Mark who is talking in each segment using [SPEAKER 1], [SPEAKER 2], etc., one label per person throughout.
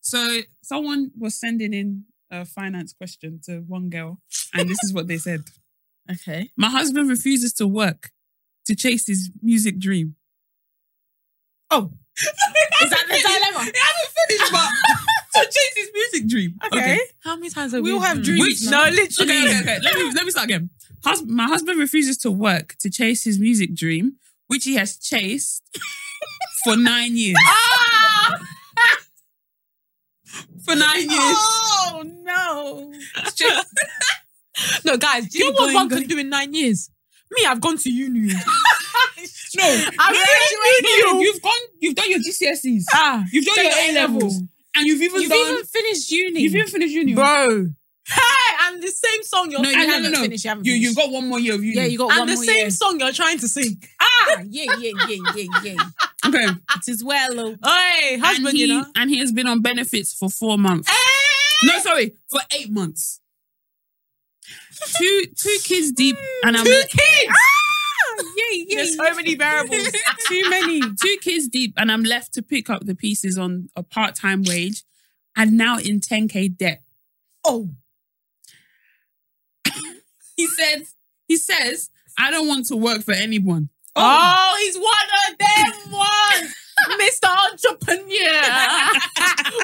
[SPEAKER 1] So someone was sending in a finance question to one girl, and this is what they said.
[SPEAKER 2] Okay.
[SPEAKER 1] My husband refuses to work to chase his music dream. Oh.
[SPEAKER 2] Is that the dilemma?
[SPEAKER 1] It hasn't finished, but to chase his music dream.
[SPEAKER 2] Okay. How many times have
[SPEAKER 1] We
[SPEAKER 2] we
[SPEAKER 1] all have dreams.
[SPEAKER 2] Which,
[SPEAKER 1] now.
[SPEAKER 2] no, literally.
[SPEAKER 1] Okay, okay, okay. Let me let me start again. Hus- my husband refuses to work to chase his music dream, which he has chased for nine years.
[SPEAKER 2] Ah!
[SPEAKER 1] for nine years.
[SPEAKER 2] Oh no!
[SPEAKER 1] It's just-
[SPEAKER 2] Oh. No, guys, do you know what one could do in nine years? Me, I've gone to uni.
[SPEAKER 1] no, I'm
[SPEAKER 2] graduated.
[SPEAKER 1] You've gone. You've done your GCSEs.
[SPEAKER 2] ah,
[SPEAKER 1] You've done
[SPEAKER 2] done
[SPEAKER 1] your A
[SPEAKER 2] your A-level.
[SPEAKER 1] levels, and you've even
[SPEAKER 2] you've
[SPEAKER 1] done.
[SPEAKER 2] even finished uni,
[SPEAKER 1] you've even finished uni.
[SPEAKER 2] bro. Hey, and the same song you're
[SPEAKER 1] no, you
[SPEAKER 2] I
[SPEAKER 1] haven't
[SPEAKER 2] haven't
[SPEAKER 1] no, no.
[SPEAKER 2] finished. You haven't
[SPEAKER 1] you, you've
[SPEAKER 2] finished.
[SPEAKER 1] got one more year of uni.
[SPEAKER 2] yeah, you got
[SPEAKER 1] And
[SPEAKER 2] one
[SPEAKER 1] the
[SPEAKER 2] more
[SPEAKER 1] same
[SPEAKER 2] year. song you're trying to sing. Ah, yeah, yeah, yeah, yeah, yeah.
[SPEAKER 1] Okay.
[SPEAKER 2] It is well. Oh. Hey, husband,
[SPEAKER 1] and he,
[SPEAKER 2] you know.
[SPEAKER 1] and he has been on benefits for four months. No, sorry, for eight months. two two kids deep, and I'm
[SPEAKER 2] Two kids. Ah, yeah, yeah.
[SPEAKER 1] There's
[SPEAKER 2] There's
[SPEAKER 1] so
[SPEAKER 2] so many variables.
[SPEAKER 1] too many two kids deep, and I'm left to pick up the pieces on a part time wage, and now in 10k debt.
[SPEAKER 2] oh,
[SPEAKER 1] He said, he says, I don't want to work for anyone.
[SPEAKER 2] oh, he's one of them ones, Mr. Entrepreneur.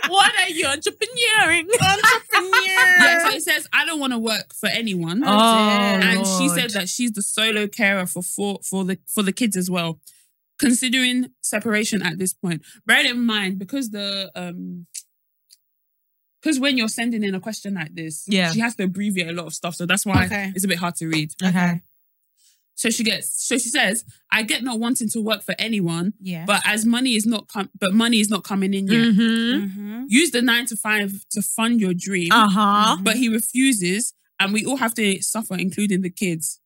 [SPEAKER 2] what are you entrepreneuring?
[SPEAKER 1] Yeah, so
[SPEAKER 2] Entrepreneur.
[SPEAKER 1] he says, I don't want to work for anyone.
[SPEAKER 2] Oh,
[SPEAKER 1] and she said that she's the solo carer for four for the for the kids as well. Considering separation at this point, bear in mind because the um because when you're sending in a question like this,
[SPEAKER 2] Yeah.
[SPEAKER 1] she has to abbreviate a lot of stuff, so that's why
[SPEAKER 2] Okay.
[SPEAKER 1] it's a bit hard to read.
[SPEAKER 2] Okay.
[SPEAKER 1] So she gets so she says, I get not wanting to work for anyone,
[SPEAKER 2] Yeah.
[SPEAKER 1] but as money is not com- but money is not coming in yet.
[SPEAKER 2] Mm-hmm.
[SPEAKER 1] Use the nine to five to fund your dream.
[SPEAKER 2] Uh-huh.
[SPEAKER 1] but he refuses, and we all have to suffer, including the kids.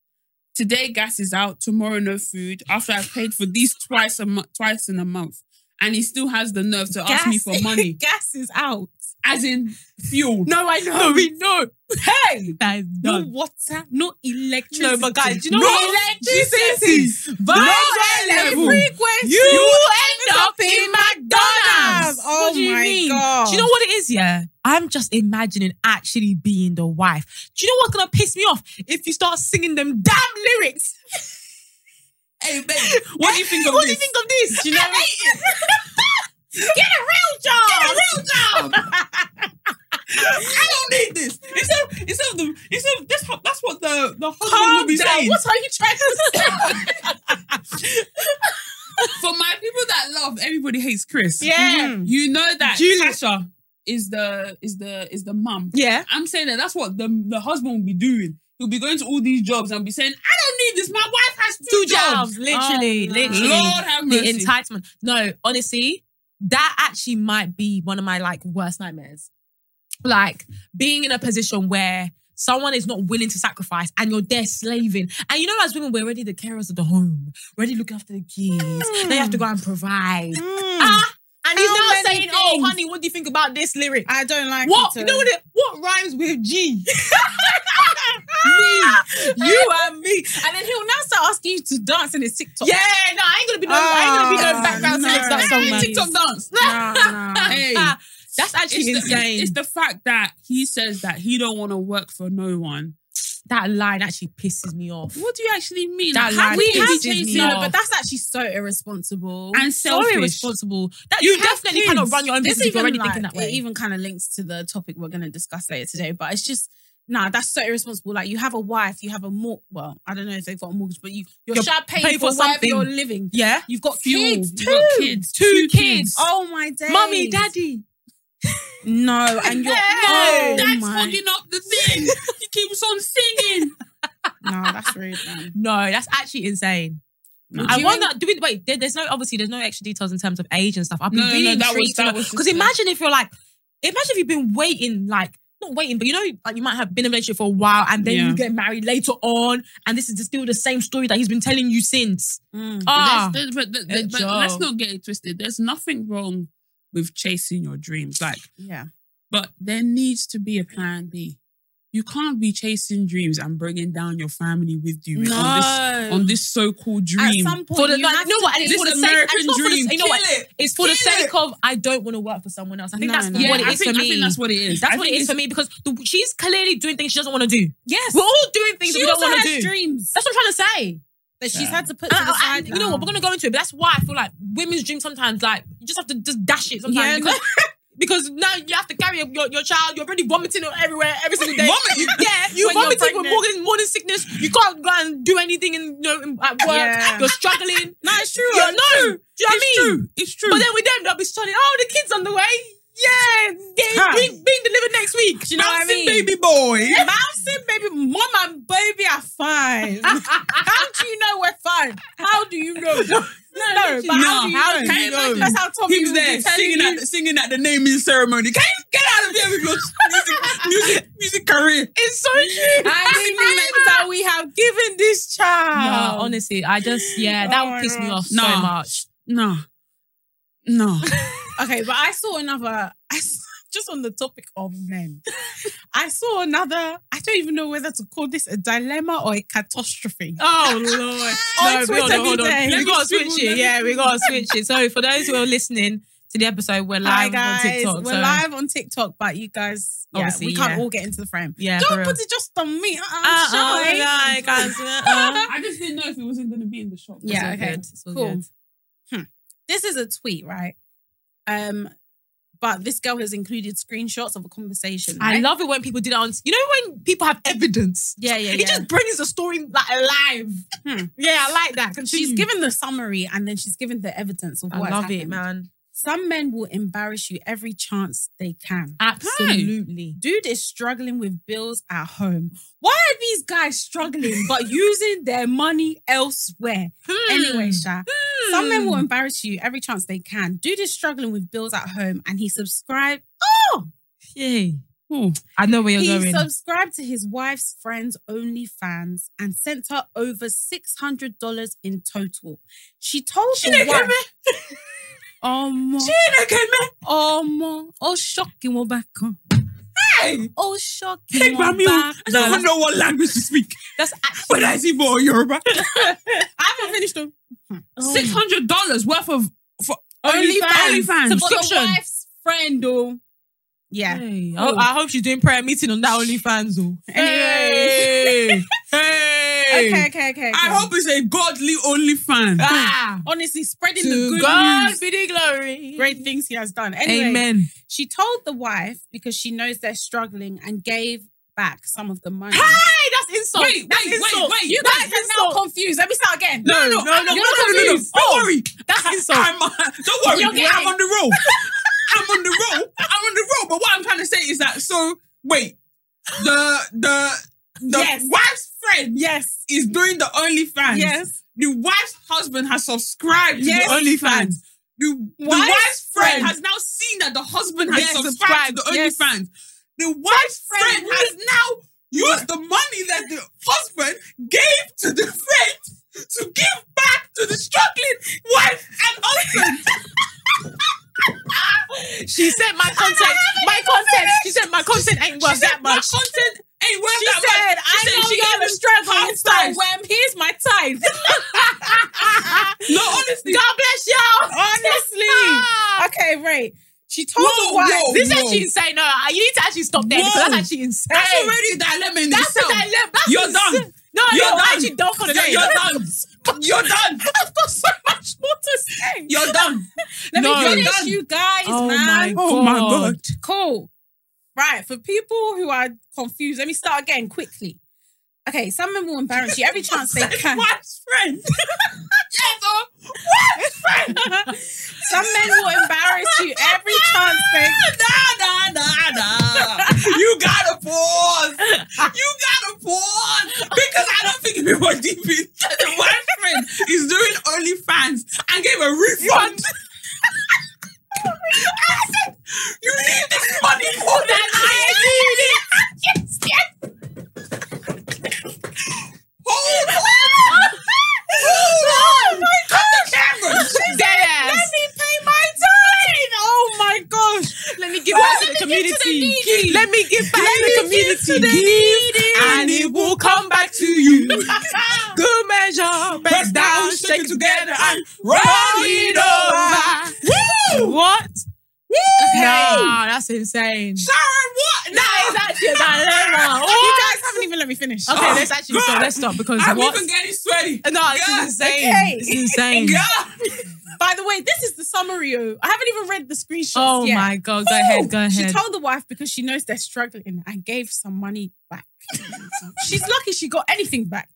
[SPEAKER 1] Today, gas is out. Tomorrow, no food. After I've paid for these twice a mo- twice in a month, and he still has the nerve to ask me for money,
[SPEAKER 2] Gas is out.
[SPEAKER 1] as in fuel.
[SPEAKER 2] No, I know. we know. Hey, that is
[SPEAKER 1] No
[SPEAKER 2] done.
[SPEAKER 1] water, no electricity.
[SPEAKER 2] No, but guys, do you know
[SPEAKER 1] no
[SPEAKER 2] what?
[SPEAKER 1] electricity?
[SPEAKER 2] But
[SPEAKER 1] No
[SPEAKER 2] at
[SPEAKER 1] level.
[SPEAKER 2] frequency,
[SPEAKER 1] You
[SPEAKER 2] end up in McDonald's.
[SPEAKER 1] Oh
[SPEAKER 2] what do you
[SPEAKER 1] my
[SPEAKER 2] mean?
[SPEAKER 1] God.
[SPEAKER 2] Do you know what it is? Yeah, I'm just imagining actually being the wife. Do you know what's gonna piss me off if you start singing them damn lyrics? Hey, babe,
[SPEAKER 1] what do you think of
[SPEAKER 2] what
[SPEAKER 1] this?
[SPEAKER 2] do you think of this? Do you know? Get a real job. Get a real job.
[SPEAKER 1] I don't need this. Instead, of- instead of the, instead of that's how- that's what the the husband will
[SPEAKER 2] Calm
[SPEAKER 1] be
[SPEAKER 2] down.
[SPEAKER 1] saying.
[SPEAKER 2] What are you trying to say?
[SPEAKER 1] For my people that love, everybody hates Chris.
[SPEAKER 2] Yeah.
[SPEAKER 1] Mhm. you know that
[SPEAKER 2] Julie-
[SPEAKER 1] Tasha is the is the is the mum.
[SPEAKER 2] Yeah.
[SPEAKER 1] I'm saying that that's what the the husband will be doing. He'll be going to all these jobs and be saying, "I don't need this. My wife has two,
[SPEAKER 2] Two jobs, literally,
[SPEAKER 1] Oh,
[SPEAKER 2] literally.
[SPEAKER 1] Lord have mercy.
[SPEAKER 2] The entitlement. No, honestly, that actually might be one of my like worst nightmares. Like being in a position where someone is not willing to sacrifice and you're there slaving. And you know, as women, we're already the carers of the home, we're already looking after the kids. They have to go and provide. Ah, and he's
[SPEAKER 1] How
[SPEAKER 2] now
[SPEAKER 1] many
[SPEAKER 2] saying, "Oh,
[SPEAKER 1] things?
[SPEAKER 2] honey, what do you think about this lyric?
[SPEAKER 3] I don't like
[SPEAKER 2] what
[SPEAKER 3] it.
[SPEAKER 2] you know what? It, what rhymes with G? me, you and me, and then he'll now start asking you to dance in his TikTok.
[SPEAKER 1] Yeah, Ah,
[SPEAKER 2] no, I ain't gonna be no, I ain't gonna be no
[SPEAKER 3] Oh,
[SPEAKER 2] background
[SPEAKER 3] no.
[SPEAKER 2] to TikTok song.
[SPEAKER 1] TikTok dance.
[SPEAKER 3] No, no.
[SPEAKER 1] hey,
[SPEAKER 2] That's actually
[SPEAKER 1] it's the,
[SPEAKER 2] insane.
[SPEAKER 1] it's the fact that he says that he don't want to work for no one.
[SPEAKER 2] that line actually pisses me off.
[SPEAKER 1] What do you actually mean?
[SPEAKER 2] That line
[SPEAKER 1] we
[SPEAKER 2] is
[SPEAKER 1] have
[SPEAKER 2] Disney
[SPEAKER 1] chasing
[SPEAKER 2] love.
[SPEAKER 1] her, but
[SPEAKER 3] that's actually so irresponsible.
[SPEAKER 1] and selfish.
[SPEAKER 2] So irresponsible. That
[SPEAKER 1] You
[SPEAKER 2] you,
[SPEAKER 1] have
[SPEAKER 2] definitely
[SPEAKER 1] kids.
[SPEAKER 2] cannot run your own
[SPEAKER 3] this
[SPEAKER 2] business if
[SPEAKER 3] even
[SPEAKER 2] you're already
[SPEAKER 3] like,
[SPEAKER 2] thinking that way.
[SPEAKER 3] It even kind of links to the topic we're going to discuss later today, but it's just nah. That's so irresponsible. Like you have a wife, you have a mor- well, I don't know if they've got a mortgage, but you you're,
[SPEAKER 2] You're
[SPEAKER 3] sure paying,
[SPEAKER 2] paying
[SPEAKER 3] for,
[SPEAKER 2] for
[SPEAKER 3] wherever
[SPEAKER 2] something.
[SPEAKER 3] you're living.
[SPEAKER 2] yeah.
[SPEAKER 3] You've got
[SPEAKER 1] Fuel.
[SPEAKER 3] kids
[SPEAKER 1] You've
[SPEAKER 3] too.
[SPEAKER 1] got kids.
[SPEAKER 3] Two
[SPEAKER 1] Two
[SPEAKER 3] kids.
[SPEAKER 1] kids.
[SPEAKER 3] Oh my days.
[SPEAKER 2] Mummy, daddy.
[SPEAKER 3] No, and you're
[SPEAKER 2] Hey.
[SPEAKER 3] oh,
[SPEAKER 1] Dad's
[SPEAKER 3] my.
[SPEAKER 1] fucking up the thing. he keeps on singing.
[SPEAKER 3] No, that's rude, man.
[SPEAKER 2] No, that's actually insane.
[SPEAKER 1] No.
[SPEAKER 2] I
[SPEAKER 3] you
[SPEAKER 2] wonder. Do we wait? There, there's no obviously. There's no extra details in terms of age and stuff. I'd be
[SPEAKER 1] No, no,
[SPEAKER 2] really
[SPEAKER 1] no, that was-
[SPEAKER 2] intrigued
[SPEAKER 1] that was just
[SPEAKER 2] because
[SPEAKER 1] a-
[SPEAKER 2] imagine if you're like, imagine if you've been waiting like. Not waiting, but you know, like you might have been in a relationship for a while, and then
[SPEAKER 1] Yeah.
[SPEAKER 2] you get married later on, and this is still the same story that he's been telling you since.
[SPEAKER 3] Mm.
[SPEAKER 2] Ah,
[SPEAKER 1] There's- there's- but, but-
[SPEAKER 2] good
[SPEAKER 1] but let's
[SPEAKER 2] job.
[SPEAKER 1] not get it twisted. There's nothing wrong with chasing your dreams, like,
[SPEAKER 3] Yeah.
[SPEAKER 1] but there needs to be a plan B. You can't be chasing dreams and bringing down your family with you on
[SPEAKER 3] No.
[SPEAKER 1] this on this so-called
[SPEAKER 3] At
[SPEAKER 1] dream.
[SPEAKER 3] some point,
[SPEAKER 2] for the
[SPEAKER 3] you
[SPEAKER 2] no,
[SPEAKER 3] have
[SPEAKER 2] you know
[SPEAKER 3] to-
[SPEAKER 2] what? And it's
[SPEAKER 1] this
[SPEAKER 2] for the sake.
[SPEAKER 1] American
[SPEAKER 2] and it's not for the-
[SPEAKER 1] dream.
[SPEAKER 2] you know what?
[SPEAKER 3] Kill it.
[SPEAKER 2] It's for the
[SPEAKER 3] Kill
[SPEAKER 2] sake of I don't want to work for someone else. I think
[SPEAKER 3] No,
[SPEAKER 2] that's
[SPEAKER 3] no,
[SPEAKER 2] what
[SPEAKER 3] no.
[SPEAKER 2] it
[SPEAKER 1] I
[SPEAKER 2] is
[SPEAKER 1] think,
[SPEAKER 2] for
[SPEAKER 1] I
[SPEAKER 2] me.
[SPEAKER 1] think that's what it is.
[SPEAKER 2] That's
[SPEAKER 1] I
[SPEAKER 2] what it
[SPEAKER 1] think
[SPEAKER 2] is for
[SPEAKER 1] it's-
[SPEAKER 2] me because the, she's clearly doing things she doesn't want to do.
[SPEAKER 3] Yes.
[SPEAKER 2] We're all doing things
[SPEAKER 3] she
[SPEAKER 2] that we don't
[SPEAKER 3] also
[SPEAKER 2] want to
[SPEAKER 3] has
[SPEAKER 2] do.
[SPEAKER 3] dreams
[SPEAKER 2] That's what I'm trying to say.
[SPEAKER 3] that she's
[SPEAKER 1] Yeah.
[SPEAKER 3] had to put to
[SPEAKER 2] And,
[SPEAKER 3] the
[SPEAKER 2] and-
[SPEAKER 3] side.
[SPEAKER 2] and you know what? We're gonna go into it, but that's why I feel like women's dreams sometimes like you just have to just dash it
[SPEAKER 3] Yeah,
[SPEAKER 2] sometimes. because, because now you have to carry your, your, your child. You're already vomiting everywhere every single day.
[SPEAKER 1] Vomit?
[SPEAKER 2] You- yeah, you
[SPEAKER 3] When you're
[SPEAKER 2] vomiting with
[SPEAKER 3] pregnant.
[SPEAKER 2] morning, morning sickness. You can't go and do anything in, you know, in- at work.
[SPEAKER 3] Yeah.
[SPEAKER 2] You're struggling.
[SPEAKER 3] No, it's true.
[SPEAKER 2] You're, no, do you know what
[SPEAKER 1] It's
[SPEAKER 2] I mean?
[SPEAKER 1] true. It's true.
[SPEAKER 2] But then with them, they'll be shouting, "Oh, the kid's on the way! Yeah, getting,
[SPEAKER 3] Huh.
[SPEAKER 2] being, being delivered next week."
[SPEAKER 3] Do you know what I mean?
[SPEAKER 1] boy.
[SPEAKER 3] Mousing baby, mom and baby are fine. how do you know we're fine? How do you know? No, no, but
[SPEAKER 1] No,
[SPEAKER 3] how do you
[SPEAKER 1] how
[SPEAKER 3] know?
[SPEAKER 1] do you know?
[SPEAKER 3] That's how Tommy
[SPEAKER 1] He was
[SPEAKER 3] will be
[SPEAKER 1] there
[SPEAKER 3] telling
[SPEAKER 1] singing
[SPEAKER 3] you.
[SPEAKER 1] at the, singing at the naming ceremony. Can you get out of here with your music music, music career?
[SPEAKER 3] It's so true. I mean, that we have given this child.
[SPEAKER 2] No, honestly, I just yeah, that
[SPEAKER 3] Oh my
[SPEAKER 2] would piss me
[SPEAKER 3] God.
[SPEAKER 2] off
[SPEAKER 1] Nah.
[SPEAKER 2] so much.
[SPEAKER 1] No, no.
[SPEAKER 3] Okay, but I saw another. uh, I s- just on the topic of men, I saw another. I don't even know whether to call this a dilemma or a catastrophe.
[SPEAKER 2] Oh lord!
[SPEAKER 3] On
[SPEAKER 2] no, hold
[SPEAKER 3] Twitter
[SPEAKER 2] on, hold on.
[SPEAKER 3] today.
[SPEAKER 2] We
[SPEAKER 1] Let
[SPEAKER 2] gotta
[SPEAKER 1] me
[SPEAKER 2] switch
[SPEAKER 1] see, let
[SPEAKER 2] it.
[SPEAKER 1] me
[SPEAKER 2] Yeah, we
[SPEAKER 1] see.
[SPEAKER 2] gotta switch it. So for those who are listening to the episode, we're
[SPEAKER 3] Hi
[SPEAKER 2] live on
[SPEAKER 3] guys,
[SPEAKER 2] TikTok.
[SPEAKER 3] we're
[SPEAKER 2] so
[SPEAKER 3] live on TikTok, but you guys, yeah,
[SPEAKER 2] Obviously,
[SPEAKER 3] we can't
[SPEAKER 2] yeah.
[SPEAKER 3] all get into the frame.
[SPEAKER 2] Yeah, for
[SPEAKER 3] don't
[SPEAKER 2] real.
[SPEAKER 3] put it just on me. Uh-uh,
[SPEAKER 2] Uh-uh,
[SPEAKER 3] I'm shy.
[SPEAKER 2] yeah, guys, uh-uh.
[SPEAKER 1] I just didn't know if it wasn't going to be in the shop.
[SPEAKER 3] Yeah,
[SPEAKER 2] It's all
[SPEAKER 3] okay.
[SPEAKER 2] good. It's all
[SPEAKER 3] Cool.
[SPEAKER 2] good.
[SPEAKER 3] this is a tweet, right? Um, but this girl has included screenshots of a conversation.
[SPEAKER 2] I
[SPEAKER 3] right?
[SPEAKER 2] love it when people do that on. You know when people have evidence.
[SPEAKER 3] Yeah, yeah,
[SPEAKER 2] It
[SPEAKER 3] yeah.
[SPEAKER 2] just brings the story like uh, alive.
[SPEAKER 3] Hmm.
[SPEAKER 2] Yeah, I like that. Continue.
[SPEAKER 3] She's given the summary and then she's given the evidence of
[SPEAKER 2] I
[SPEAKER 3] what
[SPEAKER 2] love
[SPEAKER 3] happened.
[SPEAKER 2] it, man.
[SPEAKER 3] Some men will embarrass you every chance they can.
[SPEAKER 2] Absolutely.
[SPEAKER 3] Dude is struggling with bills at home. Why are these guys struggling but using their money elsewhere? Anyway,
[SPEAKER 2] Hmm.
[SPEAKER 3] Sha, some men will embarrass you every chance they can. Dude is struggling with bills at home and he subscribed. Oh,
[SPEAKER 2] Yay. I know where you're
[SPEAKER 3] he
[SPEAKER 2] going.
[SPEAKER 3] subscribed to his wife's friend's OnlyFans and sent her over six hundred dollars in total. She told
[SPEAKER 2] She
[SPEAKER 3] the
[SPEAKER 2] didn't get
[SPEAKER 3] wife, "Oh my,
[SPEAKER 2] didn't get me.
[SPEAKER 3] oh my, oh shocking, we're back on.
[SPEAKER 2] Hey,
[SPEAKER 3] Oh shocking,
[SPEAKER 2] hey,
[SPEAKER 3] we're
[SPEAKER 2] Bami, I
[SPEAKER 3] back
[SPEAKER 2] don't
[SPEAKER 3] on."
[SPEAKER 2] even know what language you speak.
[SPEAKER 3] That's
[SPEAKER 2] But I see more Yoruba. Oh.
[SPEAKER 3] I haven't finished them.
[SPEAKER 1] Six hundred dollars worth of for
[SPEAKER 3] OnlyFans.
[SPEAKER 1] OnlyFans.
[SPEAKER 3] For your
[SPEAKER 2] Subscription.
[SPEAKER 3] wife's friend, oh. Yeah.
[SPEAKER 2] Hey, oh. I, I hope she's doing prayer meeting on that OnlyFans. Oh. Hey, hey.
[SPEAKER 3] Okay, okay, okay. okay.
[SPEAKER 1] I hope it's a godly OnlyFans.
[SPEAKER 2] Ah,
[SPEAKER 3] honestly spreading the
[SPEAKER 2] to
[SPEAKER 3] good
[SPEAKER 2] God
[SPEAKER 3] news.
[SPEAKER 2] be the glory.
[SPEAKER 3] Great things he has done. Anyway,
[SPEAKER 2] Amen.
[SPEAKER 3] She told the wife because she knows they're struggling and gave back some of the money.
[SPEAKER 2] Hey, that's insult.
[SPEAKER 1] Wait,
[SPEAKER 2] that's
[SPEAKER 1] wait,
[SPEAKER 2] insult.
[SPEAKER 1] wait, wait.
[SPEAKER 2] You
[SPEAKER 1] That's
[SPEAKER 2] guys are
[SPEAKER 3] I'm
[SPEAKER 2] now
[SPEAKER 3] now confused. Let me start again.
[SPEAKER 2] No, no, no, no.
[SPEAKER 3] You're
[SPEAKER 2] no, no, no, no.
[SPEAKER 3] confused.
[SPEAKER 2] Don't worry. That's insult.
[SPEAKER 1] I'm, uh, don't worry,
[SPEAKER 3] You're getting-
[SPEAKER 1] I'm on the roll. I'm on the roll. I'm on the roll. But what I'm trying to say is that so wait, the the the
[SPEAKER 3] Yes.
[SPEAKER 1] wife's friend
[SPEAKER 3] Yes.
[SPEAKER 1] is doing the OnlyFans.
[SPEAKER 3] Yes.
[SPEAKER 1] The wife's husband has subscribed
[SPEAKER 3] Yes.
[SPEAKER 1] to the OnlyFans. The, the
[SPEAKER 3] Wife's
[SPEAKER 1] wife's, friend,
[SPEAKER 3] friend.
[SPEAKER 1] has now seen that the husband has
[SPEAKER 3] Yes,
[SPEAKER 1] subscribed, to the
[SPEAKER 3] subscribed,
[SPEAKER 1] OnlyFans.
[SPEAKER 3] yes.
[SPEAKER 1] The wife's
[SPEAKER 3] friend
[SPEAKER 1] friend
[SPEAKER 3] really-
[SPEAKER 1] has now used the money that the husband gave to the friend to give back to the struggling wife and husband.
[SPEAKER 2] She said my content, my content. She said my content ain't
[SPEAKER 1] she
[SPEAKER 2] worth
[SPEAKER 1] said
[SPEAKER 2] that
[SPEAKER 1] my
[SPEAKER 2] much.
[SPEAKER 1] content ain't worth
[SPEAKER 3] She
[SPEAKER 1] that
[SPEAKER 3] said,
[SPEAKER 1] much.
[SPEAKER 3] I know
[SPEAKER 1] she
[SPEAKER 3] you're
[SPEAKER 1] gave
[SPEAKER 3] having
[SPEAKER 1] him
[SPEAKER 3] struggling.
[SPEAKER 1] half
[SPEAKER 3] So,
[SPEAKER 1] price.
[SPEAKER 3] Wham, here's my tithe.
[SPEAKER 1] No, honestly.
[SPEAKER 3] God bless y'all. Honestly. okay, right. She told
[SPEAKER 1] Whoa,
[SPEAKER 3] her why.
[SPEAKER 1] whoa,
[SPEAKER 2] This is
[SPEAKER 1] whoa.
[SPEAKER 2] actually insane. No, you need to actually stop there because that's
[SPEAKER 1] Whoa.
[SPEAKER 2] actually insane.
[SPEAKER 1] That's already dilemma in
[SPEAKER 2] That's
[SPEAKER 1] itself.
[SPEAKER 2] the dilemma. That's
[SPEAKER 1] You're
[SPEAKER 2] insane.
[SPEAKER 1] done.
[SPEAKER 2] No,
[SPEAKER 1] You're
[SPEAKER 2] no,
[SPEAKER 1] done.
[SPEAKER 2] I'm actually done for the
[SPEAKER 1] You're-
[SPEAKER 2] day.
[SPEAKER 1] you're done. You're done.
[SPEAKER 2] I've got so much more to say.
[SPEAKER 1] You're done.
[SPEAKER 3] Let
[SPEAKER 1] No.
[SPEAKER 3] me
[SPEAKER 1] You're
[SPEAKER 3] finish
[SPEAKER 1] done.
[SPEAKER 3] you guys,
[SPEAKER 2] Oh my
[SPEAKER 3] man.
[SPEAKER 2] Oh my God. God.
[SPEAKER 3] Cool. Right. For people who are confused, let me start again quickly. Okay, some men will embarrass you every chance they can.
[SPEAKER 1] Wife's friend.
[SPEAKER 3] Some men will embarrass you every chance they
[SPEAKER 1] Da, da, da, da. You gotta pause. You gotta pause. Because I don't think people deep in the wife's friend is doing OnlyFans and gave a refund. I said, you need this money more than I need it. Hold on. Hold on. Cut the camera.
[SPEAKER 2] Deadass.
[SPEAKER 1] pay my time. Oh my gosh.
[SPEAKER 2] Let me give back to the
[SPEAKER 1] Let me give to the needy.
[SPEAKER 2] community. Let me give back
[SPEAKER 1] Let
[SPEAKER 2] to the
[SPEAKER 1] me give to
[SPEAKER 2] community.
[SPEAKER 1] the needy.
[SPEAKER 2] and it will come back to you. Good measure, press down, shake it together, and roll it over. What?
[SPEAKER 3] Okay.
[SPEAKER 2] Nah, that's insane.
[SPEAKER 1] Sharon, what?
[SPEAKER 2] That is actually a dilemma.
[SPEAKER 3] You
[SPEAKER 2] What?
[SPEAKER 3] guys haven't even let me finish.
[SPEAKER 2] Okay,
[SPEAKER 1] Oh,
[SPEAKER 2] let's actually
[SPEAKER 1] God.
[SPEAKER 2] stop. Let's stop because
[SPEAKER 1] I'm
[SPEAKER 2] what?
[SPEAKER 1] even getting sweaty.
[SPEAKER 2] No, this
[SPEAKER 1] God.
[SPEAKER 2] is insane.
[SPEAKER 3] Oh, okay.
[SPEAKER 2] It's insane.
[SPEAKER 1] God.
[SPEAKER 3] By the way, this is the summary. oh. I haven't even read the screenshots
[SPEAKER 2] Oh
[SPEAKER 3] yet.
[SPEAKER 2] my god, go ahead, go ahead.
[SPEAKER 3] She told the wife because she knows they're struggling and gave some money back. She's lucky she got anything back.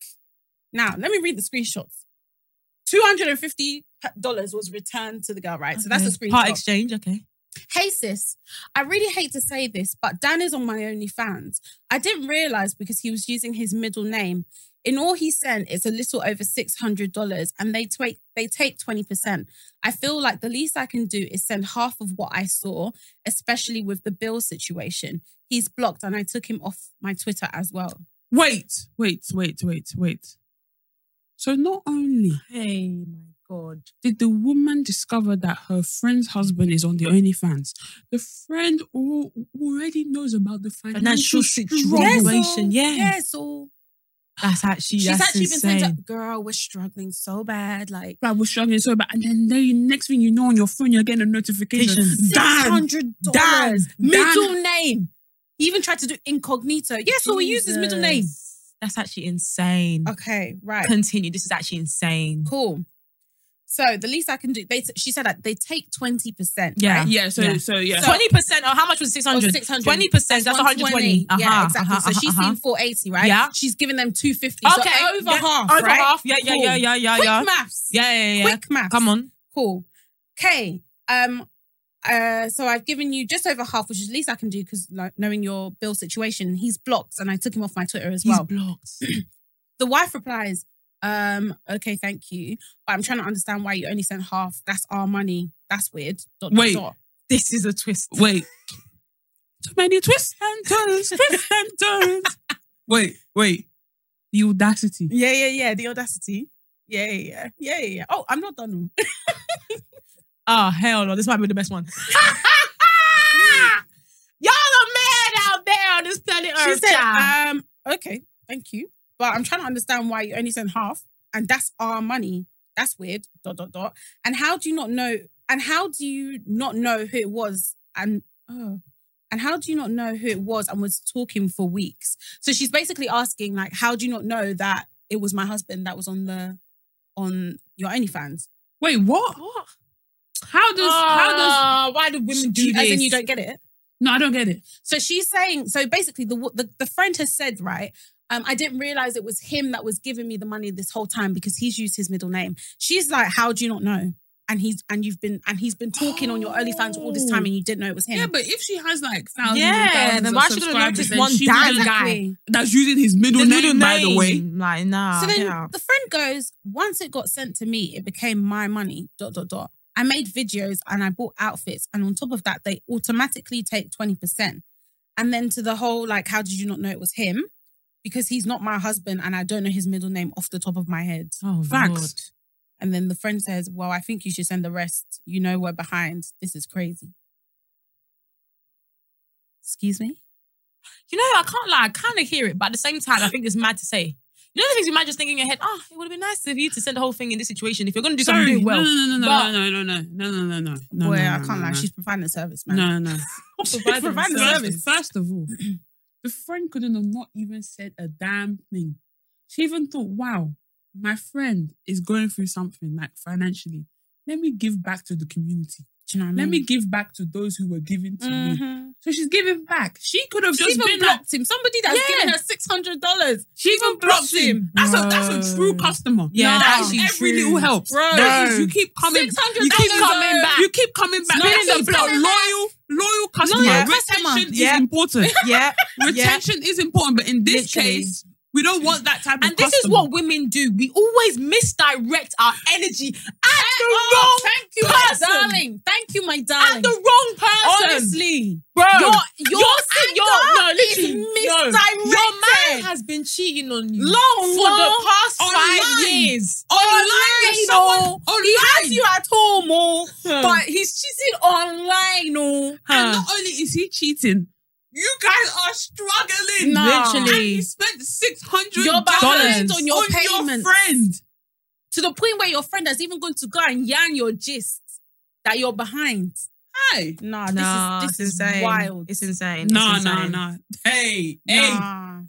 [SPEAKER 3] Now, let me read the screenshots. $250 was returned to the girl, right? So that's a
[SPEAKER 2] Okay.
[SPEAKER 3] screenshot.
[SPEAKER 2] Part exchange, okay.
[SPEAKER 3] Hey sis, I really hate to say this, but Dan is on my OnlyFans. I didn't realize because he was using his middle name. In all he sent, it's a little over six hundred dollars, and they take they take twenty percent. I feel like the least I can do is send half of what I saw, especially with the bill situation. He's blocked, and I took him off my Twitter as well.
[SPEAKER 1] Wait, wait, wait, wait, wait. So not only
[SPEAKER 2] Hey my god.
[SPEAKER 1] did the woman discover that her friend's husband is on the OnlyFans, the friend al- already knows about the financial
[SPEAKER 2] Financial
[SPEAKER 1] situation.
[SPEAKER 2] situation. Situation, yeah.
[SPEAKER 3] yes, all.
[SPEAKER 2] That's actually
[SPEAKER 3] She's
[SPEAKER 2] that's
[SPEAKER 3] actually
[SPEAKER 2] insane.
[SPEAKER 3] been saying, to- "Girl, we're struggling so bad. Like
[SPEAKER 1] Like we're struggling so bad, and then the next thing you know on your phone, you're getting a notification.
[SPEAKER 2] Notification.
[SPEAKER 3] six
[SPEAKER 1] Dan,
[SPEAKER 3] hundred
[SPEAKER 1] Dan,
[SPEAKER 3] dollars.
[SPEAKER 1] Dan.
[SPEAKER 3] Middle name. He even tried to do incognito. Yeah, so we use his middle name.
[SPEAKER 2] Jesus. That's actually insane.
[SPEAKER 3] Okay, right.
[SPEAKER 2] Continue. This is actually insane.
[SPEAKER 3] Cool. So the least I can do, they she said that they take twenty percent.
[SPEAKER 2] Yeah.
[SPEAKER 1] yeah. So
[SPEAKER 2] Yeah.
[SPEAKER 1] so yeah.
[SPEAKER 3] So-
[SPEAKER 2] Twenty percent. Oh, how much was six hundred?
[SPEAKER 3] 600.
[SPEAKER 2] Twenty percent. That's one hundred twenty. Uh-huh,
[SPEAKER 3] yeah, exactly. so she's seen four eighty, right?
[SPEAKER 2] Yeah.
[SPEAKER 3] she's giving them two fifty.
[SPEAKER 2] Okay.
[SPEAKER 3] so over
[SPEAKER 2] yeah,
[SPEAKER 3] half,
[SPEAKER 2] Over
[SPEAKER 3] right?
[SPEAKER 2] half. Yeah, yeah,
[SPEAKER 3] Cool.
[SPEAKER 2] yeah, yeah, yeah,
[SPEAKER 3] Quick
[SPEAKER 2] yeah.
[SPEAKER 3] maths.
[SPEAKER 2] Yeah, yeah, yeah.
[SPEAKER 3] quick maths.
[SPEAKER 2] Come on.
[SPEAKER 3] Cool. Okay. Um. Uh. So I've given you just over half, which is the least I can do because like, knowing your bill situation, he's blocked, and I took him off my Twitter as well.
[SPEAKER 2] blocked.
[SPEAKER 3] The wife replies, um, okay, thank you. But I'm trying to understand why you only sent half. That's our money. That's weird. Dot, dot,
[SPEAKER 1] Wait.
[SPEAKER 3] dot.
[SPEAKER 2] This is a twist.
[SPEAKER 1] Wait. Too many twists and turns, twists and turns. Wait, wait. The audacity.
[SPEAKER 3] Yeah, yeah, yeah. The audacity. Yeah, yeah, yeah. Yeah, yeah, yeah. Oh, I'm not done.
[SPEAKER 2] Oh hell no! This might be the best one.
[SPEAKER 3] Ah!
[SPEAKER 2] Y'all are mad out there on this planet
[SPEAKER 3] She
[SPEAKER 2] Earth.
[SPEAKER 3] said,
[SPEAKER 1] uh,
[SPEAKER 2] child.
[SPEAKER 3] um, okay, thank you. But I'm trying to understand why you only sent half. And that's our money. That's weird. Dot, dot, dot. And how do you not know? And how do you not know who it was? And, oh. And how do you not know who it was and was talking for weeks? So she's basically asking, like, how do you not know that it was my husband that was on the on your OnlyFans?
[SPEAKER 1] Wait, what? How does how does
[SPEAKER 2] Oh, why do women
[SPEAKER 3] Do
[SPEAKER 2] do
[SPEAKER 3] you,
[SPEAKER 2] this?
[SPEAKER 3] as in you don't get it?
[SPEAKER 1] No, I don't get it.
[SPEAKER 3] So she's saying, so basically, the wo- the, the friend has said, right? Um, I didn't realize it was him that was giving me the money this whole time because he's used his middle name. She's like, how do you not know? And he's and you've been and he's been talking on your OnlyFans all this time, and you didn't know it was him.
[SPEAKER 1] Yeah, but if she has like thousands
[SPEAKER 2] Yeah,
[SPEAKER 1] and thousands
[SPEAKER 2] then
[SPEAKER 1] of
[SPEAKER 2] why should I
[SPEAKER 1] subscribers,
[SPEAKER 2] notice
[SPEAKER 1] then
[SPEAKER 2] one
[SPEAKER 1] she
[SPEAKER 2] dad
[SPEAKER 1] wouldn't-
[SPEAKER 2] guy?
[SPEAKER 1] that's using his middle,
[SPEAKER 2] The
[SPEAKER 1] name,
[SPEAKER 2] middle
[SPEAKER 1] by the way.
[SPEAKER 2] name. Like nah.
[SPEAKER 3] So then
[SPEAKER 2] yeah.
[SPEAKER 3] the friend goes, once it got sent to me, it became my money. Dot dot dot. I made videos and I bought outfits, and on top of that, they automatically take twenty percent. And then to the whole like, how did you not know it was him? Because he's not my husband, and I don't know his middle name off the top of my head.
[SPEAKER 2] Oh,
[SPEAKER 1] Facts.
[SPEAKER 2] Lord.
[SPEAKER 3] And then the friend says, "Well, I think you should send the rest. You know we're behind. This is crazy." Excuse me.
[SPEAKER 2] You know, I can't lie. I kind of hear it, but at the same time, I think it's mad to say. You know the things you might just think in your head, ah, it would have been nice of you to send the whole thing in this situation. If you're going to do something,
[SPEAKER 1] Sorry.
[SPEAKER 2] do it
[SPEAKER 1] No,
[SPEAKER 2] well.
[SPEAKER 1] no, no,
[SPEAKER 2] But-
[SPEAKER 1] no, no, no, no, no, no, no, no, no, no.
[SPEAKER 3] Boy,
[SPEAKER 1] no,
[SPEAKER 3] I
[SPEAKER 1] no,
[SPEAKER 3] can't
[SPEAKER 1] no,
[SPEAKER 3] lie.
[SPEAKER 1] no.
[SPEAKER 3] She's providing a service, man.
[SPEAKER 1] No, no.
[SPEAKER 2] She's
[SPEAKER 3] providing
[SPEAKER 1] first,
[SPEAKER 3] the service.
[SPEAKER 1] First of all, the friend couldn't have not even said a damn thing. She even thought, wow, my friend is going through something like financially. Let me give back to the community.
[SPEAKER 3] Do you know what I mean?
[SPEAKER 1] Let me give back to those who were giving to me.
[SPEAKER 3] Mhm.
[SPEAKER 1] So she's giving back. She could have
[SPEAKER 3] She
[SPEAKER 1] just
[SPEAKER 3] even
[SPEAKER 1] been like,
[SPEAKER 3] blocked him. Somebody that's
[SPEAKER 1] Yeah.
[SPEAKER 3] giving her six hundred dollars.
[SPEAKER 1] she even blocks him. That's a that's a true
[SPEAKER 2] No.
[SPEAKER 1] customer.
[SPEAKER 2] Yeah,
[SPEAKER 1] Yeah,
[SPEAKER 2] that's
[SPEAKER 1] that is every
[SPEAKER 2] true.
[SPEAKER 1] little helps.
[SPEAKER 3] Bro.
[SPEAKER 1] That is-
[SPEAKER 2] No.
[SPEAKER 1] you keep coming, you keep
[SPEAKER 3] $600
[SPEAKER 1] coming
[SPEAKER 3] though.
[SPEAKER 1] back. You keep coming back.
[SPEAKER 3] No,
[SPEAKER 1] Being a
[SPEAKER 3] she's
[SPEAKER 1] block,
[SPEAKER 3] coming back.
[SPEAKER 1] loyal, loyal customer.
[SPEAKER 3] Loyal customer.
[SPEAKER 1] Retention is
[SPEAKER 2] Yeah.
[SPEAKER 1] important.
[SPEAKER 2] yeah, yeah.
[SPEAKER 1] Retention is important, but in this
[SPEAKER 2] Literally.
[SPEAKER 1] case, we don't want that type of
[SPEAKER 2] And this is
[SPEAKER 1] customer.
[SPEAKER 2] what women do. We always misdirect our energy at the
[SPEAKER 3] Oh,
[SPEAKER 2] wrong
[SPEAKER 3] thank you,
[SPEAKER 2] person.
[SPEAKER 3] my darling. Thank you, my
[SPEAKER 2] at
[SPEAKER 3] darling.
[SPEAKER 2] the wrong person.
[SPEAKER 3] Honestly,
[SPEAKER 2] bro,
[SPEAKER 3] your
[SPEAKER 2] your
[SPEAKER 3] your
[SPEAKER 2] your, no,
[SPEAKER 3] anger is
[SPEAKER 2] literally, no.
[SPEAKER 3] misdirected.
[SPEAKER 2] Your man has been cheating on you
[SPEAKER 3] Long,
[SPEAKER 2] for
[SPEAKER 3] long,
[SPEAKER 2] the past five
[SPEAKER 3] online.
[SPEAKER 2] years.
[SPEAKER 3] Online,
[SPEAKER 2] oh,
[SPEAKER 3] someone- he has you at home, oh,
[SPEAKER 2] Huh.
[SPEAKER 3] but he's cheating online, oh.
[SPEAKER 1] And not only is he cheating, you guys are struggling.
[SPEAKER 3] Nah.
[SPEAKER 1] And
[SPEAKER 2] Literally.
[SPEAKER 1] you spent six hundred
[SPEAKER 3] You're behind on your
[SPEAKER 1] your
[SPEAKER 3] payments.
[SPEAKER 1] friend.
[SPEAKER 3] To the point where your friend is even going to go and yarn your gist that you're behind.
[SPEAKER 1] Hi.
[SPEAKER 3] Nah,
[SPEAKER 2] Nah,
[SPEAKER 3] Ah, this is this is wild.
[SPEAKER 2] It's insane.
[SPEAKER 1] No,
[SPEAKER 2] It's
[SPEAKER 1] no,
[SPEAKER 2] Mm, insane.
[SPEAKER 1] no. Hey, hey,
[SPEAKER 3] Nah.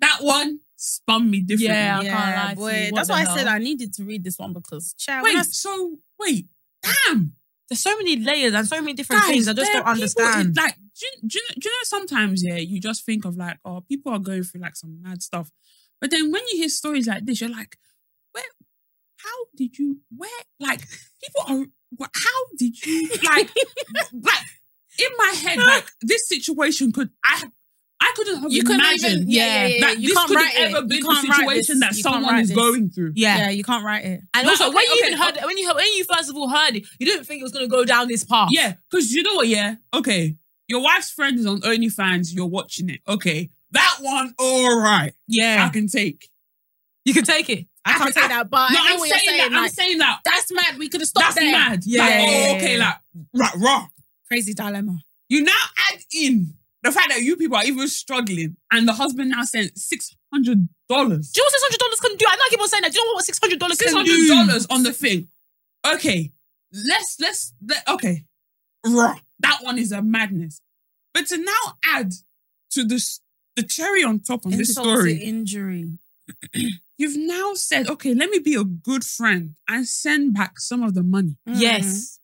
[SPEAKER 1] that one spun me differently.
[SPEAKER 2] Yeah. I can't
[SPEAKER 3] Yeah,
[SPEAKER 2] lie to
[SPEAKER 3] boy.
[SPEAKER 2] you. What
[SPEAKER 3] That's
[SPEAKER 2] the
[SPEAKER 3] why
[SPEAKER 2] hell?
[SPEAKER 3] I said I needed to read this one because child, when I
[SPEAKER 1] Wait, so wait, damn.
[SPEAKER 2] There's so many layers and so many different things. I just
[SPEAKER 1] there
[SPEAKER 2] don't
[SPEAKER 1] are people in-
[SPEAKER 2] understand.
[SPEAKER 1] like, do you, do, you know, do you know sometimes, yeah, you just think of like, oh, people are going through like some mad stuff. But then when you hear stories like this, you're like, where, how did you, where, like, people are, wha- how did you, like, like, in my head, like, this situation could, I have, I couldn't have
[SPEAKER 3] You couldn't
[SPEAKER 1] imagined
[SPEAKER 3] even- yeah, yeah, yeah, yeah.
[SPEAKER 1] that
[SPEAKER 3] You
[SPEAKER 1] this
[SPEAKER 3] can't
[SPEAKER 1] could
[SPEAKER 3] write
[SPEAKER 1] have
[SPEAKER 3] it.
[SPEAKER 1] ever
[SPEAKER 3] You
[SPEAKER 1] been the
[SPEAKER 3] can't write
[SPEAKER 1] situation
[SPEAKER 3] this.
[SPEAKER 1] that
[SPEAKER 3] You can't
[SPEAKER 1] someone
[SPEAKER 3] write
[SPEAKER 1] is
[SPEAKER 3] this.
[SPEAKER 1] going through.
[SPEAKER 2] yeah.
[SPEAKER 3] you can't write it.
[SPEAKER 2] And
[SPEAKER 1] Like,
[SPEAKER 2] also, when
[SPEAKER 1] okay,
[SPEAKER 2] you even
[SPEAKER 1] okay,
[SPEAKER 2] heard, when you heard, when you first of all heard it, you didn't think it was going to go down this path.
[SPEAKER 1] Yeah, because you know what? Yeah, okay. Your wife's friend is on OnlyFans. You're watching it. Okay, that one, all right, I
[SPEAKER 2] yeah,
[SPEAKER 1] can take.
[SPEAKER 2] you can take it.
[SPEAKER 3] I can't say that, but
[SPEAKER 1] no,
[SPEAKER 3] I know
[SPEAKER 1] I'm
[SPEAKER 3] what
[SPEAKER 1] saying,
[SPEAKER 3] you're saying.
[SPEAKER 1] that. I'm
[SPEAKER 3] like,
[SPEAKER 1] saying that.
[SPEAKER 3] that's mad. We could have
[SPEAKER 1] That's
[SPEAKER 3] stopped there.
[SPEAKER 1] mad.
[SPEAKER 2] Yeah.
[SPEAKER 1] Like, oh, okay, like right, raw.
[SPEAKER 3] Crazy dilemma.
[SPEAKER 1] You now add in the fact that you people are even struggling, and the husband now sent six hundred dollars.
[SPEAKER 2] Do you know what six hundred dollars can do? I know I keep on saying that. Do you know what six hundred dollars
[SPEAKER 1] Six
[SPEAKER 2] can
[SPEAKER 1] hundred
[SPEAKER 2] do?
[SPEAKER 1] dollars on the thing. Okay, let's let's let, okay, raw. That one is a madness. But to now add to this the cherry on top of this
[SPEAKER 3] Insult
[SPEAKER 1] story.
[SPEAKER 3] to injury.
[SPEAKER 1] You've now said, okay, let me be a good friend and send back some of the money.
[SPEAKER 2] Mm-hmm. Yes,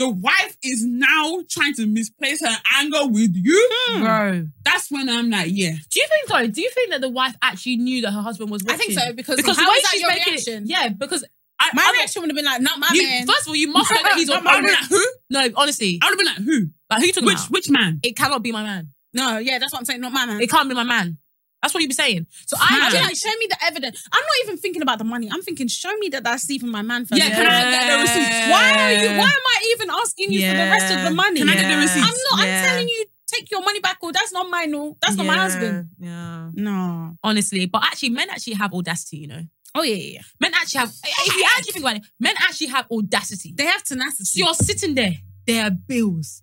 [SPEAKER 1] The wife is now trying to misplace her anger with you.
[SPEAKER 2] Hmm. bro.
[SPEAKER 1] That's when I'm like, yeah.
[SPEAKER 2] Do you think though? Do you think that the wife actually knew that her husband was
[SPEAKER 3] I
[SPEAKER 2] watching?
[SPEAKER 3] think so because,
[SPEAKER 2] Because
[SPEAKER 3] how
[SPEAKER 2] the way
[SPEAKER 3] is that
[SPEAKER 2] she's
[SPEAKER 3] your
[SPEAKER 2] making
[SPEAKER 3] reaction?
[SPEAKER 2] it, yeah, because I,
[SPEAKER 3] My
[SPEAKER 2] I-
[SPEAKER 3] reaction would have been like, not my
[SPEAKER 2] you-
[SPEAKER 3] man.
[SPEAKER 2] First of all, you must know that he's
[SPEAKER 3] Not
[SPEAKER 2] on.
[SPEAKER 3] my
[SPEAKER 1] I would
[SPEAKER 3] man.
[SPEAKER 1] have been like, who?
[SPEAKER 2] No, honestly,
[SPEAKER 1] I would have been like, who?
[SPEAKER 2] like who you talking
[SPEAKER 1] Which
[SPEAKER 2] about?
[SPEAKER 1] which man?
[SPEAKER 2] It cannot be my man.
[SPEAKER 3] No, yeah, that's what I'm saying. Not my man.
[SPEAKER 2] It can't be my man. That's what you be saying. So I,
[SPEAKER 3] I, do you know, show me the evidence. I'm not even thinking about the money. I'm thinking, show me that that's even my man first.
[SPEAKER 1] Yeah, can I get the receipts?
[SPEAKER 3] Why are you? Why am I even asking you for the rest of
[SPEAKER 2] Yeah.
[SPEAKER 3] the money?
[SPEAKER 1] Can I get the
[SPEAKER 2] Yeah.
[SPEAKER 3] I'm
[SPEAKER 1] receipts?
[SPEAKER 3] not.
[SPEAKER 2] Yeah.
[SPEAKER 3] I'm telling you, take your money back. Oh, that's not mine. No, that's not my
[SPEAKER 2] Yeah,
[SPEAKER 3] husband.
[SPEAKER 2] Yeah.
[SPEAKER 3] No.
[SPEAKER 2] Honestly, but actually, men actually have audacity. You know,
[SPEAKER 3] Oh yeah, yeah. yeah.
[SPEAKER 2] men actually have. If you actually think about it, men actually have audacity.
[SPEAKER 3] They have tenacity.
[SPEAKER 2] So you're sitting there. There are bills,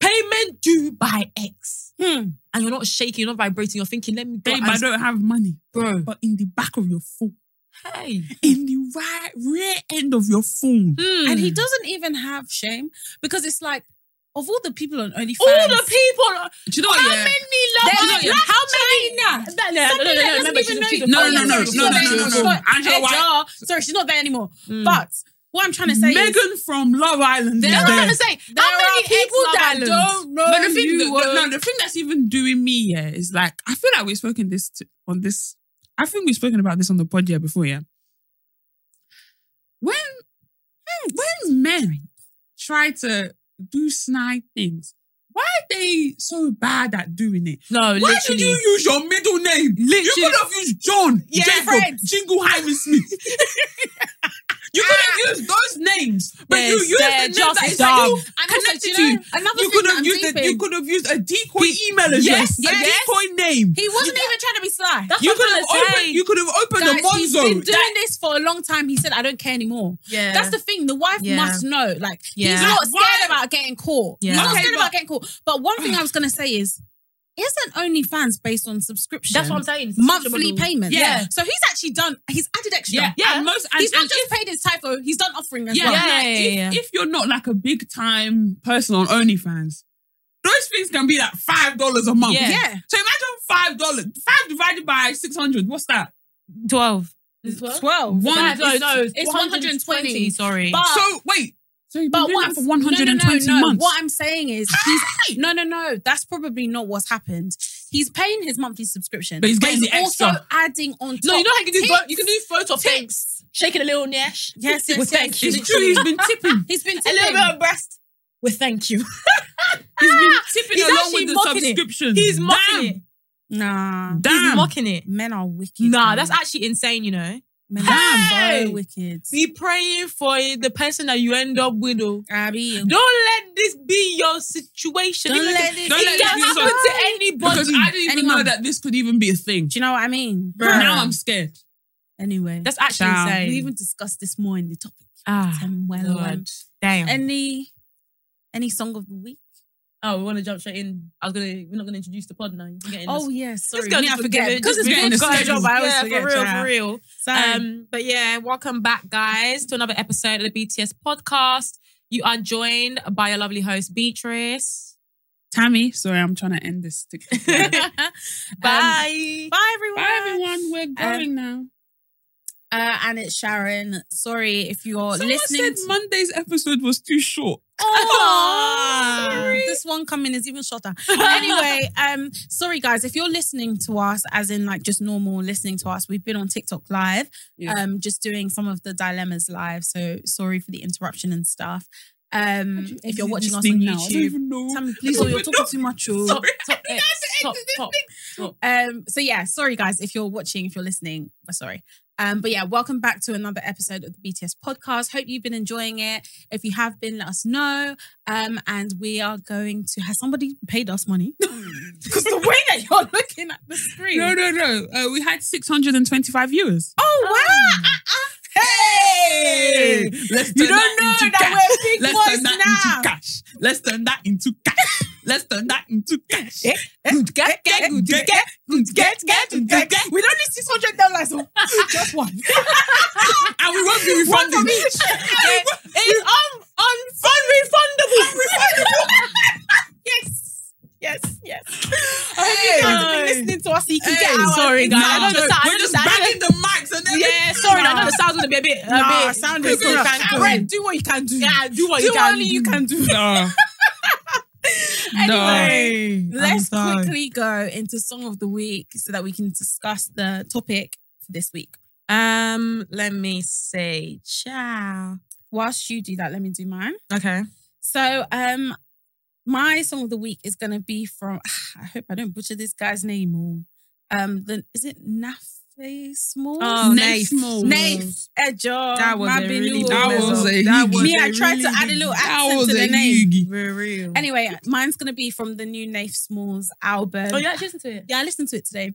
[SPEAKER 2] payment due by X,
[SPEAKER 3] Hmm.
[SPEAKER 2] and you're not shaking. You're not vibrating. You're thinking, "Let me go."
[SPEAKER 1] Babe,
[SPEAKER 2] and-
[SPEAKER 1] I don't have money.
[SPEAKER 2] Bro.
[SPEAKER 1] But in the back of your phone,
[SPEAKER 2] Hey. Hmm.
[SPEAKER 1] in the right rear end of your phone.
[SPEAKER 3] And
[SPEAKER 1] Hmm.
[SPEAKER 3] he doesn't even have shame because it's like, of all the people on OnlyFans,
[SPEAKER 2] All the people.
[SPEAKER 1] Do you know what?
[SPEAKER 2] How
[SPEAKER 1] oh, yeah?
[SPEAKER 2] many love?
[SPEAKER 3] They're
[SPEAKER 2] no,
[SPEAKER 3] like
[SPEAKER 2] yeah.
[SPEAKER 3] Blac
[SPEAKER 2] how many?
[SPEAKER 3] Chyna.
[SPEAKER 2] That- no, no,
[SPEAKER 3] Something
[SPEAKER 2] no,
[SPEAKER 3] that
[SPEAKER 2] no,
[SPEAKER 3] doesn't
[SPEAKER 2] remember,
[SPEAKER 3] even
[SPEAKER 2] she's-
[SPEAKER 3] know
[SPEAKER 2] she's
[SPEAKER 3] you-
[SPEAKER 2] a
[SPEAKER 1] No,
[SPEAKER 3] Oh,
[SPEAKER 1] no,
[SPEAKER 3] yeah,
[SPEAKER 2] foreigner.
[SPEAKER 1] no,
[SPEAKER 3] sorry,
[SPEAKER 1] no,
[SPEAKER 3] she's
[SPEAKER 1] no, no, no,
[SPEAKER 3] not there
[SPEAKER 1] no, no.
[SPEAKER 3] anymore. She's not
[SPEAKER 1] Angela White. Hmm.
[SPEAKER 3] HR. Sorry, she's not there anymore. But what I'm trying to say is
[SPEAKER 1] Megan from Love Island. is
[SPEAKER 2] That's what I'm
[SPEAKER 1] there.
[SPEAKER 2] trying to say.
[SPEAKER 3] there
[SPEAKER 2] how many
[SPEAKER 3] are people
[SPEAKER 2] ex-Love
[SPEAKER 3] that
[SPEAKER 2] Islands?
[SPEAKER 3] don't know
[SPEAKER 1] But the thing,
[SPEAKER 3] you
[SPEAKER 1] the, the-
[SPEAKER 3] were-
[SPEAKER 1] no, the thing that's even doing me, yeah, is like I feel like we've spoken this t- on this. I think we've spoken about this on the pod yeah before, yeah. When when men try to do snide things, why are they so bad at doing it?
[SPEAKER 2] No,
[SPEAKER 1] Why
[SPEAKER 2] literally.
[SPEAKER 1] did you use your middle name? You could have used John,
[SPEAKER 2] Yeah,
[SPEAKER 1] Jacob,
[SPEAKER 2] Fred.
[SPEAKER 1] Jingle Hyman Smith. you could have used those names, but
[SPEAKER 2] They're-
[SPEAKER 1] you used the
[SPEAKER 2] they're
[SPEAKER 1] name
[SPEAKER 2] just
[SPEAKER 1] that is like
[SPEAKER 2] dumb.
[SPEAKER 3] And also,
[SPEAKER 1] connected
[SPEAKER 3] do you
[SPEAKER 1] to.
[SPEAKER 3] know, another
[SPEAKER 1] you
[SPEAKER 3] thing
[SPEAKER 1] could
[SPEAKER 3] that
[SPEAKER 1] have
[SPEAKER 3] I'm
[SPEAKER 1] used a,
[SPEAKER 3] deeping-
[SPEAKER 1] you could have used a decoy email address,
[SPEAKER 2] Yes,
[SPEAKER 1] a
[SPEAKER 2] yes.
[SPEAKER 1] decoy name.
[SPEAKER 3] He wasn't even trying to be sly.
[SPEAKER 2] That's
[SPEAKER 1] you
[SPEAKER 2] what
[SPEAKER 1] could
[SPEAKER 2] I'm
[SPEAKER 1] have
[SPEAKER 2] trying to
[SPEAKER 1] opened.
[SPEAKER 2] say.
[SPEAKER 1] You could have opened
[SPEAKER 3] Guys,
[SPEAKER 1] a
[SPEAKER 3] he's been doing
[SPEAKER 1] Monzo. That-
[SPEAKER 3] this for a long time. He said, "I don't care anymore."
[SPEAKER 2] Yeah.
[SPEAKER 3] That's the thing. The wife
[SPEAKER 2] Yeah.
[SPEAKER 3] must know. Like
[SPEAKER 2] Yeah.
[SPEAKER 3] he's not scared
[SPEAKER 1] Why-
[SPEAKER 3] about getting caught.
[SPEAKER 2] Yeah.
[SPEAKER 3] He's not
[SPEAKER 1] Okay,
[SPEAKER 3] scared
[SPEAKER 1] but-
[SPEAKER 3] about getting caught. But one thing I was gonna say is isn't OnlyFans based on subscription?
[SPEAKER 2] That's what I'm saying. It's a
[SPEAKER 3] Monthly
[SPEAKER 2] subscription model.
[SPEAKER 3] payments.
[SPEAKER 2] Yeah.
[SPEAKER 3] So he's actually done. He's added extra.
[SPEAKER 1] Yeah,
[SPEAKER 2] Yeah.
[SPEAKER 1] And most, and,
[SPEAKER 3] He's not
[SPEAKER 1] and
[SPEAKER 3] just paid his typo. He's done offering as
[SPEAKER 1] yeah,
[SPEAKER 3] well.
[SPEAKER 1] like,
[SPEAKER 2] yeah,
[SPEAKER 1] if,
[SPEAKER 2] yeah.
[SPEAKER 1] if you're not like a big time person on OnlyFans, those things can be like five dollars a month.
[SPEAKER 2] Yeah.
[SPEAKER 3] Yeah.
[SPEAKER 1] So imagine five dollars, five divided by six hundred. What's that?
[SPEAKER 2] 12.
[SPEAKER 3] Twelve.
[SPEAKER 1] One-
[SPEAKER 2] That- no,
[SPEAKER 1] it's-
[SPEAKER 2] no,
[SPEAKER 3] it's 120,
[SPEAKER 2] Sorry.
[SPEAKER 3] But-
[SPEAKER 1] so wait, so you've been
[SPEAKER 3] But
[SPEAKER 1] doing
[SPEAKER 3] what
[SPEAKER 1] that for
[SPEAKER 3] I'm-
[SPEAKER 1] one hundred and twenty
[SPEAKER 3] no, no, no, no.
[SPEAKER 1] months.
[SPEAKER 3] What I'm saying is, he's, no, no, no. That's probably not what's happened. He's paying his monthly subscription,
[SPEAKER 1] But he's getting the extra.
[SPEAKER 3] also adding on. Top
[SPEAKER 2] no, you know how you can do
[SPEAKER 3] tips.
[SPEAKER 2] bo- you can do photo of thanks, shaking a little nash.
[SPEAKER 3] Yes, yes,
[SPEAKER 2] Well,
[SPEAKER 3] yes.
[SPEAKER 2] thank you.
[SPEAKER 1] it's true. He's been tipping.
[SPEAKER 3] He's been
[SPEAKER 2] a
[SPEAKER 3] tipping.
[SPEAKER 2] little bit of breast. Well, thank you.
[SPEAKER 1] He's been tipping
[SPEAKER 2] He's
[SPEAKER 1] along
[SPEAKER 2] actually
[SPEAKER 1] with the
[SPEAKER 2] mocking it.
[SPEAKER 1] subscription.
[SPEAKER 2] He's mocking
[SPEAKER 1] Damn.
[SPEAKER 2] it.
[SPEAKER 3] nah,
[SPEAKER 1] Damn.
[SPEAKER 2] He's mocking it.
[SPEAKER 3] men are wicked.
[SPEAKER 2] Nah,
[SPEAKER 3] man.
[SPEAKER 2] that's actually insane. You know,
[SPEAKER 3] men
[SPEAKER 2] Hey!
[SPEAKER 3] are so wicked.
[SPEAKER 2] be praying for the person that you end up with. oh.
[SPEAKER 3] Abby,
[SPEAKER 2] Don't let this be your situation.
[SPEAKER 3] Don't
[SPEAKER 2] Even if
[SPEAKER 3] let
[SPEAKER 2] it,
[SPEAKER 3] this
[SPEAKER 1] Don't
[SPEAKER 2] it
[SPEAKER 1] let
[SPEAKER 2] can
[SPEAKER 1] this be
[SPEAKER 2] happen to
[SPEAKER 1] so-
[SPEAKER 2] anybody.
[SPEAKER 1] Because I didn't even
[SPEAKER 3] Anyone.
[SPEAKER 1] know that this could even be a thing.
[SPEAKER 3] do you know what I mean? Bruh.
[SPEAKER 1] Now I'm scared.
[SPEAKER 3] Anyway,
[SPEAKER 2] That's actually
[SPEAKER 1] Child.
[SPEAKER 2] insane.
[SPEAKER 3] we even discussed this more in the topic.
[SPEAKER 2] ah,
[SPEAKER 3] Um, well,
[SPEAKER 2] God.
[SPEAKER 3] um,
[SPEAKER 2] damn.
[SPEAKER 3] any any song of the week?
[SPEAKER 2] oh, we want to jump straight in. I was gonna. We're not gonna introduce the pod now. You can get in
[SPEAKER 3] Oh
[SPEAKER 2] this-
[SPEAKER 3] yes,
[SPEAKER 2] This
[SPEAKER 3] sorry,
[SPEAKER 2] girl
[SPEAKER 3] me,
[SPEAKER 2] just
[SPEAKER 3] I
[SPEAKER 2] been
[SPEAKER 3] forget
[SPEAKER 2] giving-
[SPEAKER 3] because
[SPEAKER 2] just
[SPEAKER 3] it's
[SPEAKER 2] been
[SPEAKER 3] been a
[SPEAKER 1] getting a
[SPEAKER 3] schedule.
[SPEAKER 1] schedule.
[SPEAKER 3] but I always
[SPEAKER 2] yeah,
[SPEAKER 3] forget.
[SPEAKER 2] for real,
[SPEAKER 3] child.
[SPEAKER 2] for real.
[SPEAKER 3] Um,
[SPEAKER 2] Um, but yeah, welcome back, guys, to another episode of the BTS podcast. You are joined by your lovely host, Beatrice.
[SPEAKER 1] Tammy, sorry, I'm trying to end this.
[SPEAKER 2] Bye.
[SPEAKER 1] Bye,
[SPEAKER 3] bye everyone.
[SPEAKER 1] everyone. We're going
[SPEAKER 2] Um,
[SPEAKER 1] now.
[SPEAKER 3] Uh, and it's Sharon. Sorry if you're
[SPEAKER 1] Someone
[SPEAKER 3] listening.
[SPEAKER 1] said
[SPEAKER 3] to-
[SPEAKER 1] Monday's episode was too short.
[SPEAKER 3] Aw,
[SPEAKER 2] sorry.
[SPEAKER 3] Oh, This one coming is even shorter. anyway, um, sorry guys, if you're listening to us, as in like just normal listening to us, we've been on TikTok live,
[SPEAKER 1] Yeah.
[SPEAKER 3] um, just doing some of the dilemmas live. So sorry for the interruption and stuff. Um, if you're watching us
[SPEAKER 1] I
[SPEAKER 3] on
[SPEAKER 1] don't
[SPEAKER 3] YouTube,
[SPEAKER 1] even know.
[SPEAKER 3] tell me please,
[SPEAKER 1] I
[SPEAKER 3] or
[SPEAKER 1] don't
[SPEAKER 3] you're
[SPEAKER 1] even
[SPEAKER 3] talking
[SPEAKER 1] know.
[SPEAKER 3] too much. oh.
[SPEAKER 2] Top, top,
[SPEAKER 1] I
[SPEAKER 2] eh, top,
[SPEAKER 1] exit this
[SPEAKER 2] top.
[SPEAKER 3] Um, so yeah, sorry guys, if you're watching, if you're listening, we're sorry. Um, but yeah, welcome back to another episode of the BTS podcast. Hope you've been enjoying it. If you have been, let us know. Um, and we are going to has somebody paid us money? Because the way that you're looking at the screen.
[SPEAKER 1] No, no, no. Uh, we had 625 viewers.
[SPEAKER 3] Oh
[SPEAKER 2] Ah,
[SPEAKER 3] wow! Hey!
[SPEAKER 1] Let's
[SPEAKER 3] You
[SPEAKER 1] turn
[SPEAKER 3] don't know
[SPEAKER 1] into
[SPEAKER 3] that
[SPEAKER 1] cash.
[SPEAKER 3] we're big
[SPEAKER 1] Let's
[SPEAKER 3] boys
[SPEAKER 1] turn that
[SPEAKER 3] now.
[SPEAKER 1] into cash. Let's turn that into cash. Let's turn that into cash.
[SPEAKER 3] Eh,
[SPEAKER 1] Good get, get, good get, good get, get, good get.
[SPEAKER 3] eh. We don't need six hundred dollars. oh. Just one.
[SPEAKER 1] And we won't be refunded.
[SPEAKER 3] from each. Eh,
[SPEAKER 1] It's un- unrefundable.
[SPEAKER 3] yes, yes, yes. I hope you guys have been
[SPEAKER 2] Hey.
[SPEAKER 3] listening to us. So you can
[SPEAKER 2] Hey,
[SPEAKER 3] get our
[SPEAKER 2] sorry, guys. I know the sound-
[SPEAKER 3] exact-
[SPEAKER 2] I
[SPEAKER 1] We're
[SPEAKER 2] know the
[SPEAKER 1] just
[SPEAKER 2] sound-
[SPEAKER 1] banging the mics and everything.
[SPEAKER 2] Yeah, sorry, I know
[SPEAKER 3] Nah.
[SPEAKER 2] the sound's gonna be a bit. A
[SPEAKER 3] Nah,
[SPEAKER 2] bit
[SPEAKER 3] sound is
[SPEAKER 2] cuckoo,
[SPEAKER 3] good.
[SPEAKER 2] cuckoo.
[SPEAKER 3] Brett, do what you can do.
[SPEAKER 2] Yeah, do what
[SPEAKER 3] do
[SPEAKER 2] you
[SPEAKER 3] what
[SPEAKER 2] can.
[SPEAKER 3] only you can do.
[SPEAKER 1] No.
[SPEAKER 3] Anyway,
[SPEAKER 1] No.
[SPEAKER 3] let's
[SPEAKER 1] I'm sorry.
[SPEAKER 3] quickly go into song of the week so that we can discuss the topic for this week.
[SPEAKER 2] Um, let me say, ciao.
[SPEAKER 3] Whilst you do that, let me do mine.
[SPEAKER 2] Okay.
[SPEAKER 3] So, um, my song of the week is gonna be from. I hope I don't butcher this guy's name. Or, um, the, is it Nafe Small?
[SPEAKER 2] Oh,
[SPEAKER 1] Nafe.
[SPEAKER 3] Nafe. Ejo.
[SPEAKER 2] That was a
[SPEAKER 3] Mabinu.
[SPEAKER 2] really big
[SPEAKER 1] That was a
[SPEAKER 2] That
[SPEAKER 1] hoogie.
[SPEAKER 2] was
[SPEAKER 3] Me,
[SPEAKER 2] a
[SPEAKER 3] I tried to
[SPEAKER 2] really
[SPEAKER 3] add a little
[SPEAKER 1] That
[SPEAKER 3] accent
[SPEAKER 1] was
[SPEAKER 3] to
[SPEAKER 1] a
[SPEAKER 3] the name.
[SPEAKER 1] hoogie.
[SPEAKER 2] Real, real.
[SPEAKER 3] Anyway, mine's gonna be from the new Nafe Smalls album.
[SPEAKER 2] oh, you actually listened to it?
[SPEAKER 3] Yeah, I listened to it today.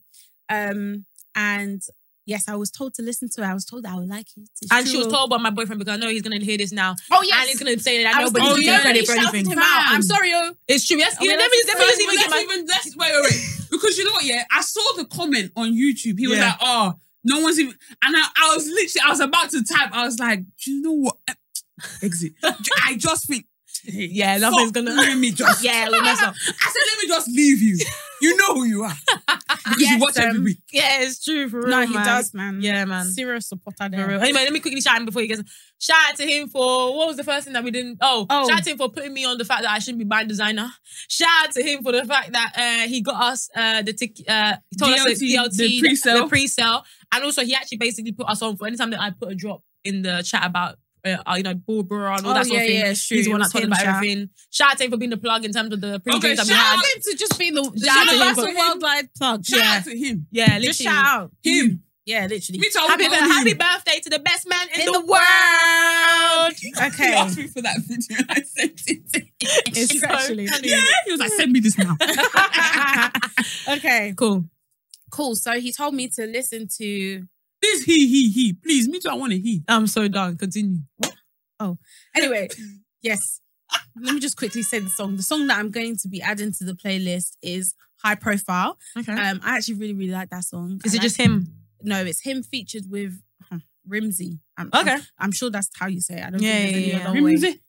[SPEAKER 3] Um, and yes, I was told to listen to it. I was told that I would like it. It's
[SPEAKER 2] And she
[SPEAKER 3] true.
[SPEAKER 2] was told by my boyfriend because I know he's gonna hear this now.
[SPEAKER 3] Oh
[SPEAKER 2] Yeah,
[SPEAKER 3] yes.
[SPEAKER 2] And he's gonna say that
[SPEAKER 3] I was
[SPEAKER 2] nobody's
[SPEAKER 3] told
[SPEAKER 1] gonna
[SPEAKER 2] gonna
[SPEAKER 1] be
[SPEAKER 2] get credit
[SPEAKER 3] nobody
[SPEAKER 2] for
[SPEAKER 3] shouted
[SPEAKER 2] anything.
[SPEAKER 3] him out. I'm sorry, oh.
[SPEAKER 2] It's true. Yes,
[SPEAKER 3] I mean,
[SPEAKER 2] let me
[SPEAKER 3] that's
[SPEAKER 2] let me just even get
[SPEAKER 3] fine.
[SPEAKER 1] let's
[SPEAKER 2] my.
[SPEAKER 1] even let's wait, wait, wait. Because you know what? Yeah, I saw the comment on YouTube. He was
[SPEAKER 2] Yeah.
[SPEAKER 1] like, "Oh, no one's even." And I, I was literally, I was about to type. I was like, "Do you know what? Exit." I just think.
[SPEAKER 2] Yeah, nothing's
[SPEAKER 1] fuck,
[SPEAKER 2] gonna.
[SPEAKER 1] Let me just.
[SPEAKER 2] Yeah, we mess up.
[SPEAKER 1] I said, let me just leave you. You know who you are because you
[SPEAKER 3] Yes,
[SPEAKER 1] watch every
[SPEAKER 3] um,
[SPEAKER 1] week.
[SPEAKER 2] Yeah, it's true for real.
[SPEAKER 3] No, he
[SPEAKER 2] man.
[SPEAKER 3] does, man.
[SPEAKER 2] Yeah, man.
[SPEAKER 3] Serious supporter
[SPEAKER 2] For
[SPEAKER 3] there.
[SPEAKER 2] real. Anyway, let me quickly shout him before he gets. Shout out to him for what was the first thing that we didn't. Oh,
[SPEAKER 3] Oh.
[SPEAKER 2] shout out to him for putting me on the fact that I shouldn't be buying designer. Shout out to him for the fact that uh, he got us uh, the tick. Uh, he told us
[SPEAKER 1] DLT,
[SPEAKER 2] the DLT,
[SPEAKER 1] the pre-sale.
[SPEAKER 2] the pre-sale, and also he actually basically put us on for anytime that I put a drop in the chat about. Uh, you know, Barbara and all
[SPEAKER 3] Oh,
[SPEAKER 2] that sort
[SPEAKER 3] yeah,
[SPEAKER 2] of thing.
[SPEAKER 3] yeah, it's true.
[SPEAKER 2] He's the
[SPEAKER 3] It
[SPEAKER 2] one that
[SPEAKER 3] was
[SPEAKER 2] talked
[SPEAKER 3] him,
[SPEAKER 2] about
[SPEAKER 3] shout.
[SPEAKER 2] everything. Shout out to him for being the plug in terms of the pre
[SPEAKER 1] Okay,
[SPEAKER 2] drinks that we
[SPEAKER 1] shout
[SPEAKER 2] had.
[SPEAKER 1] out
[SPEAKER 3] him to just being the
[SPEAKER 2] Shout out to him,
[SPEAKER 3] universal
[SPEAKER 2] but-
[SPEAKER 3] worldwide plug.
[SPEAKER 1] Shout
[SPEAKER 3] yeah.
[SPEAKER 1] out to him.
[SPEAKER 2] Yeah, literally.
[SPEAKER 3] just shout out.
[SPEAKER 1] Him.
[SPEAKER 3] Yeah, literally.
[SPEAKER 1] Me too. I
[SPEAKER 2] Happy,
[SPEAKER 1] would
[SPEAKER 2] bir-
[SPEAKER 1] love
[SPEAKER 2] happy
[SPEAKER 1] him.
[SPEAKER 2] birthday to the best man in,
[SPEAKER 3] In
[SPEAKER 2] the,
[SPEAKER 3] the
[SPEAKER 2] world.
[SPEAKER 1] He
[SPEAKER 3] Okay.
[SPEAKER 1] asked me for that video. I sent it. to him.
[SPEAKER 3] It's
[SPEAKER 2] It's so
[SPEAKER 3] actually-
[SPEAKER 2] funny.
[SPEAKER 1] Yeah, he
[SPEAKER 2] Hmm.
[SPEAKER 1] was like, send me this now.
[SPEAKER 3] okay.
[SPEAKER 2] cool.
[SPEAKER 3] Cool. So he told me to listen to
[SPEAKER 1] this he, he, he. Please, me too. I want a he.
[SPEAKER 2] I'm so done. Continue.
[SPEAKER 3] anyway, yes. Let me just quickly say the song. The song that I'm going to be adding to the playlist is High Profile.
[SPEAKER 2] Okay.
[SPEAKER 3] Um, I actually really, really like that song.
[SPEAKER 2] Is
[SPEAKER 3] I
[SPEAKER 2] it
[SPEAKER 3] like-
[SPEAKER 2] just him?
[SPEAKER 3] No, it's him featured with huh, Rimsey. I'm,
[SPEAKER 2] Okay.
[SPEAKER 3] I'm, I'm sure that's how you say it. I don't
[SPEAKER 2] Yeah,
[SPEAKER 3] think there's
[SPEAKER 2] yeah,
[SPEAKER 3] any
[SPEAKER 2] yeah.
[SPEAKER 3] other way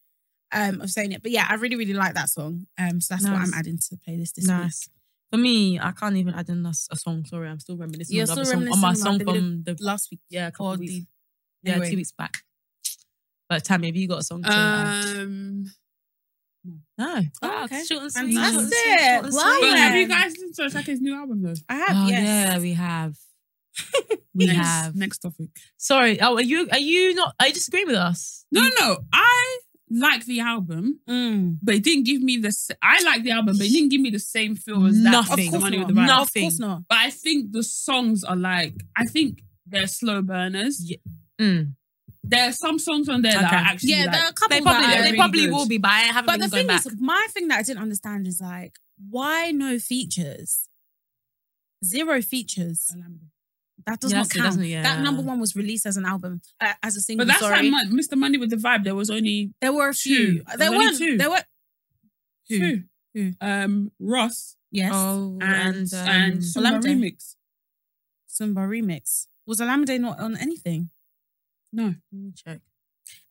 [SPEAKER 3] um, of saying it. But yeah, I really, really like that song. Um, so that's what
[SPEAKER 2] Nice.
[SPEAKER 3] I'm adding to the playlist this week.
[SPEAKER 2] Nice. For me, I can't even add in a, s- a song. Sorry, I'm still reminiscing
[SPEAKER 3] You're
[SPEAKER 2] on the
[SPEAKER 3] still
[SPEAKER 2] other song, on
[SPEAKER 3] reminiscing
[SPEAKER 2] my
[SPEAKER 3] about
[SPEAKER 2] song
[SPEAKER 3] the little-
[SPEAKER 2] from the
[SPEAKER 3] Last week.
[SPEAKER 2] yeah, a couple
[SPEAKER 3] or
[SPEAKER 2] of
[SPEAKER 3] the-
[SPEAKER 2] weeks. Yeah,
[SPEAKER 3] anyway.
[SPEAKER 2] two weeks back. But Tam, maybe you got a song. To, add.
[SPEAKER 1] Um,
[SPEAKER 2] no.
[SPEAKER 3] Uh, oh,
[SPEAKER 2] Ah,
[SPEAKER 3] okay.
[SPEAKER 2] Short and sweet.
[SPEAKER 3] Fantastic.
[SPEAKER 2] short and sweet, short and
[SPEAKER 3] Wow.
[SPEAKER 2] sweet.
[SPEAKER 1] but have
[SPEAKER 3] Yeah.
[SPEAKER 1] you guys listened to Osake's new album though?
[SPEAKER 3] I have,
[SPEAKER 2] Oh,
[SPEAKER 3] yes.
[SPEAKER 2] yeah, we have. We
[SPEAKER 1] next,
[SPEAKER 2] have.
[SPEAKER 1] next topic.
[SPEAKER 2] Sorry. Oh, are you are you not are you disagreeing with us?
[SPEAKER 1] No, no, I like the album.
[SPEAKER 3] Mm.
[SPEAKER 1] but it didn't give me the. s- I like the album, but it didn't give me the same
[SPEAKER 2] Hmm.
[SPEAKER 1] feel as that. Of
[SPEAKER 2] Nothing.
[SPEAKER 3] Of
[SPEAKER 1] course
[SPEAKER 3] course
[SPEAKER 1] Money
[SPEAKER 3] not.
[SPEAKER 1] with the Virus.
[SPEAKER 2] No.
[SPEAKER 3] Of course not.
[SPEAKER 1] But I think the songs are like. I think they're slow burners.
[SPEAKER 2] Yeah. Mm.
[SPEAKER 1] There are some songs on there that
[SPEAKER 2] Okay.
[SPEAKER 1] are actually.
[SPEAKER 3] Yeah,
[SPEAKER 1] like,
[SPEAKER 3] there are a couple
[SPEAKER 2] They
[SPEAKER 3] that
[SPEAKER 2] probably
[SPEAKER 3] are
[SPEAKER 2] they
[SPEAKER 1] really
[SPEAKER 2] probably
[SPEAKER 1] good.
[SPEAKER 2] will be, but I haven't
[SPEAKER 3] But
[SPEAKER 2] been
[SPEAKER 3] the
[SPEAKER 2] going
[SPEAKER 3] thing
[SPEAKER 2] back.
[SPEAKER 3] is, my thing that I didn't understand is like, why no features? Zero features. That does
[SPEAKER 2] Yeah, that's-
[SPEAKER 3] not
[SPEAKER 2] that's
[SPEAKER 3] count.
[SPEAKER 2] not- yeah.
[SPEAKER 3] That number one was released as an album, uh, as a single.
[SPEAKER 1] But that's
[SPEAKER 3] sorry.
[SPEAKER 1] like Mon- Mr. Money with the vibe. There was only
[SPEAKER 3] there were a few.
[SPEAKER 1] Two.
[SPEAKER 3] There
[SPEAKER 1] There's only
[SPEAKER 3] weren't.
[SPEAKER 1] two.
[SPEAKER 3] There were.
[SPEAKER 1] two. Um, Ross
[SPEAKER 3] Yes.
[SPEAKER 2] Oh,
[SPEAKER 1] and
[SPEAKER 2] and, um,
[SPEAKER 1] and Sumba
[SPEAKER 3] Olamide.
[SPEAKER 1] remix.
[SPEAKER 3] Simba remix. Was Olamide not on anything?
[SPEAKER 1] No,
[SPEAKER 2] Let me check.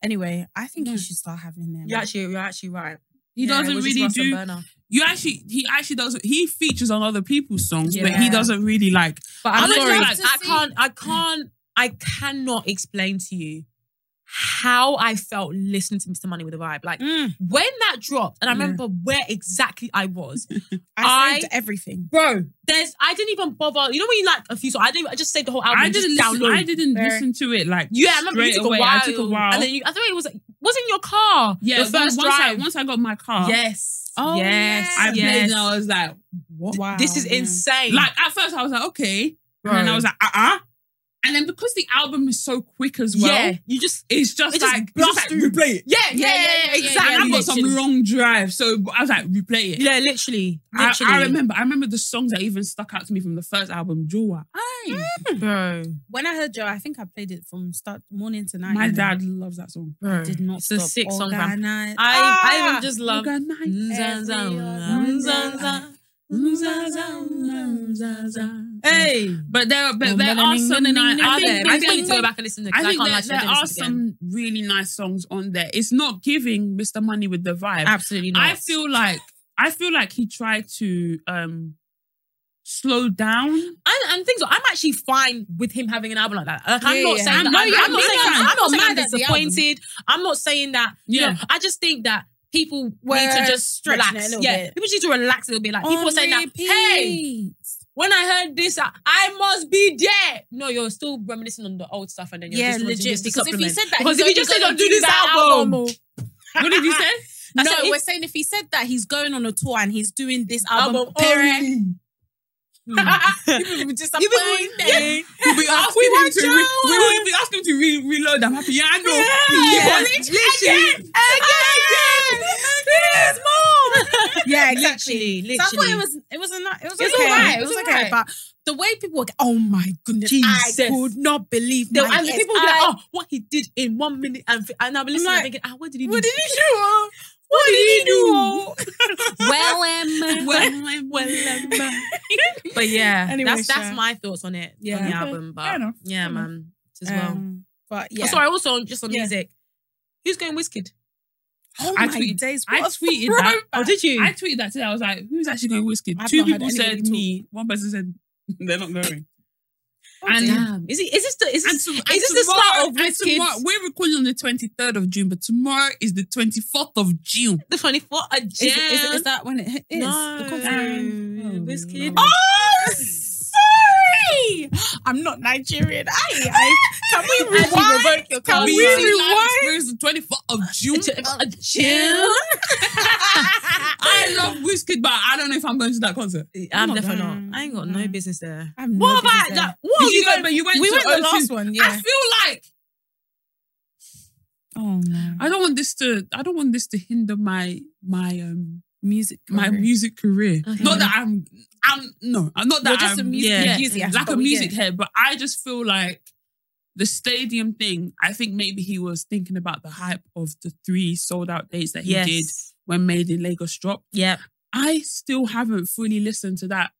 [SPEAKER 3] Anyway, I think
[SPEAKER 1] No.
[SPEAKER 3] you should start having them.
[SPEAKER 2] You're actually you're actually right.
[SPEAKER 1] he
[SPEAKER 2] Yeah, it
[SPEAKER 1] doesn't
[SPEAKER 2] was just
[SPEAKER 1] really
[SPEAKER 2] Russ and
[SPEAKER 1] do.
[SPEAKER 2] Burner.
[SPEAKER 1] You actually, he actually doesn't. He features on other people's songs, but he
[SPEAKER 2] Yeah.
[SPEAKER 1] doesn't really like.
[SPEAKER 2] But I'm
[SPEAKER 1] I would
[SPEAKER 2] sorry,
[SPEAKER 1] love
[SPEAKER 2] like,
[SPEAKER 3] to
[SPEAKER 2] I
[SPEAKER 3] see-
[SPEAKER 2] can't, I can't, I cannot explain to you how I felt listening to Mr. Money with a Vibe. Like
[SPEAKER 3] Mm,
[SPEAKER 2] when that dropped, and I
[SPEAKER 1] Yeah.
[SPEAKER 2] remember where exactly I was,
[SPEAKER 3] I, saved
[SPEAKER 2] I-
[SPEAKER 3] everything.
[SPEAKER 2] bro. There's, I didn't even bother. You know when you like a few, so I didn't. I just saved the whole album.
[SPEAKER 1] I
[SPEAKER 2] and
[SPEAKER 1] didn't.
[SPEAKER 2] just
[SPEAKER 1] Listen,
[SPEAKER 2] download.
[SPEAKER 1] I didn't
[SPEAKER 3] Fair.
[SPEAKER 1] listen to it like.
[SPEAKER 2] Yeah, I remember you
[SPEAKER 1] straight
[SPEAKER 2] took
[SPEAKER 1] away.
[SPEAKER 2] a while.
[SPEAKER 1] I took a while.
[SPEAKER 2] and then you, I thought it was was in your car.
[SPEAKER 1] Yeah,
[SPEAKER 2] your
[SPEAKER 1] but
[SPEAKER 2] first
[SPEAKER 1] once
[SPEAKER 2] drive.
[SPEAKER 1] I, once I got my car,
[SPEAKER 2] yes.
[SPEAKER 3] Oh,
[SPEAKER 2] yes.
[SPEAKER 3] yes.
[SPEAKER 1] I played
[SPEAKER 2] yes.
[SPEAKER 1] and I was like, what?
[SPEAKER 3] Wow.
[SPEAKER 2] This is
[SPEAKER 3] yeah.
[SPEAKER 2] insane.
[SPEAKER 1] Oh, Like at first I was like, okay,
[SPEAKER 2] Bro.
[SPEAKER 1] and then I was like, uh uh and then because the album is so quick as well,
[SPEAKER 2] yeah, you just
[SPEAKER 1] it's just
[SPEAKER 2] It just
[SPEAKER 1] like
[SPEAKER 2] blasts
[SPEAKER 1] it's just
[SPEAKER 2] through.
[SPEAKER 1] like, replay it.
[SPEAKER 2] yeah, yeah, yeah, yeah, exactly.
[SPEAKER 1] And I got some
[SPEAKER 2] Literally.
[SPEAKER 1] long drive, so I was like, replay it.
[SPEAKER 2] Yeah, literally,
[SPEAKER 1] I,
[SPEAKER 2] literally.
[SPEAKER 1] I remember. I remember the songs that even stuck out to me from the first album, Joa. Aye.
[SPEAKER 2] bro.
[SPEAKER 3] When I heard Joe, I think I played it from start morning to night.
[SPEAKER 1] My
[SPEAKER 3] you know.
[SPEAKER 1] dad loves that song.
[SPEAKER 2] bro.
[SPEAKER 3] did not
[SPEAKER 2] it's
[SPEAKER 3] stop.
[SPEAKER 2] a sick song. fam.
[SPEAKER 3] Organize-
[SPEAKER 2] I I
[SPEAKER 3] Ah!
[SPEAKER 2] even just love.
[SPEAKER 1] Organize.
[SPEAKER 2] Zan, zan,
[SPEAKER 3] Every
[SPEAKER 2] zan, zan, zan.
[SPEAKER 1] Zan, zan, zan, zan.
[SPEAKER 2] Hey,
[SPEAKER 1] But there, but
[SPEAKER 2] Well,
[SPEAKER 1] there are
[SPEAKER 2] melanin,
[SPEAKER 1] some.
[SPEAKER 2] melanin,
[SPEAKER 1] nice-
[SPEAKER 2] are
[SPEAKER 1] I
[SPEAKER 2] there?
[SPEAKER 1] think
[SPEAKER 2] I
[SPEAKER 1] there's
[SPEAKER 2] just need to
[SPEAKER 1] some-
[SPEAKER 2] go back and listen to. it
[SPEAKER 1] I
[SPEAKER 2] 'cause I
[SPEAKER 1] think
[SPEAKER 2] can't
[SPEAKER 1] that
[SPEAKER 2] like
[SPEAKER 1] there are some really nice songs on there. It's not giving Mr. Money with the vibe.
[SPEAKER 2] Absolutely not.
[SPEAKER 1] I feel like I feel like he tried to um slow down.
[SPEAKER 2] and, and things. I'm actually fine with him having an album like that. Like, I'm
[SPEAKER 3] Yeah,
[SPEAKER 2] not
[SPEAKER 3] yeah.
[SPEAKER 2] saying
[SPEAKER 3] I'm-
[SPEAKER 2] that.
[SPEAKER 3] no,
[SPEAKER 2] I'm,
[SPEAKER 3] yeah,
[SPEAKER 2] I'm not
[SPEAKER 3] me
[SPEAKER 2] saying
[SPEAKER 3] neither.
[SPEAKER 2] I'm,
[SPEAKER 3] I'm
[SPEAKER 2] not
[SPEAKER 3] not
[SPEAKER 2] saying I'm
[SPEAKER 3] mad at the
[SPEAKER 2] disappointed. I'm not saying that. You
[SPEAKER 1] Yeah.
[SPEAKER 2] know, I just think that people need
[SPEAKER 3] We're
[SPEAKER 2] to just
[SPEAKER 3] stretching it a
[SPEAKER 2] relax.
[SPEAKER 3] little
[SPEAKER 2] yeah,
[SPEAKER 3] bit.
[SPEAKER 2] people just need to relax a little bit. Like people are saying
[SPEAKER 3] repeat.
[SPEAKER 2] that. Hey, when I heard this, I, I must be there. No, you're still reminiscing on the old stuff, and then you're
[SPEAKER 3] Yeah,
[SPEAKER 2] just wanting
[SPEAKER 3] legit,
[SPEAKER 2] just to
[SPEAKER 3] because if he
[SPEAKER 2] supplement.
[SPEAKER 3] said that,
[SPEAKER 2] because if
[SPEAKER 3] he's
[SPEAKER 2] you
[SPEAKER 3] only
[SPEAKER 2] just said,
[SPEAKER 3] gonna
[SPEAKER 2] "Don't do
[SPEAKER 3] do
[SPEAKER 2] this
[SPEAKER 3] that
[SPEAKER 2] album,"
[SPEAKER 3] album.
[SPEAKER 1] What did you say?
[SPEAKER 3] I
[SPEAKER 2] No,
[SPEAKER 3] said,
[SPEAKER 2] if-
[SPEAKER 3] we're saying if he said that he's going on a tour and he's doing this album,
[SPEAKER 2] Album
[SPEAKER 3] Hmm. period.
[SPEAKER 2] only.
[SPEAKER 3] people were disappointed.
[SPEAKER 2] You be- yeah.
[SPEAKER 1] We'll be asking
[SPEAKER 2] We
[SPEAKER 1] him
[SPEAKER 2] want
[SPEAKER 1] to re-
[SPEAKER 2] Joe.
[SPEAKER 1] we will be asking him to re- reload. I'm happy. Yeah, I know.
[SPEAKER 2] Yeah.
[SPEAKER 1] Because-
[SPEAKER 2] Literally.
[SPEAKER 1] Again.
[SPEAKER 2] Please, mom.
[SPEAKER 3] Yeah,
[SPEAKER 2] Literally,
[SPEAKER 3] So I thought
[SPEAKER 2] literally.
[SPEAKER 3] it was it was a, ni- it was
[SPEAKER 2] It was
[SPEAKER 3] okay.
[SPEAKER 2] alright,
[SPEAKER 3] It was okay, but the way people were, oh my goodness, I
[SPEAKER 2] Jesus.
[SPEAKER 3] could not believe
[SPEAKER 2] There-
[SPEAKER 3] my
[SPEAKER 2] and
[SPEAKER 3] ears.
[SPEAKER 2] people would be like,
[SPEAKER 3] I-
[SPEAKER 2] oh, what he did in one minute, and, fi- and I'll be listening
[SPEAKER 3] like,
[SPEAKER 2] and thinking, ah, what did he do?
[SPEAKER 3] what did he do? What,
[SPEAKER 2] did he
[SPEAKER 3] well, um,
[SPEAKER 2] Well, um, well, um, but yeah,
[SPEAKER 3] Anyway,
[SPEAKER 2] that's that's
[SPEAKER 3] sure.
[SPEAKER 2] my thoughts on it
[SPEAKER 3] Yeah.
[SPEAKER 2] on the
[SPEAKER 3] Okay.
[SPEAKER 2] album.
[SPEAKER 1] Fair
[SPEAKER 2] But
[SPEAKER 1] enough.
[SPEAKER 2] yeah,
[SPEAKER 1] Fair enough.
[SPEAKER 2] man, as well.
[SPEAKER 3] Um, but yeah,
[SPEAKER 2] Oh, sorry, also just on
[SPEAKER 3] Yeah.
[SPEAKER 2] music. Who's going Wizkid?
[SPEAKER 3] Oh
[SPEAKER 1] I
[SPEAKER 3] my
[SPEAKER 1] tweeted-
[SPEAKER 3] days,
[SPEAKER 1] I
[SPEAKER 3] what a
[SPEAKER 1] tweeted
[SPEAKER 3] throwback.
[SPEAKER 1] that.
[SPEAKER 2] Oh, did you?
[SPEAKER 1] I tweeted that today. I was like, "Who's actually going whiskey?"
[SPEAKER 3] I've
[SPEAKER 1] Two
[SPEAKER 3] not heard
[SPEAKER 1] people said
[SPEAKER 3] anybody talk.
[SPEAKER 1] me. One person said they're not going.
[SPEAKER 3] Oh,
[SPEAKER 1] and-
[SPEAKER 3] dear.
[SPEAKER 2] Damn. Is, he, is this the is
[SPEAKER 1] And
[SPEAKER 2] this,
[SPEAKER 1] to-
[SPEAKER 2] is
[SPEAKER 1] and
[SPEAKER 2] this the
[SPEAKER 1] tomorrow-
[SPEAKER 2] start of
[SPEAKER 1] and tomorrow-
[SPEAKER 2] Wizkid?
[SPEAKER 1] We're recording on the 23rd of June, but tomorrow is the 24th of June.
[SPEAKER 2] The twenty fourth of
[SPEAKER 3] Is, it- is, it-
[SPEAKER 2] Jan.
[SPEAKER 3] is that when it hit- is?
[SPEAKER 2] No,
[SPEAKER 3] The conference?
[SPEAKER 2] Oh, Wizkid.
[SPEAKER 3] Oh, sorry. I'm not Nigerian. I, I can
[SPEAKER 2] Actually
[SPEAKER 3] we rewind?
[SPEAKER 2] revoke your
[SPEAKER 3] Can
[SPEAKER 2] card.
[SPEAKER 3] we
[SPEAKER 1] Music Live
[SPEAKER 3] rewind?
[SPEAKER 1] Experience, the 24th of June.
[SPEAKER 2] June.
[SPEAKER 1] I love Wizkid, but I don't know if I'm going to that concert.
[SPEAKER 2] I'm
[SPEAKER 3] not
[SPEAKER 2] definitely not.
[SPEAKER 3] going.
[SPEAKER 2] I ain't got no business there.
[SPEAKER 3] I have no
[SPEAKER 2] what
[SPEAKER 3] business
[SPEAKER 2] about
[SPEAKER 3] there.
[SPEAKER 2] that? What
[SPEAKER 1] Did
[SPEAKER 2] are
[SPEAKER 1] you
[SPEAKER 2] you
[SPEAKER 1] go-
[SPEAKER 2] going?
[SPEAKER 1] but you went
[SPEAKER 3] We
[SPEAKER 1] to
[SPEAKER 3] went the
[SPEAKER 1] O2.
[SPEAKER 3] last one,
[SPEAKER 1] I
[SPEAKER 3] yeah.
[SPEAKER 1] feel like
[SPEAKER 3] Oh no.
[SPEAKER 1] I don't want this to. I don't want this to hinder my my um
[SPEAKER 3] Music.
[SPEAKER 1] my
[SPEAKER 3] career.
[SPEAKER 1] music career.
[SPEAKER 2] Okay.
[SPEAKER 1] Not that I'm. I'm no. I'm not that
[SPEAKER 3] You're just a
[SPEAKER 1] I'm
[SPEAKER 3] music
[SPEAKER 2] yeah.
[SPEAKER 3] enthusiast.
[SPEAKER 1] like
[SPEAKER 3] but
[SPEAKER 1] a
[SPEAKER 3] we-
[SPEAKER 1] music
[SPEAKER 3] yeah.
[SPEAKER 1] head, but I just feel like the stadium thing. I think maybe he was thinking about the hype of the three sold out dates that he did
[SPEAKER 2] Yes.
[SPEAKER 1] when Made in Lagos dropped.
[SPEAKER 2] Yep.
[SPEAKER 1] I still haven't fully listened to that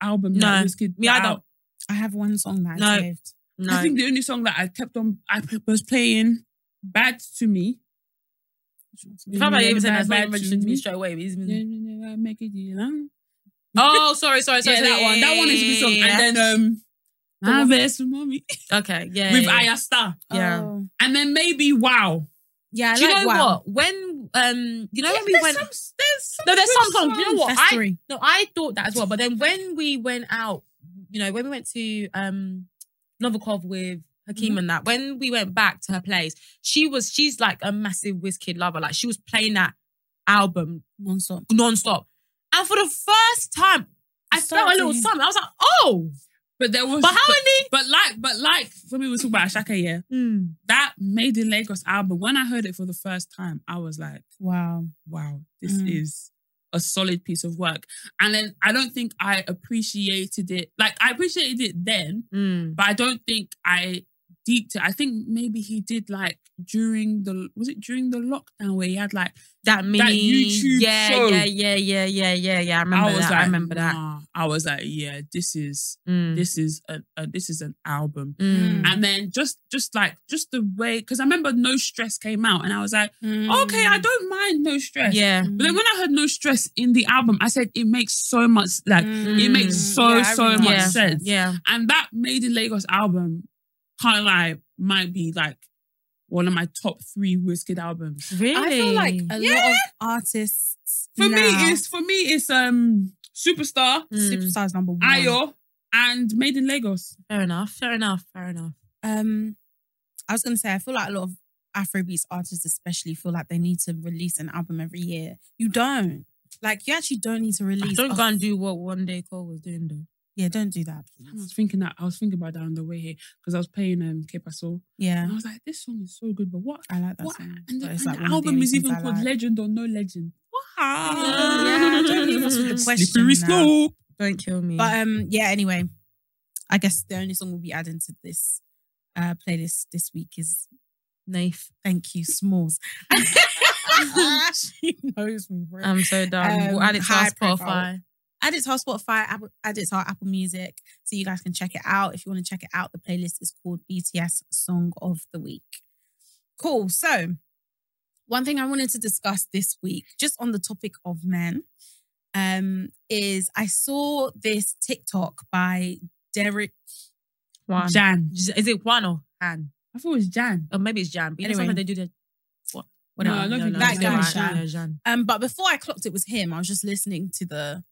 [SPEAKER 1] album.
[SPEAKER 2] No.
[SPEAKER 1] that Wizkid
[SPEAKER 2] Me, I
[SPEAKER 1] put
[SPEAKER 2] don't.
[SPEAKER 1] out.
[SPEAKER 3] I have one song that
[SPEAKER 2] No.
[SPEAKER 3] I saved.
[SPEAKER 2] No.
[SPEAKER 1] I think the only song that I kept on, I p- was playing "Bad to Me."
[SPEAKER 2] the fact that you even said that's
[SPEAKER 1] Bad
[SPEAKER 2] not
[SPEAKER 1] to
[SPEAKER 2] mentioned to
[SPEAKER 1] Me.
[SPEAKER 2] me straight away. it's been-
[SPEAKER 1] Yeah, make it young.
[SPEAKER 2] Oh, sorry, sorry, sorry.
[SPEAKER 1] Yeah, that
[SPEAKER 2] sorry.
[SPEAKER 1] one. That one is a good song.
[SPEAKER 2] Yeah.
[SPEAKER 1] And then um,
[SPEAKER 2] The one-
[SPEAKER 1] my best mommy
[SPEAKER 2] okay, yeah,
[SPEAKER 1] with
[SPEAKER 2] yeah.
[SPEAKER 1] Aya Star.
[SPEAKER 2] Yeah.
[SPEAKER 3] Oh.
[SPEAKER 1] And then maybe Wow.
[SPEAKER 3] Yeah, I
[SPEAKER 2] Do you
[SPEAKER 3] like
[SPEAKER 2] know
[SPEAKER 3] wow.
[SPEAKER 2] what? When um, you know when we
[SPEAKER 1] There's
[SPEAKER 2] went,
[SPEAKER 1] some- there's some
[SPEAKER 2] no, there's
[SPEAKER 1] good
[SPEAKER 2] some songs. Do you know what?
[SPEAKER 3] That's
[SPEAKER 2] I
[SPEAKER 3] three.
[SPEAKER 2] no, I thought that as well. But then when we went out, you know, when we went to um Novikov with Hakeem and that, when we went back to her place, she was she's like a massive Wizkid lover. Like she was playing that album
[SPEAKER 3] Non-stop.
[SPEAKER 2] nonstop, and for the first time, I
[SPEAKER 3] Started
[SPEAKER 2] felt a
[SPEAKER 3] to
[SPEAKER 2] little
[SPEAKER 3] hear-
[SPEAKER 2] something. I was like, oh,
[SPEAKER 1] But there was
[SPEAKER 2] but how
[SPEAKER 1] but,
[SPEAKER 2] many?
[SPEAKER 1] but like but like when we were talking about Ashaka, yeah,
[SPEAKER 2] Mm.
[SPEAKER 1] that Made in Lagos album, when I heard it for the first time, I was like,
[SPEAKER 3] Wow.
[SPEAKER 1] wow, this
[SPEAKER 2] Hmm.
[SPEAKER 3] Mm.
[SPEAKER 1] is a solid piece of work. And then I don't think I appreciated it. Like I appreciated it then,
[SPEAKER 2] Mm.
[SPEAKER 1] but I don't think I deeped it. I think maybe he did like during the was it during the lockdown where he had like
[SPEAKER 2] That mini,
[SPEAKER 1] YouTube
[SPEAKER 2] yeah,
[SPEAKER 1] show.
[SPEAKER 2] yeah, yeah, yeah, yeah, yeah, yeah. I remember
[SPEAKER 1] I was
[SPEAKER 2] that.
[SPEAKER 1] like
[SPEAKER 2] I remember that.
[SPEAKER 1] "Nah." I was like, yeah, this is
[SPEAKER 2] Mm.
[SPEAKER 1] this is a, a this is an album.
[SPEAKER 2] Mm.
[SPEAKER 1] And then just just like just the way because I remember No Stress came out and I was like,
[SPEAKER 3] Mm.
[SPEAKER 1] okay, I don't mind No Stress.
[SPEAKER 2] Mm. Yeah.
[SPEAKER 1] But then when I heard No Stress in the album, I said it makes so much like it makes
[SPEAKER 2] Mm.
[SPEAKER 1] so
[SPEAKER 3] Yeah, I
[SPEAKER 1] so
[SPEAKER 3] remember
[SPEAKER 1] much
[SPEAKER 2] Yeah.
[SPEAKER 1] sense.
[SPEAKER 2] Yeah.
[SPEAKER 1] And that Made in Lagos album, can't lie, might be like one of my top three Wizkid albums.
[SPEAKER 2] Really?
[SPEAKER 3] I feel like a lot
[SPEAKER 1] Yeah.
[SPEAKER 3] of artists
[SPEAKER 1] For me,
[SPEAKER 3] now-
[SPEAKER 1] it's for me it's um Superstar,
[SPEAKER 2] Mm.
[SPEAKER 3] Superstars number one.
[SPEAKER 1] Ayo, and Made in Lagos.
[SPEAKER 2] Fair enough. Fair enough. Fair enough.
[SPEAKER 3] Um, I was gonna say I feel like a lot of Afrobeats artists, especially, feel like they need to release an album every year. You don't. Like you actually don't need to
[SPEAKER 2] I
[SPEAKER 3] release.
[SPEAKER 2] don't
[SPEAKER 3] a-
[SPEAKER 2] go and do what one day Cole was doing though.
[SPEAKER 3] Yeah, don't do that. please.
[SPEAKER 1] I
[SPEAKER 2] Mm.
[SPEAKER 1] was thinking that I was thinking about that on the way here because I was playing um Que Pasó
[SPEAKER 3] Yeah,
[SPEAKER 1] and
[SPEAKER 2] Mm.
[SPEAKER 1] I was like, this song is so good, but what?
[SPEAKER 3] Mm. I like that
[SPEAKER 1] what?
[SPEAKER 3] song.
[SPEAKER 1] And the,
[SPEAKER 3] but it's
[SPEAKER 1] and
[SPEAKER 3] like
[SPEAKER 1] the
[SPEAKER 3] one of the
[SPEAKER 1] album
[SPEAKER 3] only
[SPEAKER 1] is
[SPEAKER 3] things
[SPEAKER 1] even
[SPEAKER 3] I
[SPEAKER 1] called
[SPEAKER 3] like.
[SPEAKER 1] Legend or No Legend. Wow.
[SPEAKER 3] Yeah, don't leave us with the question
[SPEAKER 1] Slippery
[SPEAKER 3] now.
[SPEAKER 1] slope.
[SPEAKER 2] Don't kill me.
[SPEAKER 3] But um, yeah. Anyway, I guess the only song we'll be adding to this uh playlist this week is
[SPEAKER 2] Naif.
[SPEAKER 3] "Thank You Smalls." she knows me, bro.
[SPEAKER 2] I'm so dumb.
[SPEAKER 3] Um,
[SPEAKER 2] we'll add it to our
[SPEAKER 3] high profile.
[SPEAKER 2] Spotify.
[SPEAKER 3] add it to our Spotify, add- add it to our Apple Music, so you guys can check it out. If you want to check it out, the playlist is called BTS Song of the Week. Cool. So, one thing I wanted to discuss this week, just on the topic of men, um, is I saw this TikTok by Derek.
[SPEAKER 2] One.
[SPEAKER 1] Jan.
[SPEAKER 2] J- Is it one or Han?
[SPEAKER 1] I thought it was Jan.
[SPEAKER 2] Or maybe it's Jan. But you know
[SPEAKER 3] Anyway.
[SPEAKER 2] sometimes they do the what?
[SPEAKER 1] No, I don't think
[SPEAKER 3] that
[SPEAKER 2] it's
[SPEAKER 3] guy
[SPEAKER 2] alright.
[SPEAKER 3] is Jan.
[SPEAKER 2] Yeah, Jan.
[SPEAKER 3] Um, but before I clocked it was him, I was just listening to the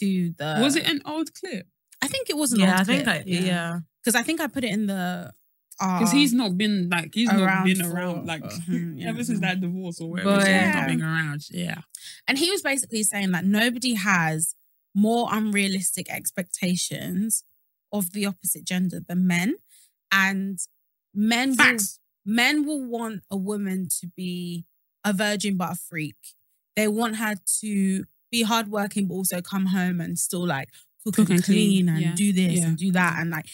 [SPEAKER 3] to the.
[SPEAKER 1] was it an old clip?
[SPEAKER 3] I think it was an
[SPEAKER 2] Yeah,
[SPEAKER 3] old
[SPEAKER 2] I think
[SPEAKER 3] clip,
[SPEAKER 2] I, yeah.
[SPEAKER 3] because I think I put it in the.
[SPEAKER 1] Because he's not been like he's not
[SPEAKER 3] Uh, Around
[SPEAKER 1] been
[SPEAKER 3] for-
[SPEAKER 1] around like
[SPEAKER 3] Mhm, yeah.
[SPEAKER 1] ever since that divorce or whatever.
[SPEAKER 2] But-
[SPEAKER 1] so He's
[SPEAKER 3] Yeah.
[SPEAKER 1] not been around. Yeah.
[SPEAKER 3] And he was basically saying that nobody has more unrealistic expectations of the opposite gender than men. And men will,
[SPEAKER 1] Facts.
[SPEAKER 3] men will want a woman to be a virgin but a freak. They want her to be hardworking but also come home and still like cook, and, clean, and
[SPEAKER 1] yeah,
[SPEAKER 3] do this
[SPEAKER 1] yeah.
[SPEAKER 3] and do that. And like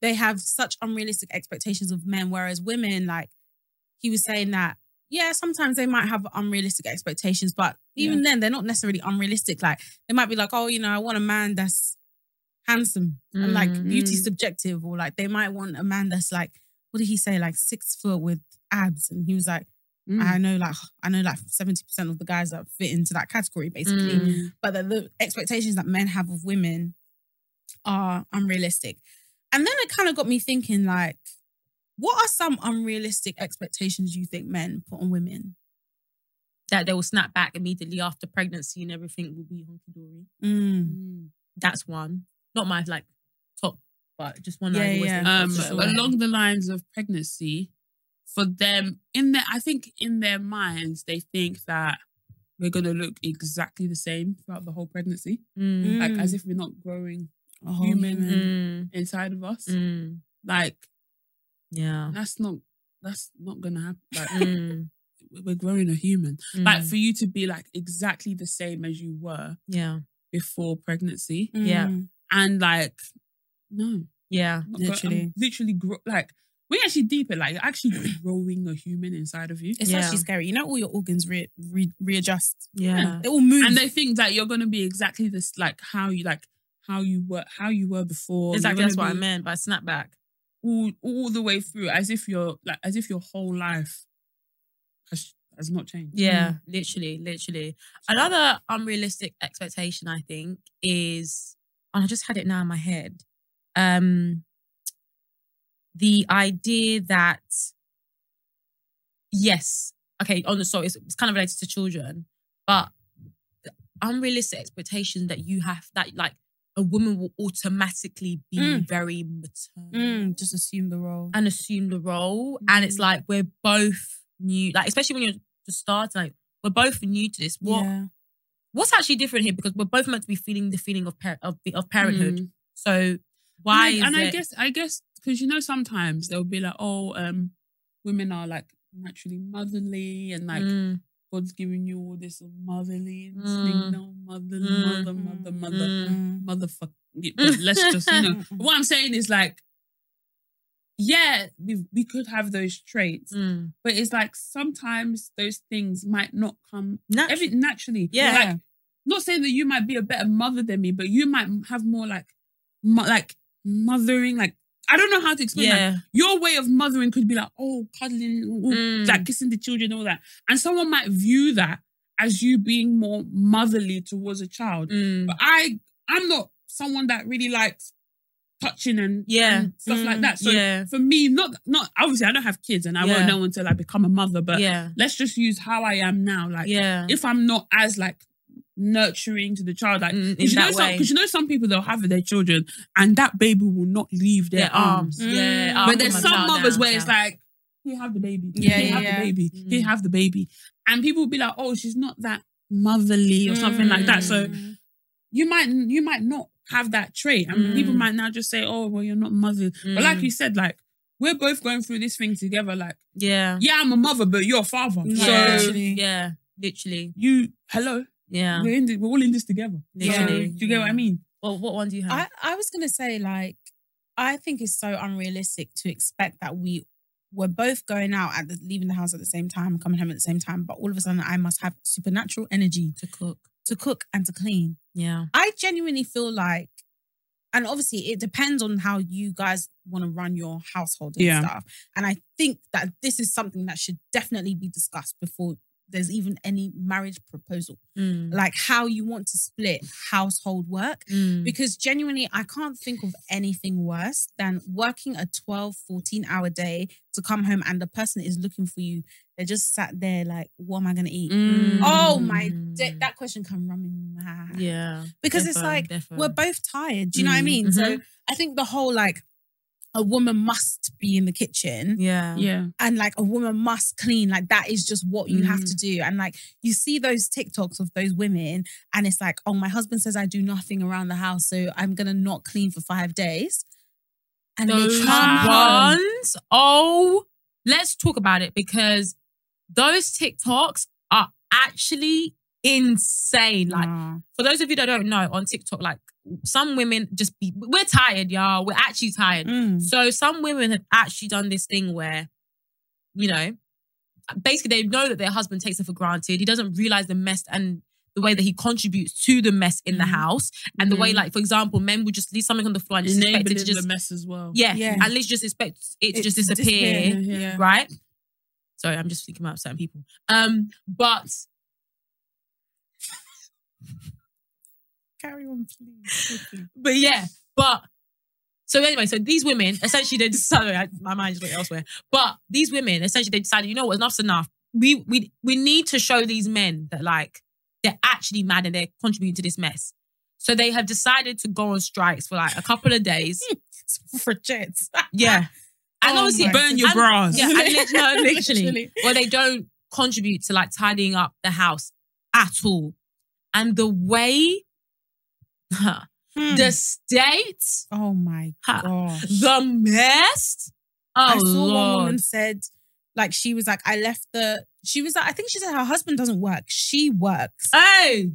[SPEAKER 3] they have such unrealistic expectations of men, whereas women, like he was saying that yeah, sometimes they might have unrealistic expectations, but even then, they're not necessarily unrealistic. Like they might be like, oh, you know, I want a man that's handsome and like
[SPEAKER 2] Mm,
[SPEAKER 3] beauty's
[SPEAKER 1] mm.
[SPEAKER 3] subjective, or like they might want a man that's like, what did he say, like six foot with abs, and he was like, I know, like I know, like seventy percent of the guys that fit into that category, basically.
[SPEAKER 2] Mm.
[SPEAKER 3] But the, the expectations that men have of women are unrealistic, and then it kind of got me thinking, like. What are some unrealistic expectations you think men put on women?
[SPEAKER 2] That they will snap back immediately after pregnancy and everything will be hunky dory.
[SPEAKER 3] Mm.
[SPEAKER 2] That's one. Not my like top, but just one.
[SPEAKER 3] Yeah,
[SPEAKER 2] I always
[SPEAKER 3] yeah.
[SPEAKER 2] think of
[SPEAKER 1] um,
[SPEAKER 2] straight away.
[SPEAKER 1] along the lines of pregnancy, for them in their, I think in their minds they think that we're gonna look exactly the same throughout the whole pregnancy,
[SPEAKER 2] Mm.
[SPEAKER 1] like as if we're not growing
[SPEAKER 3] A
[SPEAKER 1] human.
[SPEAKER 2] Mm.
[SPEAKER 1] inside of us.
[SPEAKER 2] Mm.
[SPEAKER 1] Like
[SPEAKER 2] Yeah.
[SPEAKER 1] that's not that's not gonna happen. Like
[SPEAKER 2] Mm.
[SPEAKER 1] we're growing a human. Like
[SPEAKER 2] Mm.
[SPEAKER 1] for you to be like exactly the same as you were
[SPEAKER 2] yeah.
[SPEAKER 1] before pregnancy,
[SPEAKER 2] Yeah.
[SPEAKER 3] Mm.
[SPEAKER 1] and like no,
[SPEAKER 2] Yeah.
[SPEAKER 1] not gro- I'm
[SPEAKER 3] Literally.
[SPEAKER 1] literally, gro- like We're actually deeper. Like you're actually growing a human inside of you.
[SPEAKER 3] It's
[SPEAKER 2] Yeah.
[SPEAKER 3] actually scary. You know, all your organs re- re- readjust. Mm,
[SPEAKER 2] Yeah.
[SPEAKER 3] They all move.
[SPEAKER 1] and they think that you're going to be exactly this like how you like how you were how you were before You're
[SPEAKER 2] Exactly.
[SPEAKER 1] gonna
[SPEAKER 2] That's what I
[SPEAKER 1] be
[SPEAKER 2] meant by snapback.
[SPEAKER 1] all all the way through as if your like as if your whole life has has not changed
[SPEAKER 3] Mm.
[SPEAKER 2] Yeah, literally, literally. Another unrealistic expectation, I think, is, and I just had it now in my head, um, the idea that, yes, okay, on the so it's, it's kind of related to children, but the unrealistic expectation that you have that like a woman will automatically be
[SPEAKER 3] Mm.
[SPEAKER 2] very maternal
[SPEAKER 3] Mm, just assume the role.
[SPEAKER 2] and assume the role. And
[SPEAKER 1] Mm.
[SPEAKER 2] it's like we're both new, like especially when you're just starting, like we're both new to this. What
[SPEAKER 3] Yeah.
[SPEAKER 2] what's actually different here? Because we're both meant to be feeling the feeling of par- of, of parenthood.
[SPEAKER 1] Mm.
[SPEAKER 2] So why
[SPEAKER 1] and,
[SPEAKER 2] is
[SPEAKER 1] I- and
[SPEAKER 2] it?
[SPEAKER 1] i guess i guess because you know sometimes they'll be like oh um women are like naturally motherly and like
[SPEAKER 2] Mm,
[SPEAKER 1] god's giving you all this motherly
[SPEAKER 2] Mm.
[SPEAKER 1] instinct no mother
[SPEAKER 2] Mm.
[SPEAKER 1] mother mother mother
[SPEAKER 2] Mm.
[SPEAKER 3] Mm.
[SPEAKER 1] motherfucker. But let's just, you know, what I'm saying is like, yeah, we we could have those traits,
[SPEAKER 2] mm.
[SPEAKER 1] but it's like sometimes those things might not come
[SPEAKER 2] Natu-
[SPEAKER 1] every, naturally.
[SPEAKER 2] Yeah.
[SPEAKER 1] like not saying that you might be a better mother than me, but you might have more like, mo- like mothering. Like I don't know how to explain. Like,
[SPEAKER 2] yeah.
[SPEAKER 1] your way of mothering could be like, oh, cuddling, ooh, ooh,
[SPEAKER 2] Mm.
[SPEAKER 1] like kissing the children, all that, and someone might view that as you being more motherly towards a child.
[SPEAKER 2] Mm.
[SPEAKER 1] But I I'm not someone that really likes touching and
[SPEAKER 2] Yeah.
[SPEAKER 1] and stuff like
[SPEAKER 2] Mm,
[SPEAKER 1] that. So
[SPEAKER 2] yeah.
[SPEAKER 1] for me, not not obviously I don't have kids and I
[SPEAKER 2] Yeah.
[SPEAKER 1] won't know until I become a mother. But
[SPEAKER 2] yeah.
[SPEAKER 1] let's just use how I am now. Like
[SPEAKER 2] Yeah.
[SPEAKER 1] if I'm not as like nurturing to the child, like
[SPEAKER 2] Mm, in
[SPEAKER 1] because you know
[SPEAKER 2] that
[SPEAKER 1] some
[SPEAKER 2] way.
[SPEAKER 1] because you know some people they'll have their children and that baby will not leave their, arms.
[SPEAKER 3] Mm.
[SPEAKER 2] Yeah.
[SPEAKER 3] I'll
[SPEAKER 1] But
[SPEAKER 3] put
[SPEAKER 1] there's
[SPEAKER 3] my
[SPEAKER 1] some mothers
[SPEAKER 2] others
[SPEAKER 1] where it's like, here have the baby.
[SPEAKER 3] Yeah,
[SPEAKER 1] here
[SPEAKER 3] yeah,
[SPEAKER 1] have
[SPEAKER 3] yeah.
[SPEAKER 1] the baby. Here
[SPEAKER 2] Mm.
[SPEAKER 1] have the baby. And people will be like, oh, she's not that motherly or something like that. So
[SPEAKER 3] Mm.
[SPEAKER 1] you might you might not have that trait, and
[SPEAKER 2] Mm.
[SPEAKER 1] people might now just say, "Oh, well, you're not mother." But like
[SPEAKER 2] Mm.
[SPEAKER 1] you said, like we're both going through this thing together. Like,
[SPEAKER 2] Yeah.
[SPEAKER 1] yeah, I'm a mother, but you're a father.
[SPEAKER 3] Yeah.
[SPEAKER 1] So
[SPEAKER 2] Yeah.
[SPEAKER 3] Literally.
[SPEAKER 2] yeah. Literally.
[SPEAKER 1] you, hello,
[SPEAKER 2] Yeah.
[SPEAKER 1] we're in this, we're all in this together.
[SPEAKER 2] Literally.
[SPEAKER 1] So, do you get what I
[SPEAKER 2] Yeah.
[SPEAKER 1] mean?
[SPEAKER 2] Well, what one do you have?
[SPEAKER 3] I, I was gonna say like I think it's so unrealistic to expect that we we're both going out at the, leaving the house at the same time, coming home at the same time, but all of a sudden I must have supernatural energy
[SPEAKER 2] to cook.
[SPEAKER 3] to cook and to clean.
[SPEAKER 2] Yeah.
[SPEAKER 3] I genuinely feel like, and obviously it depends on how you guys want to run your household and
[SPEAKER 1] Yeah.
[SPEAKER 3] stuff. And I think that this is something that should definitely be discussed before there's even any marriage proposal,
[SPEAKER 2] Mm.
[SPEAKER 3] like how you want to split household work.
[SPEAKER 2] Mm.
[SPEAKER 3] Because genuinely, I can't think of anything worse than working a 12, 14 hour day to come home and the person is looking for you. They're just sat there like, what am I going to eat?
[SPEAKER 2] Mm.
[SPEAKER 3] Oh my, day. that question can run me mad
[SPEAKER 2] Yeah.
[SPEAKER 3] because it's
[SPEAKER 2] Defo,
[SPEAKER 3] like
[SPEAKER 2] defo.
[SPEAKER 3] we're both tired. Do you know what I
[SPEAKER 2] Mm,
[SPEAKER 3] mean? So I think the whole like a woman must be in the kitchen
[SPEAKER 2] Yeah.
[SPEAKER 1] Yeah,
[SPEAKER 3] and like a woman must clean. Like that is just what you have
[SPEAKER 1] Mm.
[SPEAKER 3] to do. And like you see those TikToks of those women, and it's like, oh, my husband says I do nothing around the house, so I'm gonna not clean for five days. And
[SPEAKER 2] those
[SPEAKER 3] they come home.
[SPEAKER 2] ones. Oh, let's talk about it because those TikToks are actually insane. Like
[SPEAKER 3] Nah.
[SPEAKER 2] for those of you that don't know, on TikTok, like some women just be we're tired, y'all. We're actually tired.
[SPEAKER 3] Mm.
[SPEAKER 2] So some women have actually done this thing where, you know, basically they know that their husband takes it for granted. He doesn't realize the mess and the way that he contributes to the mess in the
[SPEAKER 1] Mhm.
[SPEAKER 2] house and the way,
[SPEAKER 1] Mhm.
[SPEAKER 2] like for example, men would just leave something on the floor and just expect it
[SPEAKER 1] enabling
[SPEAKER 2] to just
[SPEAKER 1] the mess as well.
[SPEAKER 2] yeah,
[SPEAKER 3] Yeah.
[SPEAKER 2] and let's just expect it to
[SPEAKER 3] It
[SPEAKER 2] just
[SPEAKER 3] to
[SPEAKER 2] disappear,
[SPEAKER 3] disappear,
[SPEAKER 1] yeah, yeah.
[SPEAKER 2] right? Sorry, I'm just thinking about certain people. Um, but
[SPEAKER 3] Carry on, please. Okay.
[SPEAKER 2] but yeah, but so anyway, so these women essentially they decided I- my mind just went elsewhere. But these women essentially they decided, you know what, enough's enough. We we we need to show these men that like they're actually mad and they're contributing to this mess. So they have decided to go on strikes for like a couple of days.
[SPEAKER 3] Frigets.
[SPEAKER 2] Yeah. And
[SPEAKER 3] Oh
[SPEAKER 2] obviously,
[SPEAKER 3] my
[SPEAKER 1] Burn your
[SPEAKER 2] and-
[SPEAKER 1] bras.
[SPEAKER 2] Yeah, and lit- no, literally.
[SPEAKER 3] Literally.
[SPEAKER 2] Or they don't contribute to like tidying up the house at all. And the way,
[SPEAKER 3] Hmm.
[SPEAKER 2] the state,
[SPEAKER 3] oh my
[SPEAKER 2] Ha.
[SPEAKER 3] gosh.
[SPEAKER 2] the mess. Oh,
[SPEAKER 3] I saw
[SPEAKER 2] Lord.
[SPEAKER 3] one woman said, like, she was like, I left the. She was like, I think she said her husband doesn't work. She works.
[SPEAKER 2] Hey,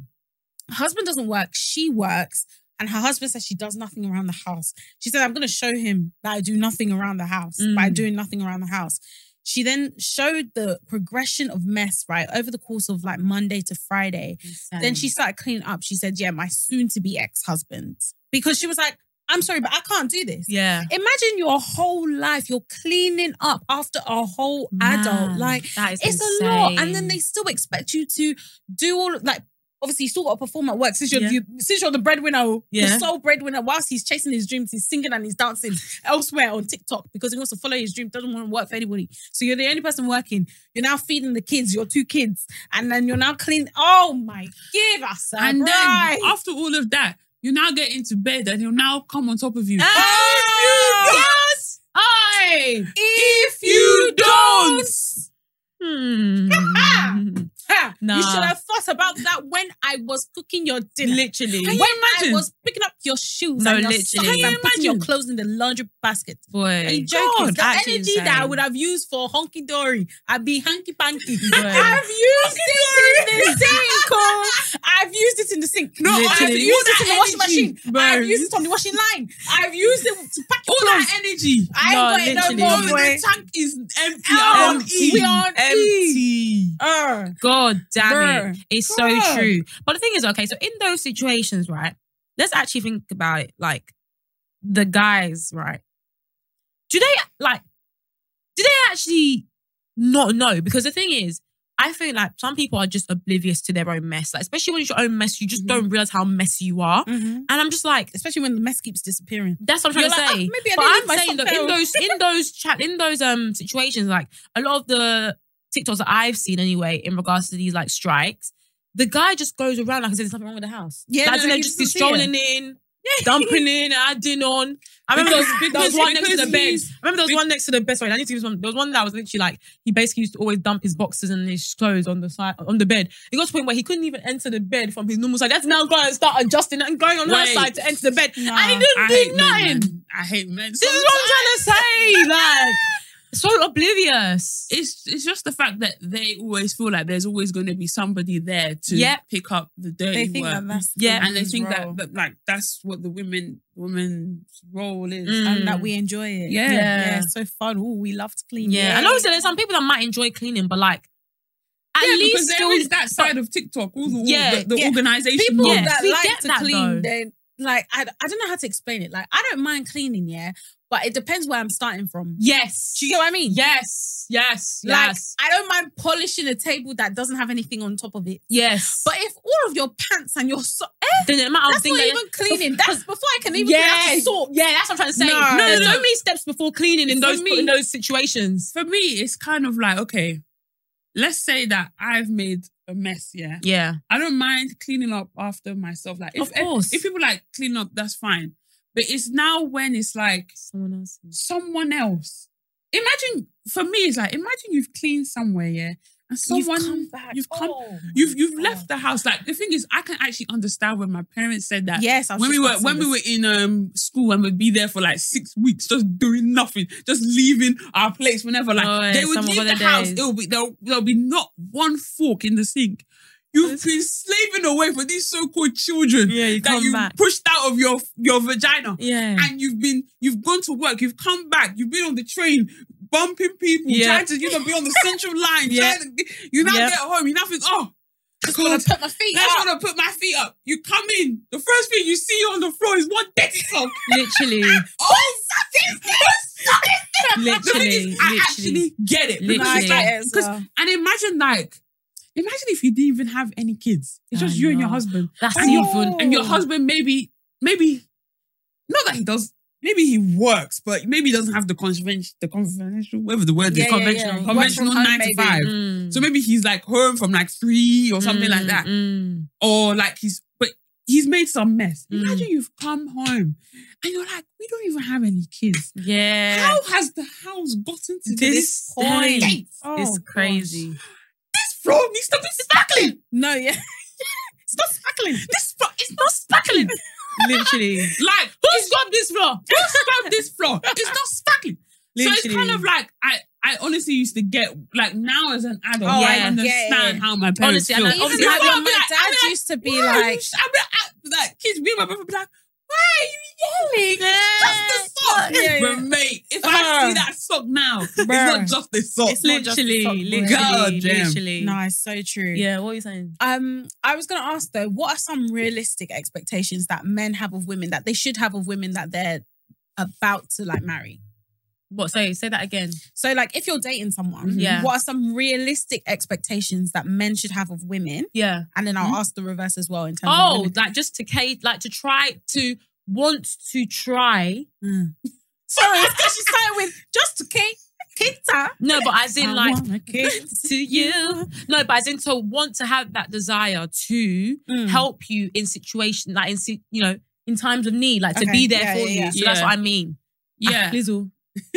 [SPEAKER 3] Her husband doesn't work. She works. And her husband says she does nothing around the house. She said, I'm going to show him that I do nothing around the house by
[SPEAKER 2] Mm.
[SPEAKER 3] doing nothing around the house. She then showed the progression of mess, right, over the course of like Monday to Friday. Then she started cleaning up. She said, Yeah, my soon to be ex husband. Because she was like, I'm sorry, but I can't do this.
[SPEAKER 2] yeah.
[SPEAKER 3] Imagine your whole life, you're cleaning up after a whole adult.
[SPEAKER 2] Man,
[SPEAKER 3] Like,
[SPEAKER 2] that is
[SPEAKER 3] it's a lot. And then
[SPEAKER 2] insane.
[SPEAKER 3] they still expect you to do all, like, obviously, you still got to perform at work since you're,
[SPEAKER 2] Yeah.
[SPEAKER 3] you, since you're the breadwinner,
[SPEAKER 2] Yeah.
[SPEAKER 3] the sole breadwinner, whilst he's chasing his dreams, he's singing and he's dancing elsewhere on TikTok because he wants to follow his dream, doesn't want to work for anybody. So you're the only person working. You're now feeding the kids, your two kids, and then you're now cleaning. Oh my, give us a
[SPEAKER 1] And
[SPEAKER 3] break.
[SPEAKER 1] then after all of that, you now get into bed and he'll now come on top of you.
[SPEAKER 3] Ah! Oh,
[SPEAKER 2] Yes.
[SPEAKER 1] Aye!
[SPEAKER 3] if
[SPEAKER 1] you don't.
[SPEAKER 2] Hmm.
[SPEAKER 3] Ha!
[SPEAKER 2] Nah.
[SPEAKER 3] You should have thought about that when I was cooking your dinner.
[SPEAKER 2] Literally.
[SPEAKER 3] When
[SPEAKER 1] imagine?
[SPEAKER 3] I was picking up your shoes
[SPEAKER 2] No,
[SPEAKER 3] and your
[SPEAKER 2] literally.
[SPEAKER 3] socks
[SPEAKER 2] Can
[SPEAKER 3] and
[SPEAKER 2] you
[SPEAKER 3] putting your
[SPEAKER 1] imagine?
[SPEAKER 3] clothes in the laundry basket.
[SPEAKER 2] Boy.
[SPEAKER 3] Are you joking?
[SPEAKER 2] God,
[SPEAKER 3] the
[SPEAKER 2] actually
[SPEAKER 3] energy that I
[SPEAKER 2] insane.
[SPEAKER 3] would have used for honky dory, I'd be hanky panky.
[SPEAKER 2] Boy.
[SPEAKER 3] I've used it in the sink. oh. I've used it in the sink. No, I've
[SPEAKER 2] Literally.
[SPEAKER 3] used it in the
[SPEAKER 1] All
[SPEAKER 3] washing
[SPEAKER 1] that energy,
[SPEAKER 3] machine. I've
[SPEAKER 1] bro.
[SPEAKER 3] used it on the washing line. I've used it to pack your
[SPEAKER 1] All
[SPEAKER 3] clothes.
[SPEAKER 1] that energy.
[SPEAKER 3] I
[SPEAKER 2] No,
[SPEAKER 3] ain't got it
[SPEAKER 2] literally.
[SPEAKER 3] no
[SPEAKER 1] Oh,
[SPEAKER 3] more.
[SPEAKER 2] No,
[SPEAKER 3] boy.
[SPEAKER 1] the tank is empty.
[SPEAKER 3] Out.
[SPEAKER 1] I'm on E.
[SPEAKER 3] Oh, We on E.
[SPEAKER 1] empty.
[SPEAKER 3] Uh.
[SPEAKER 2] God damn
[SPEAKER 3] Bruh,
[SPEAKER 2] it. It's
[SPEAKER 3] God.
[SPEAKER 2] so true. But the thing is, okay, so in those situations, right, let's actually think about it. Like, the guys, right? Do they, like, do they actually not know? Because the thing is, I feel like some people are just oblivious to their own mess. Like, especially when it's your own mess, you just
[SPEAKER 3] Mhm.
[SPEAKER 2] don't realize how messy you are.
[SPEAKER 3] Mm-hmm.
[SPEAKER 2] And I'm just like,
[SPEAKER 3] Especially when the mess keeps disappearing.
[SPEAKER 2] that's what I'm trying
[SPEAKER 3] You're
[SPEAKER 2] to
[SPEAKER 3] like,
[SPEAKER 2] say.
[SPEAKER 3] "Ah, maybe I
[SPEAKER 2] but
[SPEAKER 3] didn't leave my
[SPEAKER 2] I'm saying
[SPEAKER 3] sock
[SPEAKER 2] that in
[SPEAKER 3] there."
[SPEAKER 2] those in those chat in those um situations, like a lot of the TikToks that I've seen anyway, in regards to these like strikes, the guy just goes around like as if there's something wrong with the house. like,
[SPEAKER 3] Yeah, no,
[SPEAKER 2] as in
[SPEAKER 3] no,
[SPEAKER 2] they're
[SPEAKER 3] he
[SPEAKER 2] just
[SPEAKER 3] doesn't see
[SPEAKER 2] strolling in, dumping in, adding on. I remember there was,
[SPEAKER 1] Because-
[SPEAKER 2] there was one
[SPEAKER 1] because
[SPEAKER 2] next to the bed.
[SPEAKER 1] he's-
[SPEAKER 2] I remember there was one next to the bed. Sorry, I need to give one. There was one that was literally like he basically used to always dump his boxes and his clothes on the side on the bed. It got to a point where he couldn't even enter the bed from his normal side. That's now going and start adjusting and going on
[SPEAKER 1] Wait.
[SPEAKER 2] her side to enter the bed.
[SPEAKER 3] Nah,
[SPEAKER 2] I didn't
[SPEAKER 1] I
[SPEAKER 2] do
[SPEAKER 1] hate
[SPEAKER 2] nothing.
[SPEAKER 1] men. man. I hate men.
[SPEAKER 2] This is what I'm trying to say. Like, so oblivious.
[SPEAKER 1] it's it's just the fact that they always feel like there's always going to be somebody there to
[SPEAKER 2] Yep.
[SPEAKER 1] pick up the dirty
[SPEAKER 3] They think
[SPEAKER 1] work.
[SPEAKER 3] that that's the
[SPEAKER 2] Yeah.
[SPEAKER 1] and they
[SPEAKER 3] woman's
[SPEAKER 1] think
[SPEAKER 3] role.
[SPEAKER 1] that, that like that's what the women women's role is.
[SPEAKER 2] Mm.
[SPEAKER 3] and that we enjoy it.
[SPEAKER 1] Yeah.
[SPEAKER 3] yeah, it's so fun. Ooh, we love to clean.
[SPEAKER 2] yeah. And obviously, there's some people that might enjoy cleaning, but like, at
[SPEAKER 1] yeah,
[SPEAKER 2] least
[SPEAKER 1] because there
[SPEAKER 2] still-
[SPEAKER 1] is that side of TikTok, all the
[SPEAKER 2] Yeah,
[SPEAKER 1] the, the
[SPEAKER 3] yeah.
[SPEAKER 1] organization.
[SPEAKER 3] Mm-hmm. people
[SPEAKER 1] of-
[SPEAKER 2] Yeah.
[SPEAKER 3] that
[SPEAKER 2] we
[SPEAKER 3] like
[SPEAKER 2] get
[SPEAKER 3] to
[SPEAKER 2] that, though.
[SPEAKER 3] clean, then like I, I don't know how to explain it. Like I don't mind cleaning, yeah, but it depends where I'm starting from.
[SPEAKER 2] Yes.
[SPEAKER 3] Do you get what I mean?
[SPEAKER 2] Yes. Yes.
[SPEAKER 3] Like
[SPEAKER 2] yes.
[SPEAKER 3] I don't mind polishing a table that doesn't have anything on top of it.
[SPEAKER 2] Yes.
[SPEAKER 3] But if all of your pants and your so- eh,
[SPEAKER 2] then the amount of
[SPEAKER 3] that's
[SPEAKER 2] things
[SPEAKER 3] not
[SPEAKER 2] that-
[SPEAKER 3] even cleaning. That's before I can even
[SPEAKER 2] yeah,
[SPEAKER 3] yeah. sort.
[SPEAKER 2] yeah, that's what I'm trying to say.
[SPEAKER 3] No.
[SPEAKER 2] There's
[SPEAKER 1] No,
[SPEAKER 2] so
[SPEAKER 1] no.
[SPEAKER 2] many steps before cleaning in
[SPEAKER 1] For
[SPEAKER 2] those
[SPEAKER 1] me-
[SPEAKER 2] in those situations.
[SPEAKER 1] For me, it's kind of like okay, let's say that I've made a mess. Yeah,
[SPEAKER 2] Yeah,
[SPEAKER 1] I don't mind cleaning up after myself. Like, if,
[SPEAKER 2] Of course.
[SPEAKER 1] if, if people like clean up, that's fine. But it's now when it's like
[SPEAKER 2] someone else.
[SPEAKER 1] someone else. Imagine for me, it's like imagine you've cleaned somewhere, yeah, and someone
[SPEAKER 3] you've come back.
[SPEAKER 1] you've come-
[SPEAKER 3] Oh my
[SPEAKER 1] you've you've
[SPEAKER 3] God.
[SPEAKER 1] left the house. Like the thing is, I can actually understand when my parents said that.
[SPEAKER 3] Yes, I was
[SPEAKER 1] When we
[SPEAKER 3] just
[SPEAKER 1] were
[SPEAKER 3] about to say
[SPEAKER 1] when we
[SPEAKER 3] this.
[SPEAKER 1] were in um school and we'd be there for like six weeks just doing nothing, just leaving our place whenever. Like
[SPEAKER 2] Oh, yeah,
[SPEAKER 1] they would
[SPEAKER 2] some of
[SPEAKER 1] leave the
[SPEAKER 2] other
[SPEAKER 1] house,
[SPEAKER 2] days.
[SPEAKER 1] it'll be there'll, there'll be not one fork in the sink. You've been slaving away for these so-called children
[SPEAKER 2] Yeah, you
[SPEAKER 1] that
[SPEAKER 2] come
[SPEAKER 1] you
[SPEAKER 2] back.
[SPEAKER 1] pushed out of your your vagina
[SPEAKER 2] Yeah,
[SPEAKER 1] and you've been you've gone to work, you've come back, you've been on the train bumping people,
[SPEAKER 2] Yeah.
[SPEAKER 1] trying to you know be on the central line,
[SPEAKER 2] Yeah.
[SPEAKER 1] trying to, you now
[SPEAKER 2] Yeah.
[SPEAKER 1] get home, you now think, oh,
[SPEAKER 3] Just want to put my feet
[SPEAKER 1] I just
[SPEAKER 3] up.
[SPEAKER 1] want to put my feet up. You come in, the first thing you see on the floor is one dirty sock.
[SPEAKER 2] literally,
[SPEAKER 1] oh, sock is this? The
[SPEAKER 2] Literally,
[SPEAKER 1] thing is, I
[SPEAKER 2] literally.
[SPEAKER 1] actually get it because
[SPEAKER 2] Literally.
[SPEAKER 1] it's
[SPEAKER 2] I
[SPEAKER 1] like,
[SPEAKER 2] get
[SPEAKER 3] it as
[SPEAKER 1] because
[SPEAKER 3] well.
[SPEAKER 1] and imagine like. Imagine if you didn't even have any kids. It's
[SPEAKER 2] I
[SPEAKER 1] just you and your
[SPEAKER 2] know.
[SPEAKER 1] husband
[SPEAKER 2] that's
[SPEAKER 1] and your,
[SPEAKER 2] even
[SPEAKER 1] and your husband maybe maybe not that he does maybe he works but maybe he doesn't have the convention the conventional whatever the word
[SPEAKER 3] Yeah,
[SPEAKER 1] is
[SPEAKER 3] yeah, yeah.
[SPEAKER 1] conventional
[SPEAKER 3] He works
[SPEAKER 1] conventional
[SPEAKER 3] from home,
[SPEAKER 1] nine to
[SPEAKER 3] maybe.
[SPEAKER 1] five
[SPEAKER 2] Mm.
[SPEAKER 1] so maybe he's like home from like three or something like
[SPEAKER 2] Mm,
[SPEAKER 1] that
[SPEAKER 2] mm.
[SPEAKER 1] or like he's but he's made some mess
[SPEAKER 2] Mm.
[SPEAKER 1] imagine you've come home and you're like we don't even have any kids
[SPEAKER 2] Yeah.
[SPEAKER 1] how has the house gotten to this,
[SPEAKER 2] This
[SPEAKER 1] point
[SPEAKER 2] state.
[SPEAKER 3] Oh,
[SPEAKER 2] it's
[SPEAKER 3] gosh.
[SPEAKER 2] crazy.
[SPEAKER 1] this floor needs to be sparkling
[SPEAKER 3] No, yeah. it's not sparkling.
[SPEAKER 1] this floor is not sparkling
[SPEAKER 2] Literally.
[SPEAKER 1] Like, who scrubbed this floor? Who scrubbed this floor? It's not sparkling. So it's
[SPEAKER 2] Literally.
[SPEAKER 1] kind of like I, I honestly used to get like now as an adult,
[SPEAKER 2] Oh,
[SPEAKER 1] I
[SPEAKER 2] yeah.
[SPEAKER 1] understand
[SPEAKER 3] Yeah, yeah.
[SPEAKER 1] how my parents
[SPEAKER 2] Honestly,
[SPEAKER 1] feel.
[SPEAKER 2] and I-
[SPEAKER 3] Even
[SPEAKER 2] Obviously,
[SPEAKER 3] like
[SPEAKER 2] I'd be
[SPEAKER 1] Before I'd
[SPEAKER 3] when
[SPEAKER 1] be like-
[SPEAKER 3] my
[SPEAKER 1] I'd
[SPEAKER 3] dad
[SPEAKER 1] be like,
[SPEAKER 3] used to be
[SPEAKER 1] "Why are you
[SPEAKER 3] like,
[SPEAKER 1] sh-" I'd be like, I- like kids, me and my brother would be like,
[SPEAKER 2] are you yelling? It's just the sock.
[SPEAKER 1] But mate, if I see that sock now, it's not just this sock.
[SPEAKER 2] It's not just the
[SPEAKER 3] Literally,
[SPEAKER 2] sock,
[SPEAKER 3] literally,
[SPEAKER 1] God damn.
[SPEAKER 2] literally.
[SPEAKER 3] No, it's so true.
[SPEAKER 2] Yeah, what are you saying?
[SPEAKER 3] Um, I was gonna ask though, what are some realistic expectations that men have of women that they should have of women that they're about to like marry?
[SPEAKER 2] What? Say say that again.
[SPEAKER 3] So, like, if you're dating someone,
[SPEAKER 2] Mhm. Yeah.
[SPEAKER 3] what are some realistic expectations that men should have of women?
[SPEAKER 2] Yeah.
[SPEAKER 3] And then I'll ask the reverse as well in terms of
[SPEAKER 2] Mm-hmm. Oh,
[SPEAKER 3] women.
[SPEAKER 2] like just to Kate, like to try to want to try.
[SPEAKER 3] sorry, it's 'cause she started with just okay, kita.
[SPEAKER 2] No, but as in like
[SPEAKER 3] wanna kiss
[SPEAKER 2] to you. No, but as in to want to have that desire to
[SPEAKER 3] Mm.
[SPEAKER 2] help you in situation, like in si- you know, in times of need, like to
[SPEAKER 3] Okay.
[SPEAKER 2] be there
[SPEAKER 3] Yeah,
[SPEAKER 2] for
[SPEAKER 3] yeah,
[SPEAKER 2] you.
[SPEAKER 3] yeah.
[SPEAKER 2] So that's
[SPEAKER 1] Yeah.
[SPEAKER 2] what I mean.
[SPEAKER 1] Yeah.
[SPEAKER 2] Ah, Lizzle.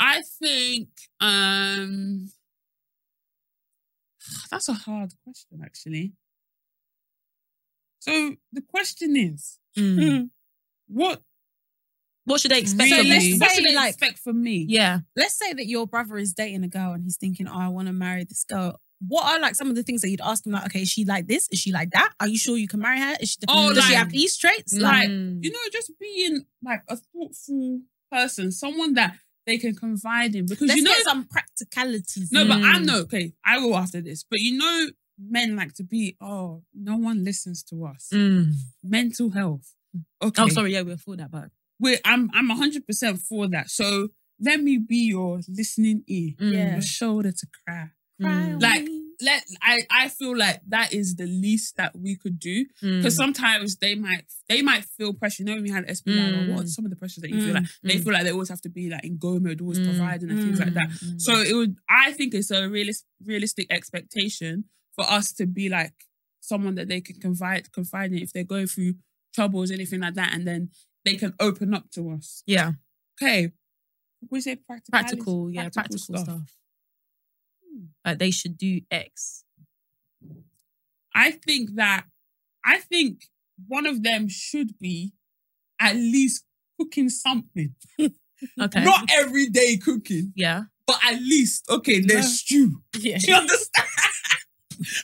[SPEAKER 1] I think um that's a hard question actually. So the question is
[SPEAKER 3] Mm.
[SPEAKER 1] what
[SPEAKER 2] What should they expect
[SPEAKER 3] So
[SPEAKER 2] from
[SPEAKER 3] let's
[SPEAKER 2] you?
[SPEAKER 3] say-
[SPEAKER 1] what should they
[SPEAKER 3] like-
[SPEAKER 1] expect from me?
[SPEAKER 2] yeah.
[SPEAKER 3] Let's say that your brother is dating a girl and he's thinking, "Oh, I want to marry this girl." What are like some of the things that you'd ask him? Like, okay, is she like this? Is she like that? Are you sure you can marry her? Is she?
[SPEAKER 1] Oh,
[SPEAKER 3] does she
[SPEAKER 1] like-
[SPEAKER 3] have these traits?
[SPEAKER 1] Like,
[SPEAKER 2] Mm.
[SPEAKER 1] you know, just being like a thoughtful person, someone that they can confide in. Because
[SPEAKER 3] Let's
[SPEAKER 1] you know
[SPEAKER 3] get some practicalities.
[SPEAKER 1] No, but
[SPEAKER 2] Mm.
[SPEAKER 1] I'm not okay. I will after this. But you know, men like to be, oh, no one listens to us.
[SPEAKER 2] Mm.
[SPEAKER 1] Mental health. Okay.
[SPEAKER 2] Oh, sorry. Yeah, we're for that, but
[SPEAKER 1] We're, I'm I'm 100% for that. So let me be your listening ear,
[SPEAKER 2] Mm.
[SPEAKER 3] Yeah.
[SPEAKER 1] your shoulder to cry.
[SPEAKER 2] Mm.
[SPEAKER 1] Like, Let I, I feel like that is the least that we could do. Because
[SPEAKER 2] Mm.
[SPEAKER 1] sometimes they might they might feel pressure. You know when we had SP
[SPEAKER 2] Mm.
[SPEAKER 1] what are some of the pressures that you
[SPEAKER 3] Mm,
[SPEAKER 1] feel like they
[SPEAKER 2] mm.
[SPEAKER 1] feel like they always have to be like in go mode, always
[SPEAKER 2] Mm,
[SPEAKER 1] providing and things like that.
[SPEAKER 2] Mm.
[SPEAKER 1] So it would I think it's a realis- realistic expectation for us to be like someone that they can confide confide in if they're going through troubles, anything like that, and then they can open up to us.
[SPEAKER 2] yeah,
[SPEAKER 1] Okay. We say practical
[SPEAKER 2] practical. Yeah, practical, stuff. Like they should do X.
[SPEAKER 1] I think that I think one of them should be at least cooking something.
[SPEAKER 2] Okay.
[SPEAKER 1] Not everyday cooking,
[SPEAKER 2] yeah.
[SPEAKER 1] but at least okay, there's
[SPEAKER 3] Yeah.
[SPEAKER 1] stew.
[SPEAKER 3] yeah.
[SPEAKER 1] Do you understand?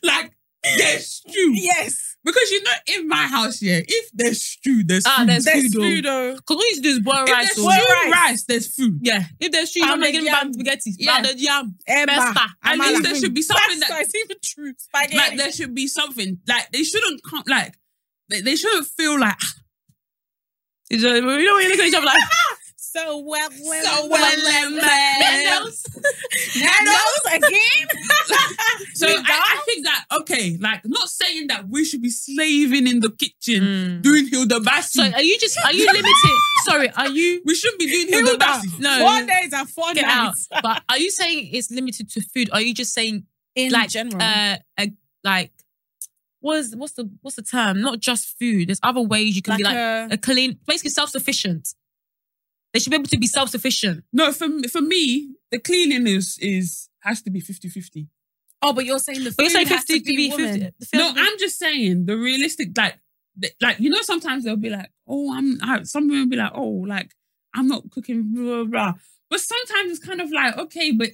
[SPEAKER 1] like there's stew.
[SPEAKER 3] yes.
[SPEAKER 1] Because you know, in my house, yeah, if there's stew, there's
[SPEAKER 2] Ah,
[SPEAKER 1] food.
[SPEAKER 2] there's food, oh.
[SPEAKER 1] food, oh.
[SPEAKER 2] Because we used to do is boil
[SPEAKER 1] If
[SPEAKER 2] rice.
[SPEAKER 1] there's
[SPEAKER 2] oh.
[SPEAKER 1] stew rice. there's food.
[SPEAKER 2] Yeah. If there's street,
[SPEAKER 3] Pounded
[SPEAKER 2] I'm making
[SPEAKER 3] yam.
[SPEAKER 2] bad spaghetti.
[SPEAKER 1] Yeah.
[SPEAKER 2] Pounded yam.
[SPEAKER 3] Emma,
[SPEAKER 2] Pasta.
[SPEAKER 1] At
[SPEAKER 3] Amala.
[SPEAKER 1] least there should be something
[SPEAKER 3] Pasta
[SPEAKER 1] that,
[SPEAKER 3] is even true. Spaghetti.
[SPEAKER 1] like, there should be something. Like, they shouldn't come, like, they, they shouldn't feel like, "Ah,
[SPEAKER 2] You know, you know when you look at each other like,
[SPEAKER 3] so well, well,
[SPEAKER 1] so
[SPEAKER 3] well,
[SPEAKER 1] well,
[SPEAKER 3] well,
[SPEAKER 1] man.
[SPEAKER 3] Nandos again.
[SPEAKER 1] So I, I think that, okay, like, not saying that we should be slaving in the kitchen
[SPEAKER 2] Mm.
[SPEAKER 1] doing Hilda Bassi.
[SPEAKER 2] so are you just, are you limited? Sorry, are you,
[SPEAKER 1] we shouldn't be doing
[SPEAKER 2] Hilda.
[SPEAKER 1] Hilda Bassi.
[SPEAKER 2] No.
[SPEAKER 3] Four days and four
[SPEAKER 2] get out.
[SPEAKER 3] nights.
[SPEAKER 2] But are you saying it's limited to food? Are you just saying
[SPEAKER 3] In
[SPEAKER 2] like,
[SPEAKER 3] general,
[SPEAKER 2] uh, a, like, what is, what's the, what's the term? Not just food. There's other ways you can be like
[SPEAKER 3] a-
[SPEAKER 2] a clean, basically self-sufficient. They should be able to be self-sufficient.
[SPEAKER 1] No, for, for me, the cleaning is, is has to be 50 50.
[SPEAKER 3] oh, but you're saying the food
[SPEAKER 2] But you say
[SPEAKER 3] has
[SPEAKER 2] 50
[SPEAKER 3] to be, woman.
[SPEAKER 2] 50.
[SPEAKER 1] No, I'm just saying the realistic, like, th- like you know, sometimes they'll be like, "Oh, I'm." I, some women will be like, "Oh, like I'm not cooking." Blah blah. blah. But sometimes it's kind of like, okay, but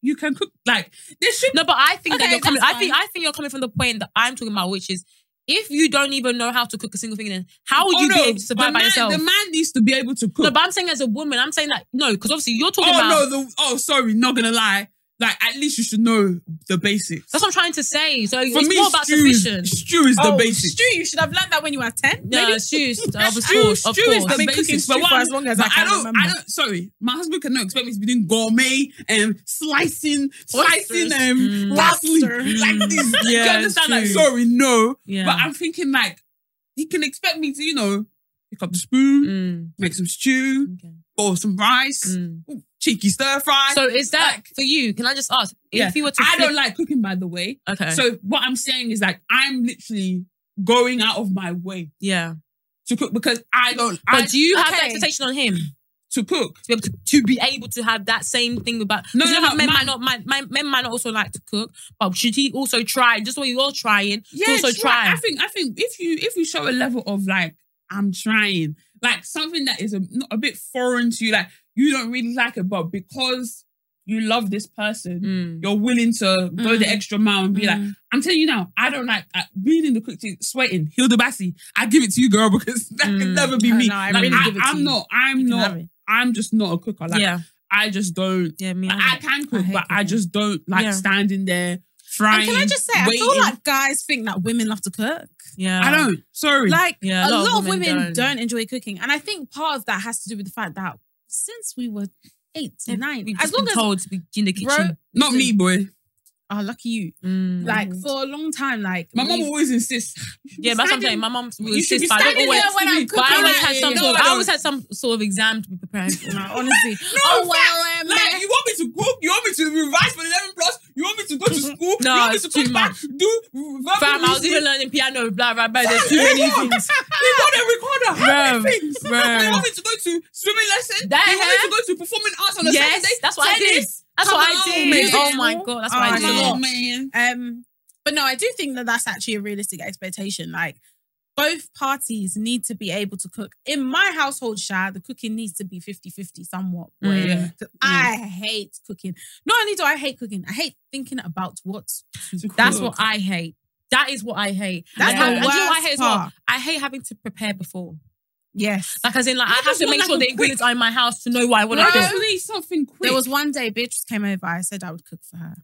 [SPEAKER 1] you can cook. Like there should
[SPEAKER 2] No, but I think that
[SPEAKER 3] Okay,
[SPEAKER 2] you're coming.
[SPEAKER 3] that's
[SPEAKER 2] I think
[SPEAKER 3] fine.
[SPEAKER 2] I think you're coming from the point that I'm talking about, which is if you don't even know how to cook a single thing, then how would
[SPEAKER 1] Oh,
[SPEAKER 2] you
[SPEAKER 1] no,
[SPEAKER 2] be able to
[SPEAKER 1] the
[SPEAKER 2] survive by
[SPEAKER 1] man,
[SPEAKER 2] yourself?
[SPEAKER 1] The man needs to be able to cook.
[SPEAKER 2] no, but I'm saying as a woman, I'm saying that no, because obviously you're talking
[SPEAKER 1] oh
[SPEAKER 2] about.
[SPEAKER 1] no, the oh sorry, not gonna lie. Like at least you should know the basics.
[SPEAKER 2] that's what I'm trying to say. So
[SPEAKER 1] For
[SPEAKER 2] it's
[SPEAKER 1] me,
[SPEAKER 2] more about
[SPEAKER 1] stew,
[SPEAKER 2] sufficient.
[SPEAKER 1] stew is the
[SPEAKER 3] Oh,
[SPEAKER 1] basics.
[SPEAKER 3] Stu, you should have learned that when you were 10.
[SPEAKER 2] No,
[SPEAKER 3] maybe.
[SPEAKER 2] shoes. Of
[SPEAKER 1] Stew-
[SPEAKER 2] course, of
[SPEAKER 1] stew is
[SPEAKER 2] course.
[SPEAKER 1] the
[SPEAKER 3] I've been cooking
[SPEAKER 1] basics,
[SPEAKER 3] stew
[SPEAKER 1] but what
[SPEAKER 3] for
[SPEAKER 1] I'm-
[SPEAKER 3] as long as
[SPEAKER 1] but
[SPEAKER 3] I can
[SPEAKER 1] don't, I
[SPEAKER 3] remember.
[SPEAKER 1] don't. Sorry, my husband cannot expect me to be doing gourmet and slicing,
[SPEAKER 2] Oysters.
[SPEAKER 1] slicing um,
[SPEAKER 2] Mm.
[SPEAKER 1] parsley
[SPEAKER 3] Lobster.
[SPEAKER 1] like this.
[SPEAKER 2] Yeah,
[SPEAKER 1] you understand? Like,
[SPEAKER 2] true.
[SPEAKER 1] sorry, no.
[SPEAKER 2] Yeah.
[SPEAKER 1] But I'm thinking like he can expect me to, you know, pick up the spoon,
[SPEAKER 2] Mm,
[SPEAKER 1] make some stew,
[SPEAKER 2] okay.
[SPEAKER 1] boil some rice,
[SPEAKER 2] Mm.
[SPEAKER 1] ooh, cheeky stir fry.
[SPEAKER 2] So is that
[SPEAKER 1] Like-
[SPEAKER 2] for you? Can I just ask
[SPEAKER 1] Yeah.
[SPEAKER 2] if you were to?
[SPEAKER 1] I
[SPEAKER 2] flip-
[SPEAKER 1] don't like cooking, by the way.
[SPEAKER 2] Okay.
[SPEAKER 1] So what I'm saying is like I'm literally going out of my way
[SPEAKER 2] yeah.
[SPEAKER 1] to cook because I don't. I,
[SPEAKER 2] But do you have the
[SPEAKER 3] okay.
[SPEAKER 2] expectation on him to
[SPEAKER 1] to cook?
[SPEAKER 2] be able to, to be able to have that same thing about?
[SPEAKER 1] No,
[SPEAKER 2] Because
[SPEAKER 1] no,
[SPEAKER 2] you know
[SPEAKER 1] no,
[SPEAKER 2] men
[SPEAKER 1] my-
[SPEAKER 2] might not. might- might- men might not also like to cook, but should he also try? Just what you're trying. to also
[SPEAKER 1] try.
[SPEAKER 2] try.
[SPEAKER 1] I think I think if you if you show a level of like I'm trying, like something that is a, not a bit foreign to you, like you don't really like it, but because you love this person,
[SPEAKER 2] Mm.
[SPEAKER 1] you're willing to go
[SPEAKER 3] Mm.
[SPEAKER 1] the extra mile and be like, I'm telling you now, I don't like uh, reading the quick thing, sweating, Hilda Bassi. I give it to you, girl, because that
[SPEAKER 2] Mm.
[SPEAKER 1] can never be
[SPEAKER 2] I
[SPEAKER 1] me.
[SPEAKER 2] know, I
[SPEAKER 1] Like,
[SPEAKER 2] really give it to
[SPEAKER 1] I'm
[SPEAKER 2] you.
[SPEAKER 1] not, I'm not, I'm just not a cooker. Like,
[SPEAKER 2] yeah,
[SPEAKER 1] I just don't,
[SPEAKER 2] yeah, me.
[SPEAKER 1] like, I can cook,
[SPEAKER 2] hate
[SPEAKER 1] but I
[SPEAKER 2] cooking.
[SPEAKER 1] just don't like
[SPEAKER 2] Yeah.
[SPEAKER 1] standing there
[SPEAKER 3] And
[SPEAKER 1] frying.
[SPEAKER 3] can I just say, I feel
[SPEAKER 1] waiting.
[SPEAKER 3] like guys think that women love to cook.
[SPEAKER 2] yeah,
[SPEAKER 1] I don't, sorry.
[SPEAKER 3] Like
[SPEAKER 2] Yeah,
[SPEAKER 3] a, lot of women, don't. enjoy cooking, and I think part of that has to do with the fact that since we were eight, nine,
[SPEAKER 2] We've
[SPEAKER 3] as
[SPEAKER 2] just
[SPEAKER 3] long
[SPEAKER 2] been
[SPEAKER 3] as
[SPEAKER 2] told to be in the
[SPEAKER 3] Bro,
[SPEAKER 2] kitchen.
[SPEAKER 1] not me, boy.
[SPEAKER 3] oh, lucky you,
[SPEAKER 2] Mm.
[SPEAKER 3] like for a long time, like
[SPEAKER 1] My mom
[SPEAKER 3] we've-
[SPEAKER 1] always insists.
[SPEAKER 2] yeah, but sometimes my mom will
[SPEAKER 1] you should
[SPEAKER 2] insist,
[SPEAKER 1] be
[SPEAKER 2] but I don't
[SPEAKER 1] standing
[SPEAKER 2] always.
[SPEAKER 1] there when I'm
[SPEAKER 2] "Oh, But I
[SPEAKER 1] cooking,
[SPEAKER 2] always
[SPEAKER 1] like,
[SPEAKER 2] had some
[SPEAKER 1] no,
[SPEAKER 2] sort.
[SPEAKER 1] I
[SPEAKER 2] Of, I
[SPEAKER 1] don't.
[SPEAKER 2] always had some sort of exam to be prepared. for.
[SPEAKER 3] No, honestly,
[SPEAKER 1] No,
[SPEAKER 3] oh
[SPEAKER 1] in
[SPEAKER 3] well,
[SPEAKER 1] fact,
[SPEAKER 3] um,
[SPEAKER 1] like, you want me to cook? You want me to revise for eleven plus? You want me to go to school?
[SPEAKER 2] No,
[SPEAKER 1] you want me
[SPEAKER 2] it's
[SPEAKER 1] to
[SPEAKER 2] too
[SPEAKER 1] come back?
[SPEAKER 2] much.
[SPEAKER 1] Do verbal
[SPEAKER 2] Fam, I was
[SPEAKER 1] reasoning?
[SPEAKER 2] even learning piano, blah, blah, blah. There's too many things.
[SPEAKER 1] You got a recorder. How
[SPEAKER 2] Bruv,
[SPEAKER 1] many things?
[SPEAKER 2] bruv.
[SPEAKER 1] You want me to go to swimming lesson?
[SPEAKER 2] That
[SPEAKER 1] you
[SPEAKER 2] hair?
[SPEAKER 1] want me to go to performing arts on a
[SPEAKER 2] Yes,
[SPEAKER 1] Saturday?
[SPEAKER 2] that's what I
[SPEAKER 1] Saturday?
[SPEAKER 2] did. That's what I
[SPEAKER 1] Come on,
[SPEAKER 2] did.
[SPEAKER 1] music
[SPEAKER 2] Oh my
[SPEAKER 1] school.
[SPEAKER 2] god, that's
[SPEAKER 3] Oh,
[SPEAKER 2] what I
[SPEAKER 3] my
[SPEAKER 2] did.
[SPEAKER 3] God.
[SPEAKER 1] Come on, man.
[SPEAKER 3] Um, but no, I do think that that's actually a realistic expectation. Like, both parties need to be able to cook. In my household, Shah, the cooking needs to be 50 50 somewhat.
[SPEAKER 2] Mm.
[SPEAKER 3] where- 'cause I hate cooking. Not only do I hate cooking, I hate thinking about what.
[SPEAKER 2] That's what I hate. That is what I hate.
[SPEAKER 3] That's
[SPEAKER 2] and
[SPEAKER 3] the
[SPEAKER 2] have- and do you know what I
[SPEAKER 3] worst
[SPEAKER 2] hate as well?
[SPEAKER 3] part.
[SPEAKER 2] I hate having to prepare before.
[SPEAKER 3] Yes.
[SPEAKER 2] Like as in, like I have
[SPEAKER 1] just
[SPEAKER 2] to
[SPEAKER 1] want,
[SPEAKER 2] make
[SPEAKER 1] like,
[SPEAKER 2] sure
[SPEAKER 1] a
[SPEAKER 2] the
[SPEAKER 1] quick-
[SPEAKER 2] ingredients are in my house to know what I want
[SPEAKER 1] I
[SPEAKER 2] to
[SPEAKER 1] just
[SPEAKER 2] do.
[SPEAKER 1] need something quick.
[SPEAKER 3] There was one day Beatrice came over. I said I would cook for her.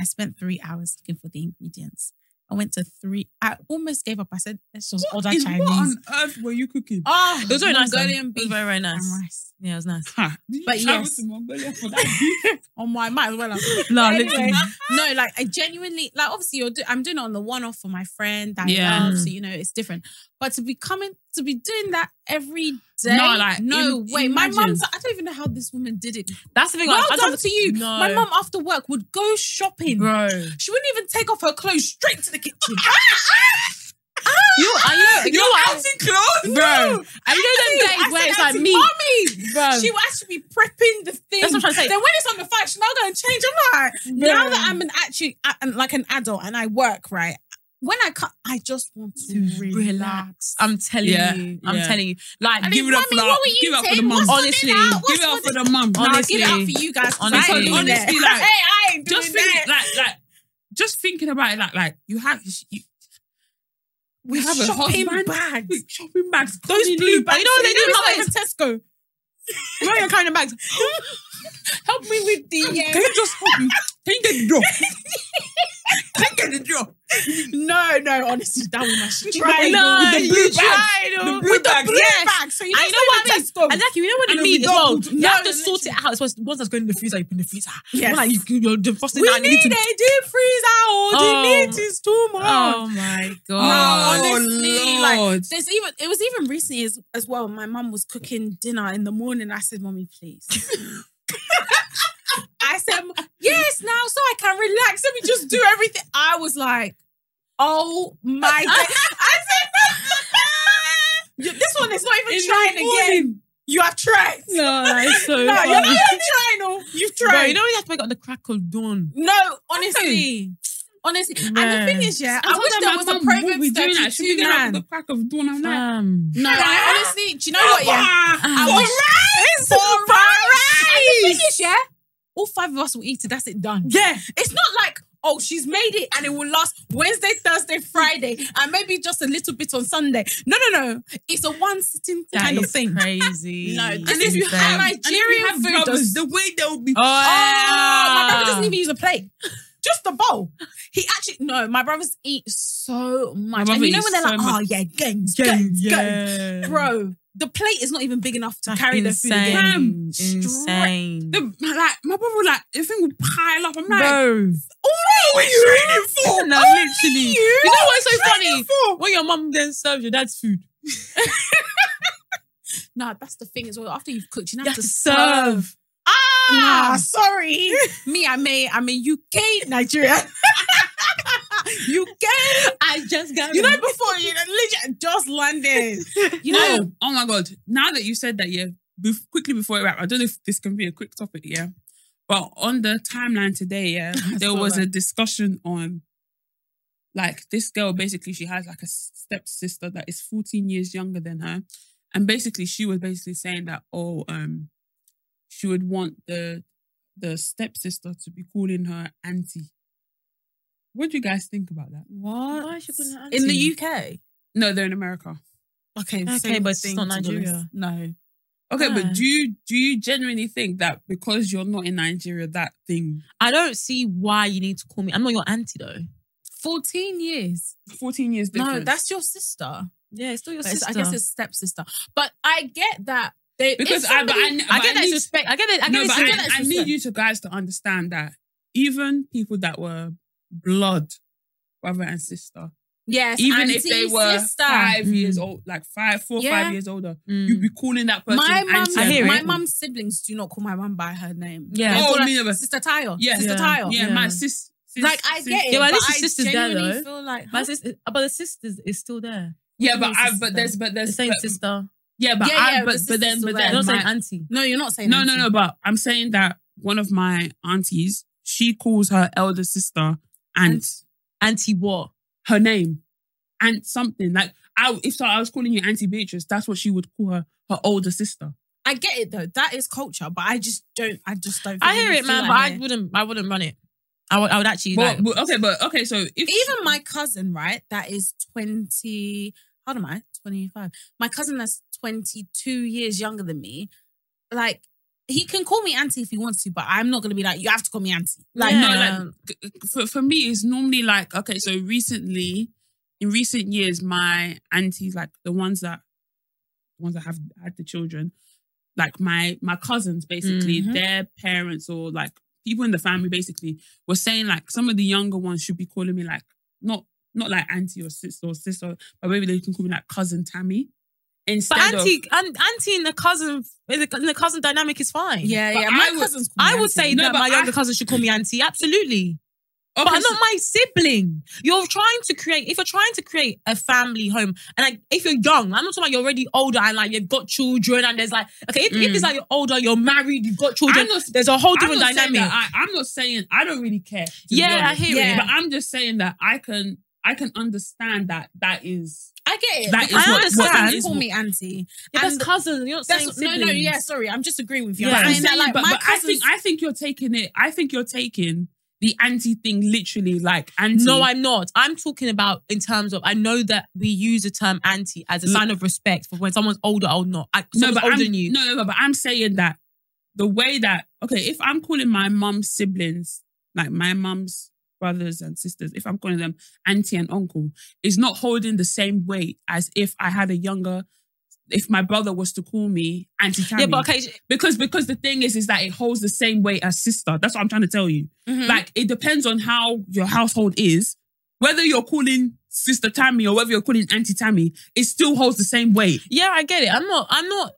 [SPEAKER 3] I spent three hours looking for the ingredients. I went to three. I almost gave up. I said, let's just
[SPEAKER 1] what,
[SPEAKER 3] order
[SPEAKER 1] is,
[SPEAKER 3] Chinese.
[SPEAKER 1] what on earth were you cooking?
[SPEAKER 3] oh,
[SPEAKER 2] It was very nice. though. It
[SPEAKER 3] Mongolian
[SPEAKER 2] was
[SPEAKER 3] beef
[SPEAKER 2] very, very
[SPEAKER 3] and
[SPEAKER 2] nice.
[SPEAKER 3] rice.
[SPEAKER 2] Yeah, it was nice.
[SPEAKER 1] Ha, did you
[SPEAKER 3] But
[SPEAKER 1] travel
[SPEAKER 3] yes.
[SPEAKER 1] to Mongolia for that?
[SPEAKER 3] on my might as well. have-
[SPEAKER 2] No,
[SPEAKER 3] Anyway,
[SPEAKER 2] literally.
[SPEAKER 3] no, like I genuinely like. Obviously, you're. Do- I'm doing it on the one off for my friend that
[SPEAKER 1] Yeah.
[SPEAKER 3] I love, so you know it's different. But to be coming to be doing that every day,
[SPEAKER 1] No, like,
[SPEAKER 3] no
[SPEAKER 1] im-
[SPEAKER 3] way. My
[SPEAKER 1] imagine.
[SPEAKER 3] mum's. I don't even know how this woman did it.
[SPEAKER 2] That's the thing.
[SPEAKER 3] Well
[SPEAKER 2] like, I
[SPEAKER 3] done
[SPEAKER 2] don't-
[SPEAKER 3] to you.
[SPEAKER 2] No.
[SPEAKER 3] My mum after work would go shopping.
[SPEAKER 2] bro. Ah,
[SPEAKER 3] She wouldn't even take off her clothes straight to the kitchen.
[SPEAKER 2] You, are you, you
[SPEAKER 1] You're
[SPEAKER 2] know what? I-
[SPEAKER 1] out in clothes,
[SPEAKER 2] Bro, and you know them
[SPEAKER 3] I
[SPEAKER 2] days where
[SPEAKER 3] said
[SPEAKER 2] it's
[SPEAKER 3] that
[SPEAKER 2] like
[SPEAKER 3] to
[SPEAKER 2] me,
[SPEAKER 3] Mummy.
[SPEAKER 2] bro.
[SPEAKER 3] She would actually be prepping the thing.
[SPEAKER 2] That's what I'm trying to say.
[SPEAKER 3] Then when it's on the fire, she'll not go and change. I'm like, now that I'm an actually a- an- like an adult and I work right, when I come, I just want to relax.
[SPEAKER 2] I'm telling
[SPEAKER 1] Yeah,
[SPEAKER 2] you. I'm
[SPEAKER 1] yeah.
[SPEAKER 2] telling you. Like,
[SPEAKER 3] I mean,
[SPEAKER 2] give it up for
[SPEAKER 3] mummy,
[SPEAKER 2] that.
[SPEAKER 3] what were you
[SPEAKER 2] Give it up for the
[SPEAKER 3] saying?
[SPEAKER 2] mum.
[SPEAKER 3] What's on it
[SPEAKER 2] Honestly.
[SPEAKER 3] now? What's
[SPEAKER 1] Give it
[SPEAKER 3] on
[SPEAKER 1] up for
[SPEAKER 3] it?
[SPEAKER 1] the mum.
[SPEAKER 3] Nah,
[SPEAKER 2] honestly.
[SPEAKER 3] give it up for you guys. 'cause I
[SPEAKER 2] Honestly.
[SPEAKER 3] ain't doing
[SPEAKER 1] Honestly,
[SPEAKER 3] that.
[SPEAKER 1] like,
[SPEAKER 3] hey, I ain't doing
[SPEAKER 1] just thinking,
[SPEAKER 3] that.
[SPEAKER 1] like, like, just thinking about it, like, like you have, you,
[SPEAKER 3] we
[SPEAKER 1] have a
[SPEAKER 3] shopping
[SPEAKER 1] husband.
[SPEAKER 3] bags.
[SPEAKER 1] with shopping bags,
[SPEAKER 3] Those
[SPEAKER 1] coming
[SPEAKER 3] blue
[SPEAKER 1] in.
[SPEAKER 3] bags.
[SPEAKER 2] you know what they do,
[SPEAKER 3] It's
[SPEAKER 2] mum?
[SPEAKER 3] like a Tesco. Where are your kind of bags? Help me with the.
[SPEAKER 1] Can
[SPEAKER 3] Uh,
[SPEAKER 1] you just help me? Can you get the job? Can you get the job?
[SPEAKER 3] no, no, honestly, that was my shit.
[SPEAKER 1] Tried,
[SPEAKER 2] No,
[SPEAKER 1] with the blue
[SPEAKER 2] you
[SPEAKER 1] bags.
[SPEAKER 2] tried, oh.
[SPEAKER 1] The blue bags.
[SPEAKER 3] Yes. Bags, so you
[SPEAKER 2] I
[SPEAKER 3] just
[SPEAKER 2] know what I
[SPEAKER 3] say
[SPEAKER 2] mean.
[SPEAKER 3] the Tesco.
[SPEAKER 2] And like you know what
[SPEAKER 3] And
[SPEAKER 2] I
[SPEAKER 3] we
[SPEAKER 2] mean as
[SPEAKER 3] don't
[SPEAKER 2] well.
[SPEAKER 3] put-
[SPEAKER 2] You
[SPEAKER 3] no,
[SPEAKER 2] have to
[SPEAKER 3] literally.
[SPEAKER 2] sort it out. It's once, once that's going in the freezer, you put in the freezer.
[SPEAKER 3] Yes.
[SPEAKER 2] When, like you, you're defrosting
[SPEAKER 3] we
[SPEAKER 2] that. and you
[SPEAKER 3] need
[SPEAKER 2] to-
[SPEAKER 3] a deep freezer. All
[SPEAKER 2] Oh.
[SPEAKER 3] the meat is too much.
[SPEAKER 2] Oh my
[SPEAKER 3] No,
[SPEAKER 2] god.
[SPEAKER 1] Oh,
[SPEAKER 3] honestly,
[SPEAKER 1] Lord.
[SPEAKER 3] like there's even it was even recently as, as well. My mum was cooking dinner in the morning. I said, "Mommy, please." I said, "Yes, now so I can relax. Let me just do everything." I was like, "Oh my!" day." I said, "You- "This one is not even
[SPEAKER 2] In the
[SPEAKER 3] trying again. You have tried. No,
[SPEAKER 2] that's so
[SPEAKER 3] you're not even trying. Oh, you've tried.
[SPEAKER 2] Bro, you know when you have to wake up the crack of dawn.
[SPEAKER 3] No, honestly." Honestly, and the thing
[SPEAKER 2] Yeah.
[SPEAKER 3] is, yeah, I
[SPEAKER 1] told
[SPEAKER 3] wish
[SPEAKER 1] her
[SPEAKER 3] there
[SPEAKER 1] my
[SPEAKER 3] was
[SPEAKER 1] mum
[SPEAKER 3] a
[SPEAKER 1] would be
[SPEAKER 3] Proverbs
[SPEAKER 1] doing that. She'd be
[SPEAKER 3] 32
[SPEAKER 1] getting up at
[SPEAKER 3] man.
[SPEAKER 1] the crack of dawn. I'm like,
[SPEAKER 2] Fam.
[SPEAKER 3] No, I honestly, do you know what? Yeah, I
[SPEAKER 2] For
[SPEAKER 3] wish- For
[SPEAKER 2] For
[SPEAKER 3] rice! And the thing is, yeah, all five of us will eat it. That's it done.
[SPEAKER 2] Yeah.
[SPEAKER 3] It's not like oh, she's made it and it will last Wednesday, Thursday, Friday, and maybe just a little bit on Sunday. No, no, no. It's a one sitting
[SPEAKER 2] That
[SPEAKER 3] kind of
[SPEAKER 2] is
[SPEAKER 3] thing.
[SPEAKER 2] crazy.
[SPEAKER 3] No,
[SPEAKER 2] And
[SPEAKER 3] this
[SPEAKER 1] if
[SPEAKER 3] is
[SPEAKER 1] you
[SPEAKER 3] you
[SPEAKER 1] have-
[SPEAKER 3] have
[SPEAKER 1] and if you
[SPEAKER 3] Nigerian
[SPEAKER 1] have
[SPEAKER 3] food.
[SPEAKER 1] brothers,
[SPEAKER 3] does-
[SPEAKER 1] the way they will be.
[SPEAKER 2] Oh,
[SPEAKER 3] Oh, my brother doesn't
[SPEAKER 2] yeah.
[SPEAKER 3] even use a plate. Just the bowl. He actually no. My brothers eat so much,
[SPEAKER 1] brother
[SPEAKER 3] and you know
[SPEAKER 1] eats
[SPEAKER 3] when they're
[SPEAKER 1] so
[SPEAKER 3] like,
[SPEAKER 1] much.
[SPEAKER 3] "Oh yeah, gangs,
[SPEAKER 2] Yeah,
[SPEAKER 3] gangs, gangs."
[SPEAKER 2] yeah.
[SPEAKER 3] bro, the plate is not even big enough to
[SPEAKER 2] That's
[SPEAKER 3] carry the food. again.
[SPEAKER 2] insane.
[SPEAKER 3] Straight-
[SPEAKER 2] Insane.
[SPEAKER 1] The, like my brother, would, like the thing would pile up. I'm like,
[SPEAKER 2] Bro.
[SPEAKER 1] what are you reading for?
[SPEAKER 2] No,
[SPEAKER 1] Only
[SPEAKER 2] literally.
[SPEAKER 1] you.
[SPEAKER 2] You know what's
[SPEAKER 1] What
[SPEAKER 2] so
[SPEAKER 1] are you
[SPEAKER 2] funny?
[SPEAKER 1] reading for?
[SPEAKER 2] When your mum then serves your dad's food,
[SPEAKER 3] No, that's the thing as well. After you've cooked, you
[SPEAKER 2] you
[SPEAKER 3] have,
[SPEAKER 2] have
[SPEAKER 3] to,
[SPEAKER 2] to
[SPEAKER 3] serve.
[SPEAKER 2] serve.
[SPEAKER 3] Ah,
[SPEAKER 2] Nah.
[SPEAKER 3] sorry. Me, I'm a, I'm a UK Nigeria. UK.
[SPEAKER 2] I just got
[SPEAKER 3] You know, before you know, legit just landed. You know,
[SPEAKER 1] oh, oh my god! Now that you said that, yeah. Bef- quickly before we wrap, I don't know if this can be a quick topic, yeah. But on the timeline today, yeah, there
[SPEAKER 3] saw
[SPEAKER 1] was
[SPEAKER 3] that.
[SPEAKER 1] a discussion on like this girl. Basically, she has like a stepsister that is 14 years younger than her, and basically, she was basically saying that oh, um, she would want the the stepsister to be calling her auntie. What do you guys think about that?
[SPEAKER 3] What?
[SPEAKER 4] Why is she calling her
[SPEAKER 2] in
[SPEAKER 4] auntie?
[SPEAKER 2] the UK.
[SPEAKER 1] No, they're in America.
[SPEAKER 3] Okay,
[SPEAKER 2] Okay,
[SPEAKER 3] same
[SPEAKER 2] but it's
[SPEAKER 3] thing,
[SPEAKER 2] not
[SPEAKER 3] to be honest.
[SPEAKER 2] Nigeria.
[SPEAKER 3] No.
[SPEAKER 1] Okay,
[SPEAKER 2] Ah.
[SPEAKER 1] but do you do you genuinely think that because you're not in Nigeria, that thing
[SPEAKER 2] I don't see why you need to call me. I'm not your auntie though.
[SPEAKER 3] 14 years.
[SPEAKER 1] fourteen years difference?
[SPEAKER 3] No, that's your sister.
[SPEAKER 2] Yeah, it's still your
[SPEAKER 3] But it's- I guess it's stepsister. But I get that. They,
[SPEAKER 1] Because
[SPEAKER 3] if
[SPEAKER 1] I- but
[SPEAKER 3] somebody-
[SPEAKER 1] I kn-
[SPEAKER 2] I
[SPEAKER 1] but
[SPEAKER 2] get
[SPEAKER 1] I
[SPEAKER 2] that it's
[SPEAKER 1] need-
[SPEAKER 2] respect. I get that. I get
[SPEAKER 1] no,
[SPEAKER 2] it's,
[SPEAKER 1] but
[SPEAKER 2] I, get
[SPEAKER 1] I,
[SPEAKER 2] that
[SPEAKER 1] I
[SPEAKER 2] it's
[SPEAKER 1] need
[SPEAKER 2] respect.
[SPEAKER 1] you to guys to understand that even people that were blood brother and sister,
[SPEAKER 3] yes,
[SPEAKER 1] even if
[SPEAKER 3] auntie,
[SPEAKER 1] they were
[SPEAKER 3] sister.
[SPEAKER 1] five
[SPEAKER 2] Mm.
[SPEAKER 1] years old, like five, four,
[SPEAKER 3] Yeah.
[SPEAKER 1] five years older,
[SPEAKER 2] Mm.
[SPEAKER 1] you'd be calling that person
[SPEAKER 3] My mum,
[SPEAKER 1] auntie.
[SPEAKER 2] I hear
[SPEAKER 3] my
[SPEAKER 2] it.
[SPEAKER 3] mum's siblings do not call my mum by her name.
[SPEAKER 2] Yeah.
[SPEAKER 3] They
[SPEAKER 1] Oh,
[SPEAKER 3] call her
[SPEAKER 1] me neither.
[SPEAKER 3] sister Tayo.
[SPEAKER 1] Yeah.
[SPEAKER 3] sister
[SPEAKER 2] Yeah.
[SPEAKER 3] Tayo.
[SPEAKER 1] yeah, my
[SPEAKER 2] Yeah.
[SPEAKER 1] sis, sis-
[SPEAKER 3] Like I
[SPEAKER 1] sis-
[SPEAKER 3] get it,
[SPEAKER 2] Yeah, but at
[SPEAKER 3] but,
[SPEAKER 2] least
[SPEAKER 3] I
[SPEAKER 2] your sister's there,
[SPEAKER 3] genuinely
[SPEAKER 2] though.
[SPEAKER 3] feel like
[SPEAKER 2] My
[SPEAKER 3] huh?
[SPEAKER 2] sister, but the sister is still there.
[SPEAKER 1] Yeah,
[SPEAKER 2] What
[SPEAKER 1] but
[SPEAKER 2] do you mean
[SPEAKER 1] I, but there's, but
[SPEAKER 2] The
[SPEAKER 1] there's,
[SPEAKER 2] same
[SPEAKER 1] but-
[SPEAKER 2] sister.
[SPEAKER 1] yeah, but
[SPEAKER 3] Yeah,
[SPEAKER 1] I,
[SPEAKER 3] yeah,
[SPEAKER 1] but,
[SPEAKER 3] the
[SPEAKER 1] but then,
[SPEAKER 3] sisters
[SPEAKER 1] but
[SPEAKER 3] were
[SPEAKER 2] They're
[SPEAKER 1] then,
[SPEAKER 2] not
[SPEAKER 3] my-
[SPEAKER 2] saying auntie.
[SPEAKER 3] No, you're not saying
[SPEAKER 1] no, no,
[SPEAKER 3] auntie.
[SPEAKER 1] no. But I'm saying that one of my aunties, she calls her elder sister aunt.
[SPEAKER 2] Auntie what?
[SPEAKER 1] her name, aunt something. Like I, if so, I was calling you Auntie Beatrice. That's what she would call her, her older sister.
[SPEAKER 3] I get it though. That is culture, but I just don't. I just don't.
[SPEAKER 2] I
[SPEAKER 3] really
[SPEAKER 2] hear it,
[SPEAKER 3] feel
[SPEAKER 2] man,
[SPEAKER 3] like
[SPEAKER 2] but I
[SPEAKER 3] it.
[SPEAKER 2] wouldn't. I wouldn't run it. I would. I would actually.
[SPEAKER 1] But,
[SPEAKER 2] like,
[SPEAKER 1] but- okay, but okay, so if
[SPEAKER 3] even my cousin, right? That is twenty. How am I? Twenty five. My cousin that's twenty two years younger than me. Like he can call me auntie if he wants to, but I'm not gonna be like you have to call me auntie. Like
[SPEAKER 1] no,
[SPEAKER 3] no,
[SPEAKER 1] like g- for for me, it's normally like okay, so recently, in recent years, my aunties, like the ones that, the ones that have had the children, like my my cousins, basically
[SPEAKER 2] Mm-hmm.
[SPEAKER 3] Mhm.
[SPEAKER 1] their parents or like people in the family, basically were saying like some of the younger ones should be calling me like not not like auntie or sister or sister, but maybe they can call me like cousin Tammy. Instead
[SPEAKER 2] but
[SPEAKER 1] of,
[SPEAKER 2] auntie, an- auntie and the cousin, in the, in the cousin dynamic is fine.
[SPEAKER 3] yeah,
[SPEAKER 1] but
[SPEAKER 3] yeah. My
[SPEAKER 1] I would-
[SPEAKER 3] cousins. Call me
[SPEAKER 2] I would
[SPEAKER 3] auntie.
[SPEAKER 2] say
[SPEAKER 1] No,
[SPEAKER 2] that
[SPEAKER 1] but
[SPEAKER 2] my younger
[SPEAKER 1] I-
[SPEAKER 2] cousin should call me auntie. Absolutely.
[SPEAKER 1] Okay,
[SPEAKER 2] but I'm
[SPEAKER 1] so-
[SPEAKER 2] not my sibling. You're trying to create, if you're trying to create a family home, and like if you're young, I'm not talking about you're already older and like you've got children and there's like, okay, if, if
[SPEAKER 1] Mm.
[SPEAKER 2] it's like you're older, you're married, you've got children,
[SPEAKER 1] I'm not-
[SPEAKER 2] there's a whole different
[SPEAKER 1] I'm not saying
[SPEAKER 2] dynamic.
[SPEAKER 1] that I, am not saying I don't really care. to be
[SPEAKER 2] Yeah, I
[SPEAKER 1] honest.
[SPEAKER 2] hear
[SPEAKER 3] it.
[SPEAKER 1] But I'm just saying that I can I can understand that that is
[SPEAKER 3] I get it.
[SPEAKER 1] That is
[SPEAKER 3] because
[SPEAKER 2] what-
[SPEAKER 3] my
[SPEAKER 2] what
[SPEAKER 3] cousins
[SPEAKER 2] it is.
[SPEAKER 3] call me auntie.
[SPEAKER 2] Yeah,
[SPEAKER 3] And-
[SPEAKER 2] that's cousin. You're not saying
[SPEAKER 3] That's, no,
[SPEAKER 2] sibling.
[SPEAKER 3] no, yeah, sorry. I'm just agreeing with you.
[SPEAKER 2] Yeah.
[SPEAKER 3] I'm
[SPEAKER 1] I'm
[SPEAKER 3] saying that,
[SPEAKER 1] saying,
[SPEAKER 3] like,
[SPEAKER 1] but,
[SPEAKER 3] my
[SPEAKER 1] but I
[SPEAKER 3] cousins,
[SPEAKER 1] think I think you're taking it. I think you're taking the anti thing literally like anti.
[SPEAKER 2] No, I'm not. I'm talking about in terms of I know that we use the term auntie as a sign of respect for when someone's older or not. I,
[SPEAKER 1] no,
[SPEAKER 2] someone's
[SPEAKER 1] but
[SPEAKER 2] older
[SPEAKER 1] I'm,
[SPEAKER 2] than you.
[SPEAKER 1] No, no, no, but I'm saying that the way that okay, if I'm calling my mum's siblings like my mum's brothers and sisters, if I'm calling them auntie and uncle, is not holding the same weight as if I had a younger. If my brother was to call me auntie Tammy,
[SPEAKER 2] yeah, but okay, sh-
[SPEAKER 1] because because the thing is is that it holds the same weight as sister. That's what I'm trying to tell you.
[SPEAKER 2] Mm-hmm.
[SPEAKER 1] Like it depends on how your household is. Whether you're calling sister Tammy or whether you're calling auntie Tammy, it still holds the same weight.
[SPEAKER 2] yeah, I get it. I'm not. I'm not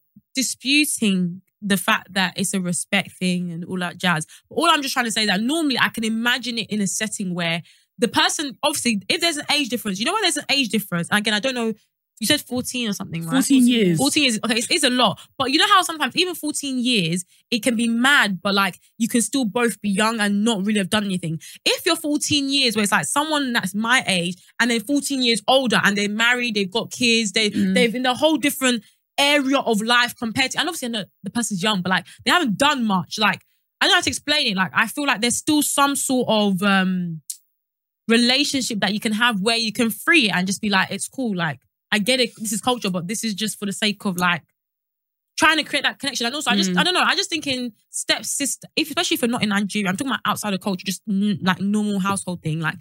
[SPEAKER 2] disputing the fact that it's a respect thing and all that jazz. But all I'm just trying to say is that normally I can imagine it in a setting where the person, obviously, if there's an age difference, you know, when there's an age difference. and Again, I don't know. You said 14 or something, right?
[SPEAKER 1] 14 years.
[SPEAKER 2] 14 years. Okay, it's, it's a lot. But you know how sometimes, even 14 years, it can be mad, but like you can still both be young and not really have done anything. If you're 14 years, where it's like someone that's my age and then 14 years older and they're married, they've got kids, they, they've in a whole different area of life compared to, and obviously I know the person's young, but like they haven't done much. Like, I know how to explain it. Like, I feel like there's still some sort of, um, relationship that you can have where you can free it and just be like, it's cool. Like, I get it. This is culture, but this is just for the sake of like trying to create that connection. And also, I just, I don't know. I just think in step sister, if, especially if you're not in Nigeria, I'm talking about outside of culture, just n- like normal household thing, like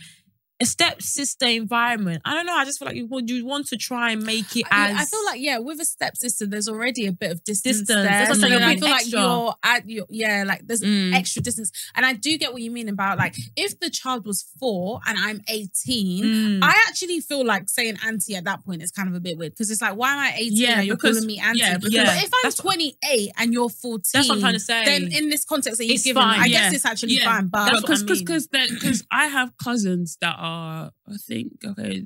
[SPEAKER 2] a step sister environment. I don't know. I just feel like you would, you want to try and make it
[SPEAKER 3] I,
[SPEAKER 2] as.
[SPEAKER 3] I feel like yeah, with a stepsister, there's already a bit of distance.
[SPEAKER 2] Distance.
[SPEAKER 3] There.
[SPEAKER 2] That's what I'm saying,
[SPEAKER 3] And I
[SPEAKER 2] like
[SPEAKER 3] feel like
[SPEAKER 2] extra.
[SPEAKER 3] you're at your yeah, like there's
[SPEAKER 2] Mm.
[SPEAKER 3] extra distance, and I do get what you mean about like if the child was four and I'm 18,
[SPEAKER 2] Mm.
[SPEAKER 3] I actually feel like saying auntie at that point is kind of a bit weird because it's like why am I 18?
[SPEAKER 1] Yeah,
[SPEAKER 3] and you're
[SPEAKER 1] because-
[SPEAKER 3] calling me auntie.
[SPEAKER 1] yeah, because-
[SPEAKER 3] but if I'm
[SPEAKER 2] That's-
[SPEAKER 3] 28 and you're 14,
[SPEAKER 2] That's what I'm trying to say.
[SPEAKER 3] Then in this context that you've
[SPEAKER 2] It's
[SPEAKER 3] given,
[SPEAKER 2] fine,
[SPEAKER 3] I
[SPEAKER 1] yeah.
[SPEAKER 3] guess it's actually
[SPEAKER 1] Yeah.
[SPEAKER 3] fine. But
[SPEAKER 2] That's what
[SPEAKER 1] because
[SPEAKER 2] I
[SPEAKER 1] because
[SPEAKER 2] mean.
[SPEAKER 1] because I have cousins that are I think okay, I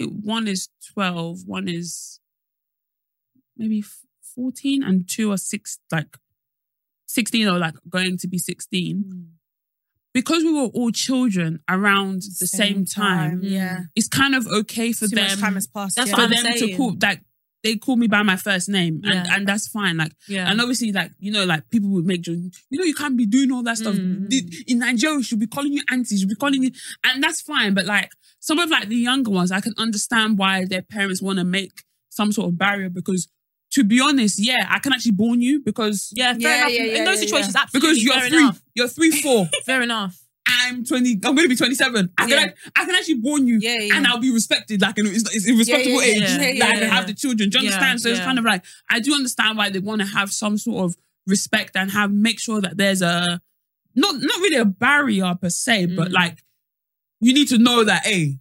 [SPEAKER 1] think one is twelve, one is maybe f- fourteen, and two are six like sixteen or like going to be sixteen.
[SPEAKER 2] Hmm.
[SPEAKER 1] Because we were all children around the same, time,
[SPEAKER 3] yeah.
[SPEAKER 1] it's kind of okay for
[SPEAKER 3] Too
[SPEAKER 1] them
[SPEAKER 3] much time has passed.
[SPEAKER 2] That's
[SPEAKER 3] yeah.
[SPEAKER 1] for
[SPEAKER 2] what I'm
[SPEAKER 1] them to
[SPEAKER 2] saying.
[SPEAKER 1] call like
[SPEAKER 2] they call me by my first name, and,
[SPEAKER 1] Yeah.
[SPEAKER 2] and that's fine. Like,
[SPEAKER 1] Yeah.
[SPEAKER 2] and obviously, like you know, like people would make jokes. You know, you can't be doing all that stuff
[SPEAKER 1] Mm.
[SPEAKER 2] The- in Nigeria. Should be calling you auntie. Should be calling you, and that's fine. But like some of like the younger ones, I can understand why their parents want to make some sort of barrier because, to be honest, yeah, I can actually born you because
[SPEAKER 1] Yeah, fair
[SPEAKER 3] Yeah,
[SPEAKER 1] enough.
[SPEAKER 3] yeah,
[SPEAKER 1] in
[SPEAKER 3] yeah,
[SPEAKER 1] those
[SPEAKER 3] yeah,
[SPEAKER 1] situations,
[SPEAKER 3] yeah.
[SPEAKER 1] absolutely.
[SPEAKER 2] because you're
[SPEAKER 1] fair
[SPEAKER 2] three,
[SPEAKER 1] enough.
[SPEAKER 2] you're three four.
[SPEAKER 1] Fair enough.
[SPEAKER 2] I'm 20, I'm going to be 27. I,
[SPEAKER 3] Yeah.
[SPEAKER 2] can, I can actually born you
[SPEAKER 3] Yeah, yeah.
[SPEAKER 2] and I'll be respected. Like, and it's, it's a respectable
[SPEAKER 3] yeah,
[SPEAKER 2] age
[SPEAKER 1] yeah,
[SPEAKER 2] that
[SPEAKER 1] yeah,
[SPEAKER 2] I can
[SPEAKER 1] yeah.
[SPEAKER 2] have the children. Do you
[SPEAKER 1] Yeah,
[SPEAKER 2] understand? So it's
[SPEAKER 1] yeah.
[SPEAKER 2] kind of like, I do understand why they want to have some sort of respect and have, make sure that there's a, not, not really a barrier per se, but
[SPEAKER 1] Mm.
[SPEAKER 2] like, you need to know that, hey,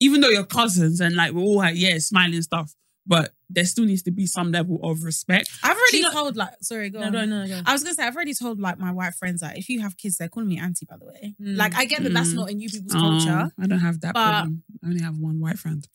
[SPEAKER 2] even though you're cousins and like, we're all like, yeah, smiling stuff, but there still needs to be some level of respect.
[SPEAKER 3] I've already
[SPEAKER 1] you know-
[SPEAKER 3] told like sorry, go
[SPEAKER 1] No,
[SPEAKER 3] on.
[SPEAKER 1] no, no, no.
[SPEAKER 3] I was gonna say I've already told like my white friends that if you have kids, they're calling me auntie. By the way,
[SPEAKER 1] Mm.
[SPEAKER 3] like I get that that's
[SPEAKER 2] Mm.
[SPEAKER 3] not in you people's
[SPEAKER 2] Um,
[SPEAKER 3] culture.
[SPEAKER 2] I don't have that
[SPEAKER 3] But-
[SPEAKER 2] problem. I only have one white friend.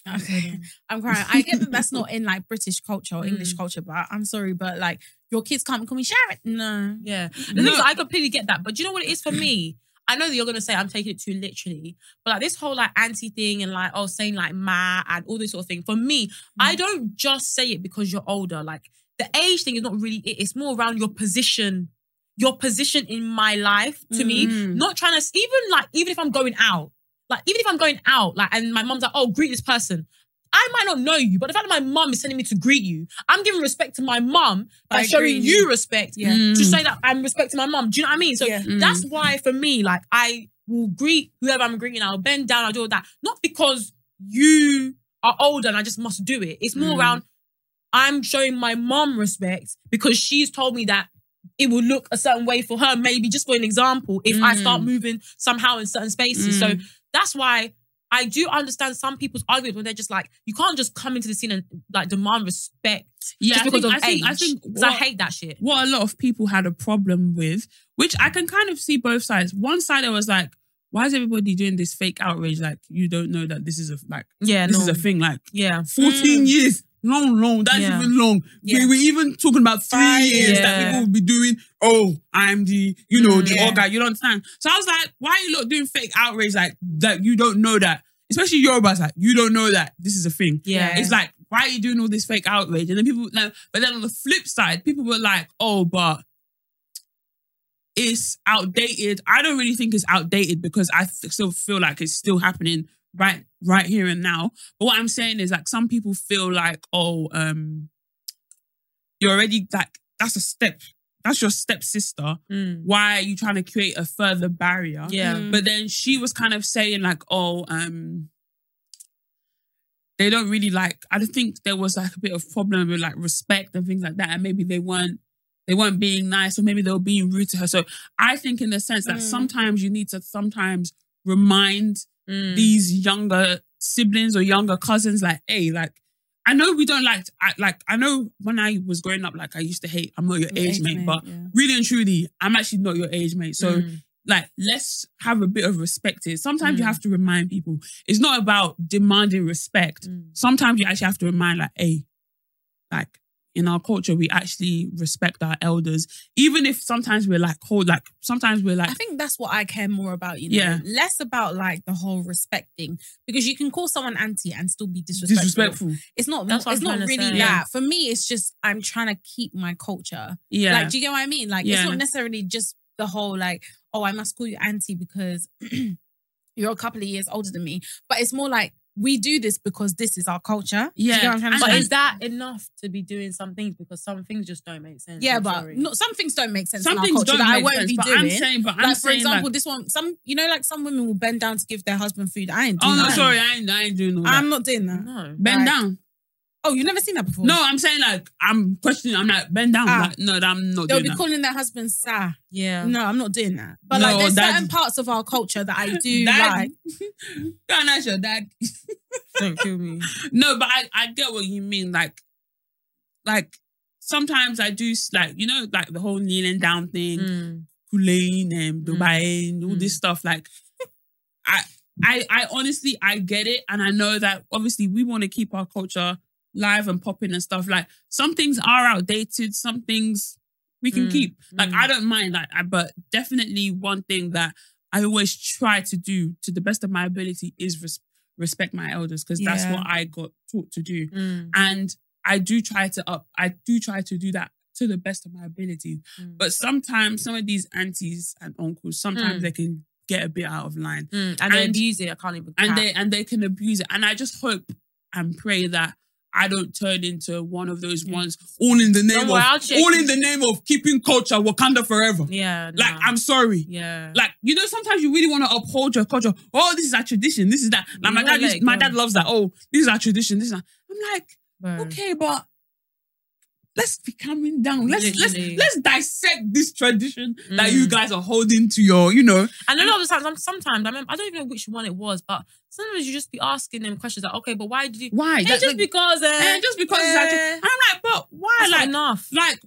[SPEAKER 3] I'm crying. I get that that's not in like British culture or English
[SPEAKER 1] Mm.
[SPEAKER 3] culture, but I'm sorry, but like your kids can't call me Sharon. No.
[SPEAKER 1] Yeah. The thing is, I completely get that. But do you know what it is for me? I know that you're gonna say I'm taking it too literally, but like this whole like anti thing and like oh saying like ma and all this sort of thing. For me,
[SPEAKER 3] Mm.
[SPEAKER 1] I don't just say it because you're older. Like the age thing is not really it. It's more around your position, your position in my life to me.
[SPEAKER 2] Mm.
[SPEAKER 1] Not trying to even like even if I'm going out, like even if I'm going out, like and my mom's like oh greet this person. I might not know you, but the fact that my mom is telling me to greet you, I'm giving respect to my mom by,
[SPEAKER 3] By
[SPEAKER 1] showing
[SPEAKER 3] greeting
[SPEAKER 1] you
[SPEAKER 3] you.
[SPEAKER 1] respect
[SPEAKER 3] Yeah.
[SPEAKER 1] to
[SPEAKER 2] Mm.
[SPEAKER 1] say that I'm respecting my mom. Do you know what I mean? So
[SPEAKER 3] Yeah.
[SPEAKER 2] Mm.
[SPEAKER 1] that's why for me, like I will greet whoever I'm greeting, I'll bend down, I'll do all that. Not because you are older and I just must do it. It's more
[SPEAKER 2] Mm.
[SPEAKER 1] around I'm showing my mom respect because she's told me that it will look a certain way for her, maybe just for an example, if I start
[SPEAKER 2] Mm.
[SPEAKER 1] moving somehow in certain spaces. So
[SPEAKER 2] Mm.
[SPEAKER 1] that's why I do understand some people's arguments when they're just like, you can't just come into the scene and like demand respect
[SPEAKER 2] Yeah,
[SPEAKER 1] just
[SPEAKER 2] I
[SPEAKER 1] because
[SPEAKER 2] think-
[SPEAKER 1] of
[SPEAKER 2] I think-
[SPEAKER 1] age.
[SPEAKER 2] I think
[SPEAKER 1] 'Cause I
[SPEAKER 2] what-
[SPEAKER 1] hate that shit.
[SPEAKER 2] what a lot of people had a problem with, which I can kind of see both sides. One side I was like, why is everybody doing this fake outrage? Like you don't know that this is a like
[SPEAKER 1] Yeah,
[SPEAKER 2] this
[SPEAKER 1] no.
[SPEAKER 2] is a thing. Like
[SPEAKER 1] Yeah.
[SPEAKER 2] 14 years. Long, long. That's
[SPEAKER 1] Yeah.
[SPEAKER 2] even long.
[SPEAKER 3] Mm. Yeah.
[SPEAKER 2] We were even talking about three
[SPEAKER 3] Five
[SPEAKER 2] years that
[SPEAKER 1] years.
[SPEAKER 2] people would be doing, oh, I'm the, you know, the
[SPEAKER 3] Mm, Yeah.
[SPEAKER 2] old guy. You don't understand. So I was like, why are you lot doing fake outrage like that you don't know that? Especially Yoruba's like, you don't know that this is a thing.
[SPEAKER 1] Yeah.
[SPEAKER 2] It's like, why are you doing all this fake outrage? And then people, like, but then on the flip side, people were like, oh, but it's outdated. I don't really think it's outdated because I th- still feel like it's still happening right, right here and now. But what I'm saying is like, some people feel like, oh, um, you're already like, that's a step. That's your stepsister.
[SPEAKER 1] Mm.
[SPEAKER 2] Why are you trying to create a further barrier?
[SPEAKER 1] Yeah.
[SPEAKER 3] Mm.
[SPEAKER 2] But then she was kind of saying like, oh, um, they don't really like. I don't think there was like a bit of problem with like respect and things like that, and maybe they weren't they weren't being nice, or maybe they were being rude to her. So I think in the sense that
[SPEAKER 3] Mm.
[SPEAKER 2] sometimes you need to sometimes remind
[SPEAKER 1] Mm.
[SPEAKER 2] these younger siblings or younger cousins like hey like i know we don't like I, like i know when i was growing up like i used to hate i'm not your age, mate, but
[SPEAKER 3] yeah.
[SPEAKER 2] really and truly i'm actually not your age mate so
[SPEAKER 1] Mm.
[SPEAKER 2] like let's have a bit of respect here sometimes you
[SPEAKER 1] Mm.
[SPEAKER 2] have to remind people it's not about demanding respect
[SPEAKER 1] Mm.
[SPEAKER 2] sometimes you actually have to remind like hey like in our culture we actually respect our elders even if sometimes we're like hold like sometimes we're like
[SPEAKER 3] I think that's what I care more about, you know.
[SPEAKER 2] Yeah.
[SPEAKER 3] Less about like the whole respect thing. Because you can call someone auntie and still be disrespectful.
[SPEAKER 2] disrespectful
[SPEAKER 3] It's not
[SPEAKER 1] That's what
[SPEAKER 3] it's
[SPEAKER 1] I'm
[SPEAKER 3] not
[SPEAKER 1] trying to
[SPEAKER 3] really
[SPEAKER 1] say.
[SPEAKER 3] that.
[SPEAKER 1] Yeah.
[SPEAKER 3] For me, it's just I'm trying to keep my culture.
[SPEAKER 2] yeah
[SPEAKER 3] Like, do you get what I mean? Like,
[SPEAKER 2] Yeah.
[SPEAKER 3] it's not necessarily just the whole like, oh, I must call you auntie because you're a couple of years older than me. But it's more like we do this because this is our culture. Do you
[SPEAKER 2] Yeah.
[SPEAKER 3] get what I'm trying to
[SPEAKER 1] But
[SPEAKER 3] say?
[SPEAKER 1] is that enough to be doing some things? Because some things just don't make sense.
[SPEAKER 3] yeah,
[SPEAKER 1] I'm
[SPEAKER 3] but
[SPEAKER 1] sorry.
[SPEAKER 3] no, some things don't make sense. in
[SPEAKER 2] Some
[SPEAKER 3] our
[SPEAKER 2] things don't
[SPEAKER 3] culture that I
[SPEAKER 2] make
[SPEAKER 3] won't
[SPEAKER 2] sense,
[SPEAKER 3] be
[SPEAKER 2] but
[SPEAKER 3] doing.
[SPEAKER 2] I'm saying, but I'm
[SPEAKER 3] like for
[SPEAKER 2] saying,
[SPEAKER 3] example,
[SPEAKER 2] like-
[SPEAKER 3] this one, some you know, like some women will bend down to give their husband food. I ain't doing
[SPEAKER 2] oh no
[SPEAKER 3] that.
[SPEAKER 2] sorry i ain't, I ain't doing all that
[SPEAKER 3] I'm not doing that.
[SPEAKER 1] no.
[SPEAKER 2] bend
[SPEAKER 3] like-
[SPEAKER 2] down
[SPEAKER 3] Oh, you never seen that before?
[SPEAKER 2] No, I'm saying like I'm questioning. I'm like bend down.
[SPEAKER 3] Ah.
[SPEAKER 2] Like, no, I'm not
[SPEAKER 3] They'll
[SPEAKER 2] doing
[SPEAKER 3] be
[SPEAKER 2] that.
[SPEAKER 3] calling their husband sir.
[SPEAKER 1] Yeah.
[SPEAKER 3] No, I'm not doing that. But
[SPEAKER 2] No,
[SPEAKER 3] like, there's
[SPEAKER 2] that-
[SPEAKER 3] certain parts of our culture that I do
[SPEAKER 2] dad,
[SPEAKER 3] like.
[SPEAKER 2] Go and ask your dad.
[SPEAKER 1] Don't kill me.
[SPEAKER 2] no, but I, I get what you mean. Like, like sometimes I do s- like you know like the whole kneeling down thing,
[SPEAKER 1] Mm.
[SPEAKER 2] Kulain and Dubai and all this stuff. Like, I, I, I honestly, I get it, and I know that obviously we want to keep our culture live and popping and stuff. Like, some things are outdated. Some things we can
[SPEAKER 1] Mm,
[SPEAKER 2] keep. Like,
[SPEAKER 1] mm.
[SPEAKER 2] I don't mind that, I- but definitely one thing that I always try to do to the best of my ability is res- respect my elders because that's
[SPEAKER 3] Yeah.
[SPEAKER 2] what I got taught to do.
[SPEAKER 1] Mm.
[SPEAKER 2] And
[SPEAKER 1] I do try to up. I do try to do that to the best of my ability.
[SPEAKER 2] Mm.
[SPEAKER 1] But sometimes some of these aunties and uncles, sometimes
[SPEAKER 2] Mm.
[SPEAKER 1] they can get a bit out of line.
[SPEAKER 2] Mm, Ah. and they
[SPEAKER 1] And-
[SPEAKER 2] abuse it. I can't even.
[SPEAKER 1] and
[SPEAKER 2] cap.
[SPEAKER 1] they and they can abuse it. And I just hope and pray that I don't turn into one of those ones all in the name
[SPEAKER 2] Don't worry, Mm. I'll
[SPEAKER 1] of
[SPEAKER 2] check
[SPEAKER 1] all
[SPEAKER 2] you.
[SPEAKER 1] in the name of keeping culture Wakanda forever.
[SPEAKER 2] Yeah.
[SPEAKER 1] Like
[SPEAKER 2] nah.
[SPEAKER 1] I'm sorry.
[SPEAKER 2] Yeah.
[SPEAKER 1] Like you know, sometimes you really want to uphold your culture. Oh, this is our tradition. This is that. Like
[SPEAKER 2] You um,
[SPEAKER 1] my
[SPEAKER 2] gotta
[SPEAKER 1] dad,
[SPEAKER 2] let
[SPEAKER 1] used-
[SPEAKER 2] it
[SPEAKER 1] my
[SPEAKER 2] go.
[SPEAKER 1] dad loves that. Oh, this is our tradition. This is. That. I'm like,
[SPEAKER 2] Bro.
[SPEAKER 1] okay, but let's be calming down. Let's
[SPEAKER 2] Literally.
[SPEAKER 1] let's let's dissect this tradition that
[SPEAKER 2] Mm.
[SPEAKER 1] you guys are holding to your. You know,
[SPEAKER 2] And a lot of the times, I'm, sometimes I remember, I don't even know which one it was, but sometimes you just be asking them questions like, okay, but why did you?
[SPEAKER 1] why?
[SPEAKER 2] Hey,
[SPEAKER 1] That-
[SPEAKER 2] just
[SPEAKER 1] like-
[SPEAKER 2] because. Uh,
[SPEAKER 1] and just because it's actually,
[SPEAKER 2] eh,
[SPEAKER 1] and I'm like, but why?
[SPEAKER 2] that's not
[SPEAKER 1] like,
[SPEAKER 2] enough.
[SPEAKER 1] like,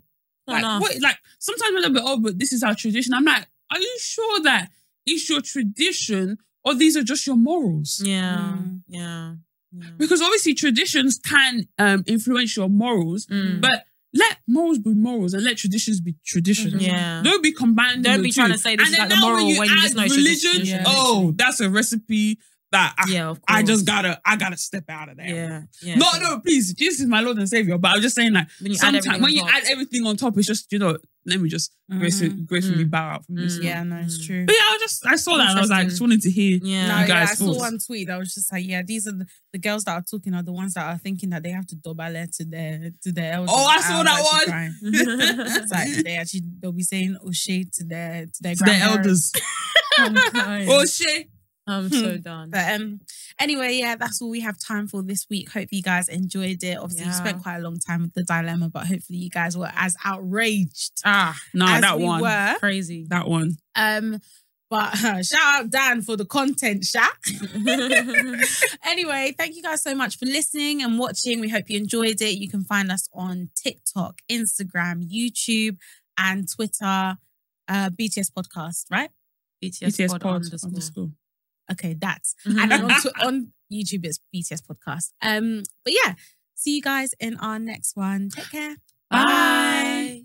[SPEAKER 2] Not
[SPEAKER 1] like,
[SPEAKER 2] enough.
[SPEAKER 1] what, like sometimes a little bit, oh, but this is our tradition. I'm like, are you sure that it's your tradition or these are just your morals?
[SPEAKER 2] Yeah.
[SPEAKER 3] Mm.
[SPEAKER 2] Yeah. yeah.
[SPEAKER 1] Because obviously traditions can um, influence your morals,
[SPEAKER 2] Mm.
[SPEAKER 1] but let morals be morals and let traditions be traditions.
[SPEAKER 2] Mhm. Yeah.
[SPEAKER 1] Don't be combining.
[SPEAKER 2] Don't
[SPEAKER 1] the
[SPEAKER 2] be
[SPEAKER 1] two.
[SPEAKER 2] trying to say this
[SPEAKER 1] and
[SPEAKER 2] is
[SPEAKER 1] then
[SPEAKER 2] like the
[SPEAKER 1] now
[SPEAKER 2] moral when you
[SPEAKER 1] add
[SPEAKER 2] just know it's just-
[SPEAKER 1] religion.
[SPEAKER 2] yeah.
[SPEAKER 1] Oh, that's a recipe that I,
[SPEAKER 2] yeah, of course.
[SPEAKER 1] I just gotta I gotta step out of that.
[SPEAKER 2] Yeah. yeah
[SPEAKER 1] No, no, please. Jesus is my Lord and Savior. But I'm just saying, like,
[SPEAKER 2] When you add
[SPEAKER 1] sometimes
[SPEAKER 2] everything
[SPEAKER 1] when
[SPEAKER 2] on
[SPEAKER 1] you
[SPEAKER 2] top.
[SPEAKER 1] add everything on top, it's just, you know, let me just gracefully,
[SPEAKER 3] Mhm.
[SPEAKER 1] gracefully
[SPEAKER 2] Mm.
[SPEAKER 1] bow out from this.
[SPEAKER 2] Mm.
[SPEAKER 1] one.
[SPEAKER 3] Yeah, no, it's true.
[SPEAKER 1] But yeah, I was just, I saw that and I was like, I just wanted to hear
[SPEAKER 2] Yeah.
[SPEAKER 3] No,
[SPEAKER 1] you guys'
[SPEAKER 3] yeah, I saw
[SPEAKER 1] thoughts.
[SPEAKER 3] one tweet that was just like, yeah, these are the, the girls that are talking are the ones that are thinking that they have to dobale to their to their elders.
[SPEAKER 1] Oh, I saw
[SPEAKER 3] was
[SPEAKER 1] that
[SPEAKER 3] actually
[SPEAKER 1] one.
[SPEAKER 3] crying. it's like they actually they'll be saying O'Shea to their to their,
[SPEAKER 1] To the
[SPEAKER 3] grandparents.
[SPEAKER 1] elders.
[SPEAKER 2] I'm, crying.
[SPEAKER 1] Oh, hmm. shit.
[SPEAKER 2] I'm so done.
[SPEAKER 3] But um, anyway, yeah, that's all we have time for this week. Hope you guys enjoyed it. Obviously, you
[SPEAKER 2] Yeah.
[SPEAKER 3] spent quite a long time with the dilemma, but hopefully, you guys were as outraged
[SPEAKER 2] Ah,
[SPEAKER 1] Nah,
[SPEAKER 3] as
[SPEAKER 1] that
[SPEAKER 3] we
[SPEAKER 1] one.
[SPEAKER 3] were.
[SPEAKER 2] crazy.
[SPEAKER 1] That one.
[SPEAKER 3] Um, but shout out Dan for the content, Sha. anyway, thank you guys so much for listening and watching. We hope you enjoyed it. You can find us on TikTok, Instagram, YouTube, and Twitter. Uh, BTS podcast, right?
[SPEAKER 2] BTS,
[SPEAKER 1] BTS
[SPEAKER 2] pod
[SPEAKER 1] pod
[SPEAKER 2] underscore.
[SPEAKER 1] underscore.
[SPEAKER 3] Okay, that's and then on, tw- on YouTube it's BTS podcast. Um, but yeah, see you guys in our next one. Take care.
[SPEAKER 2] Bye.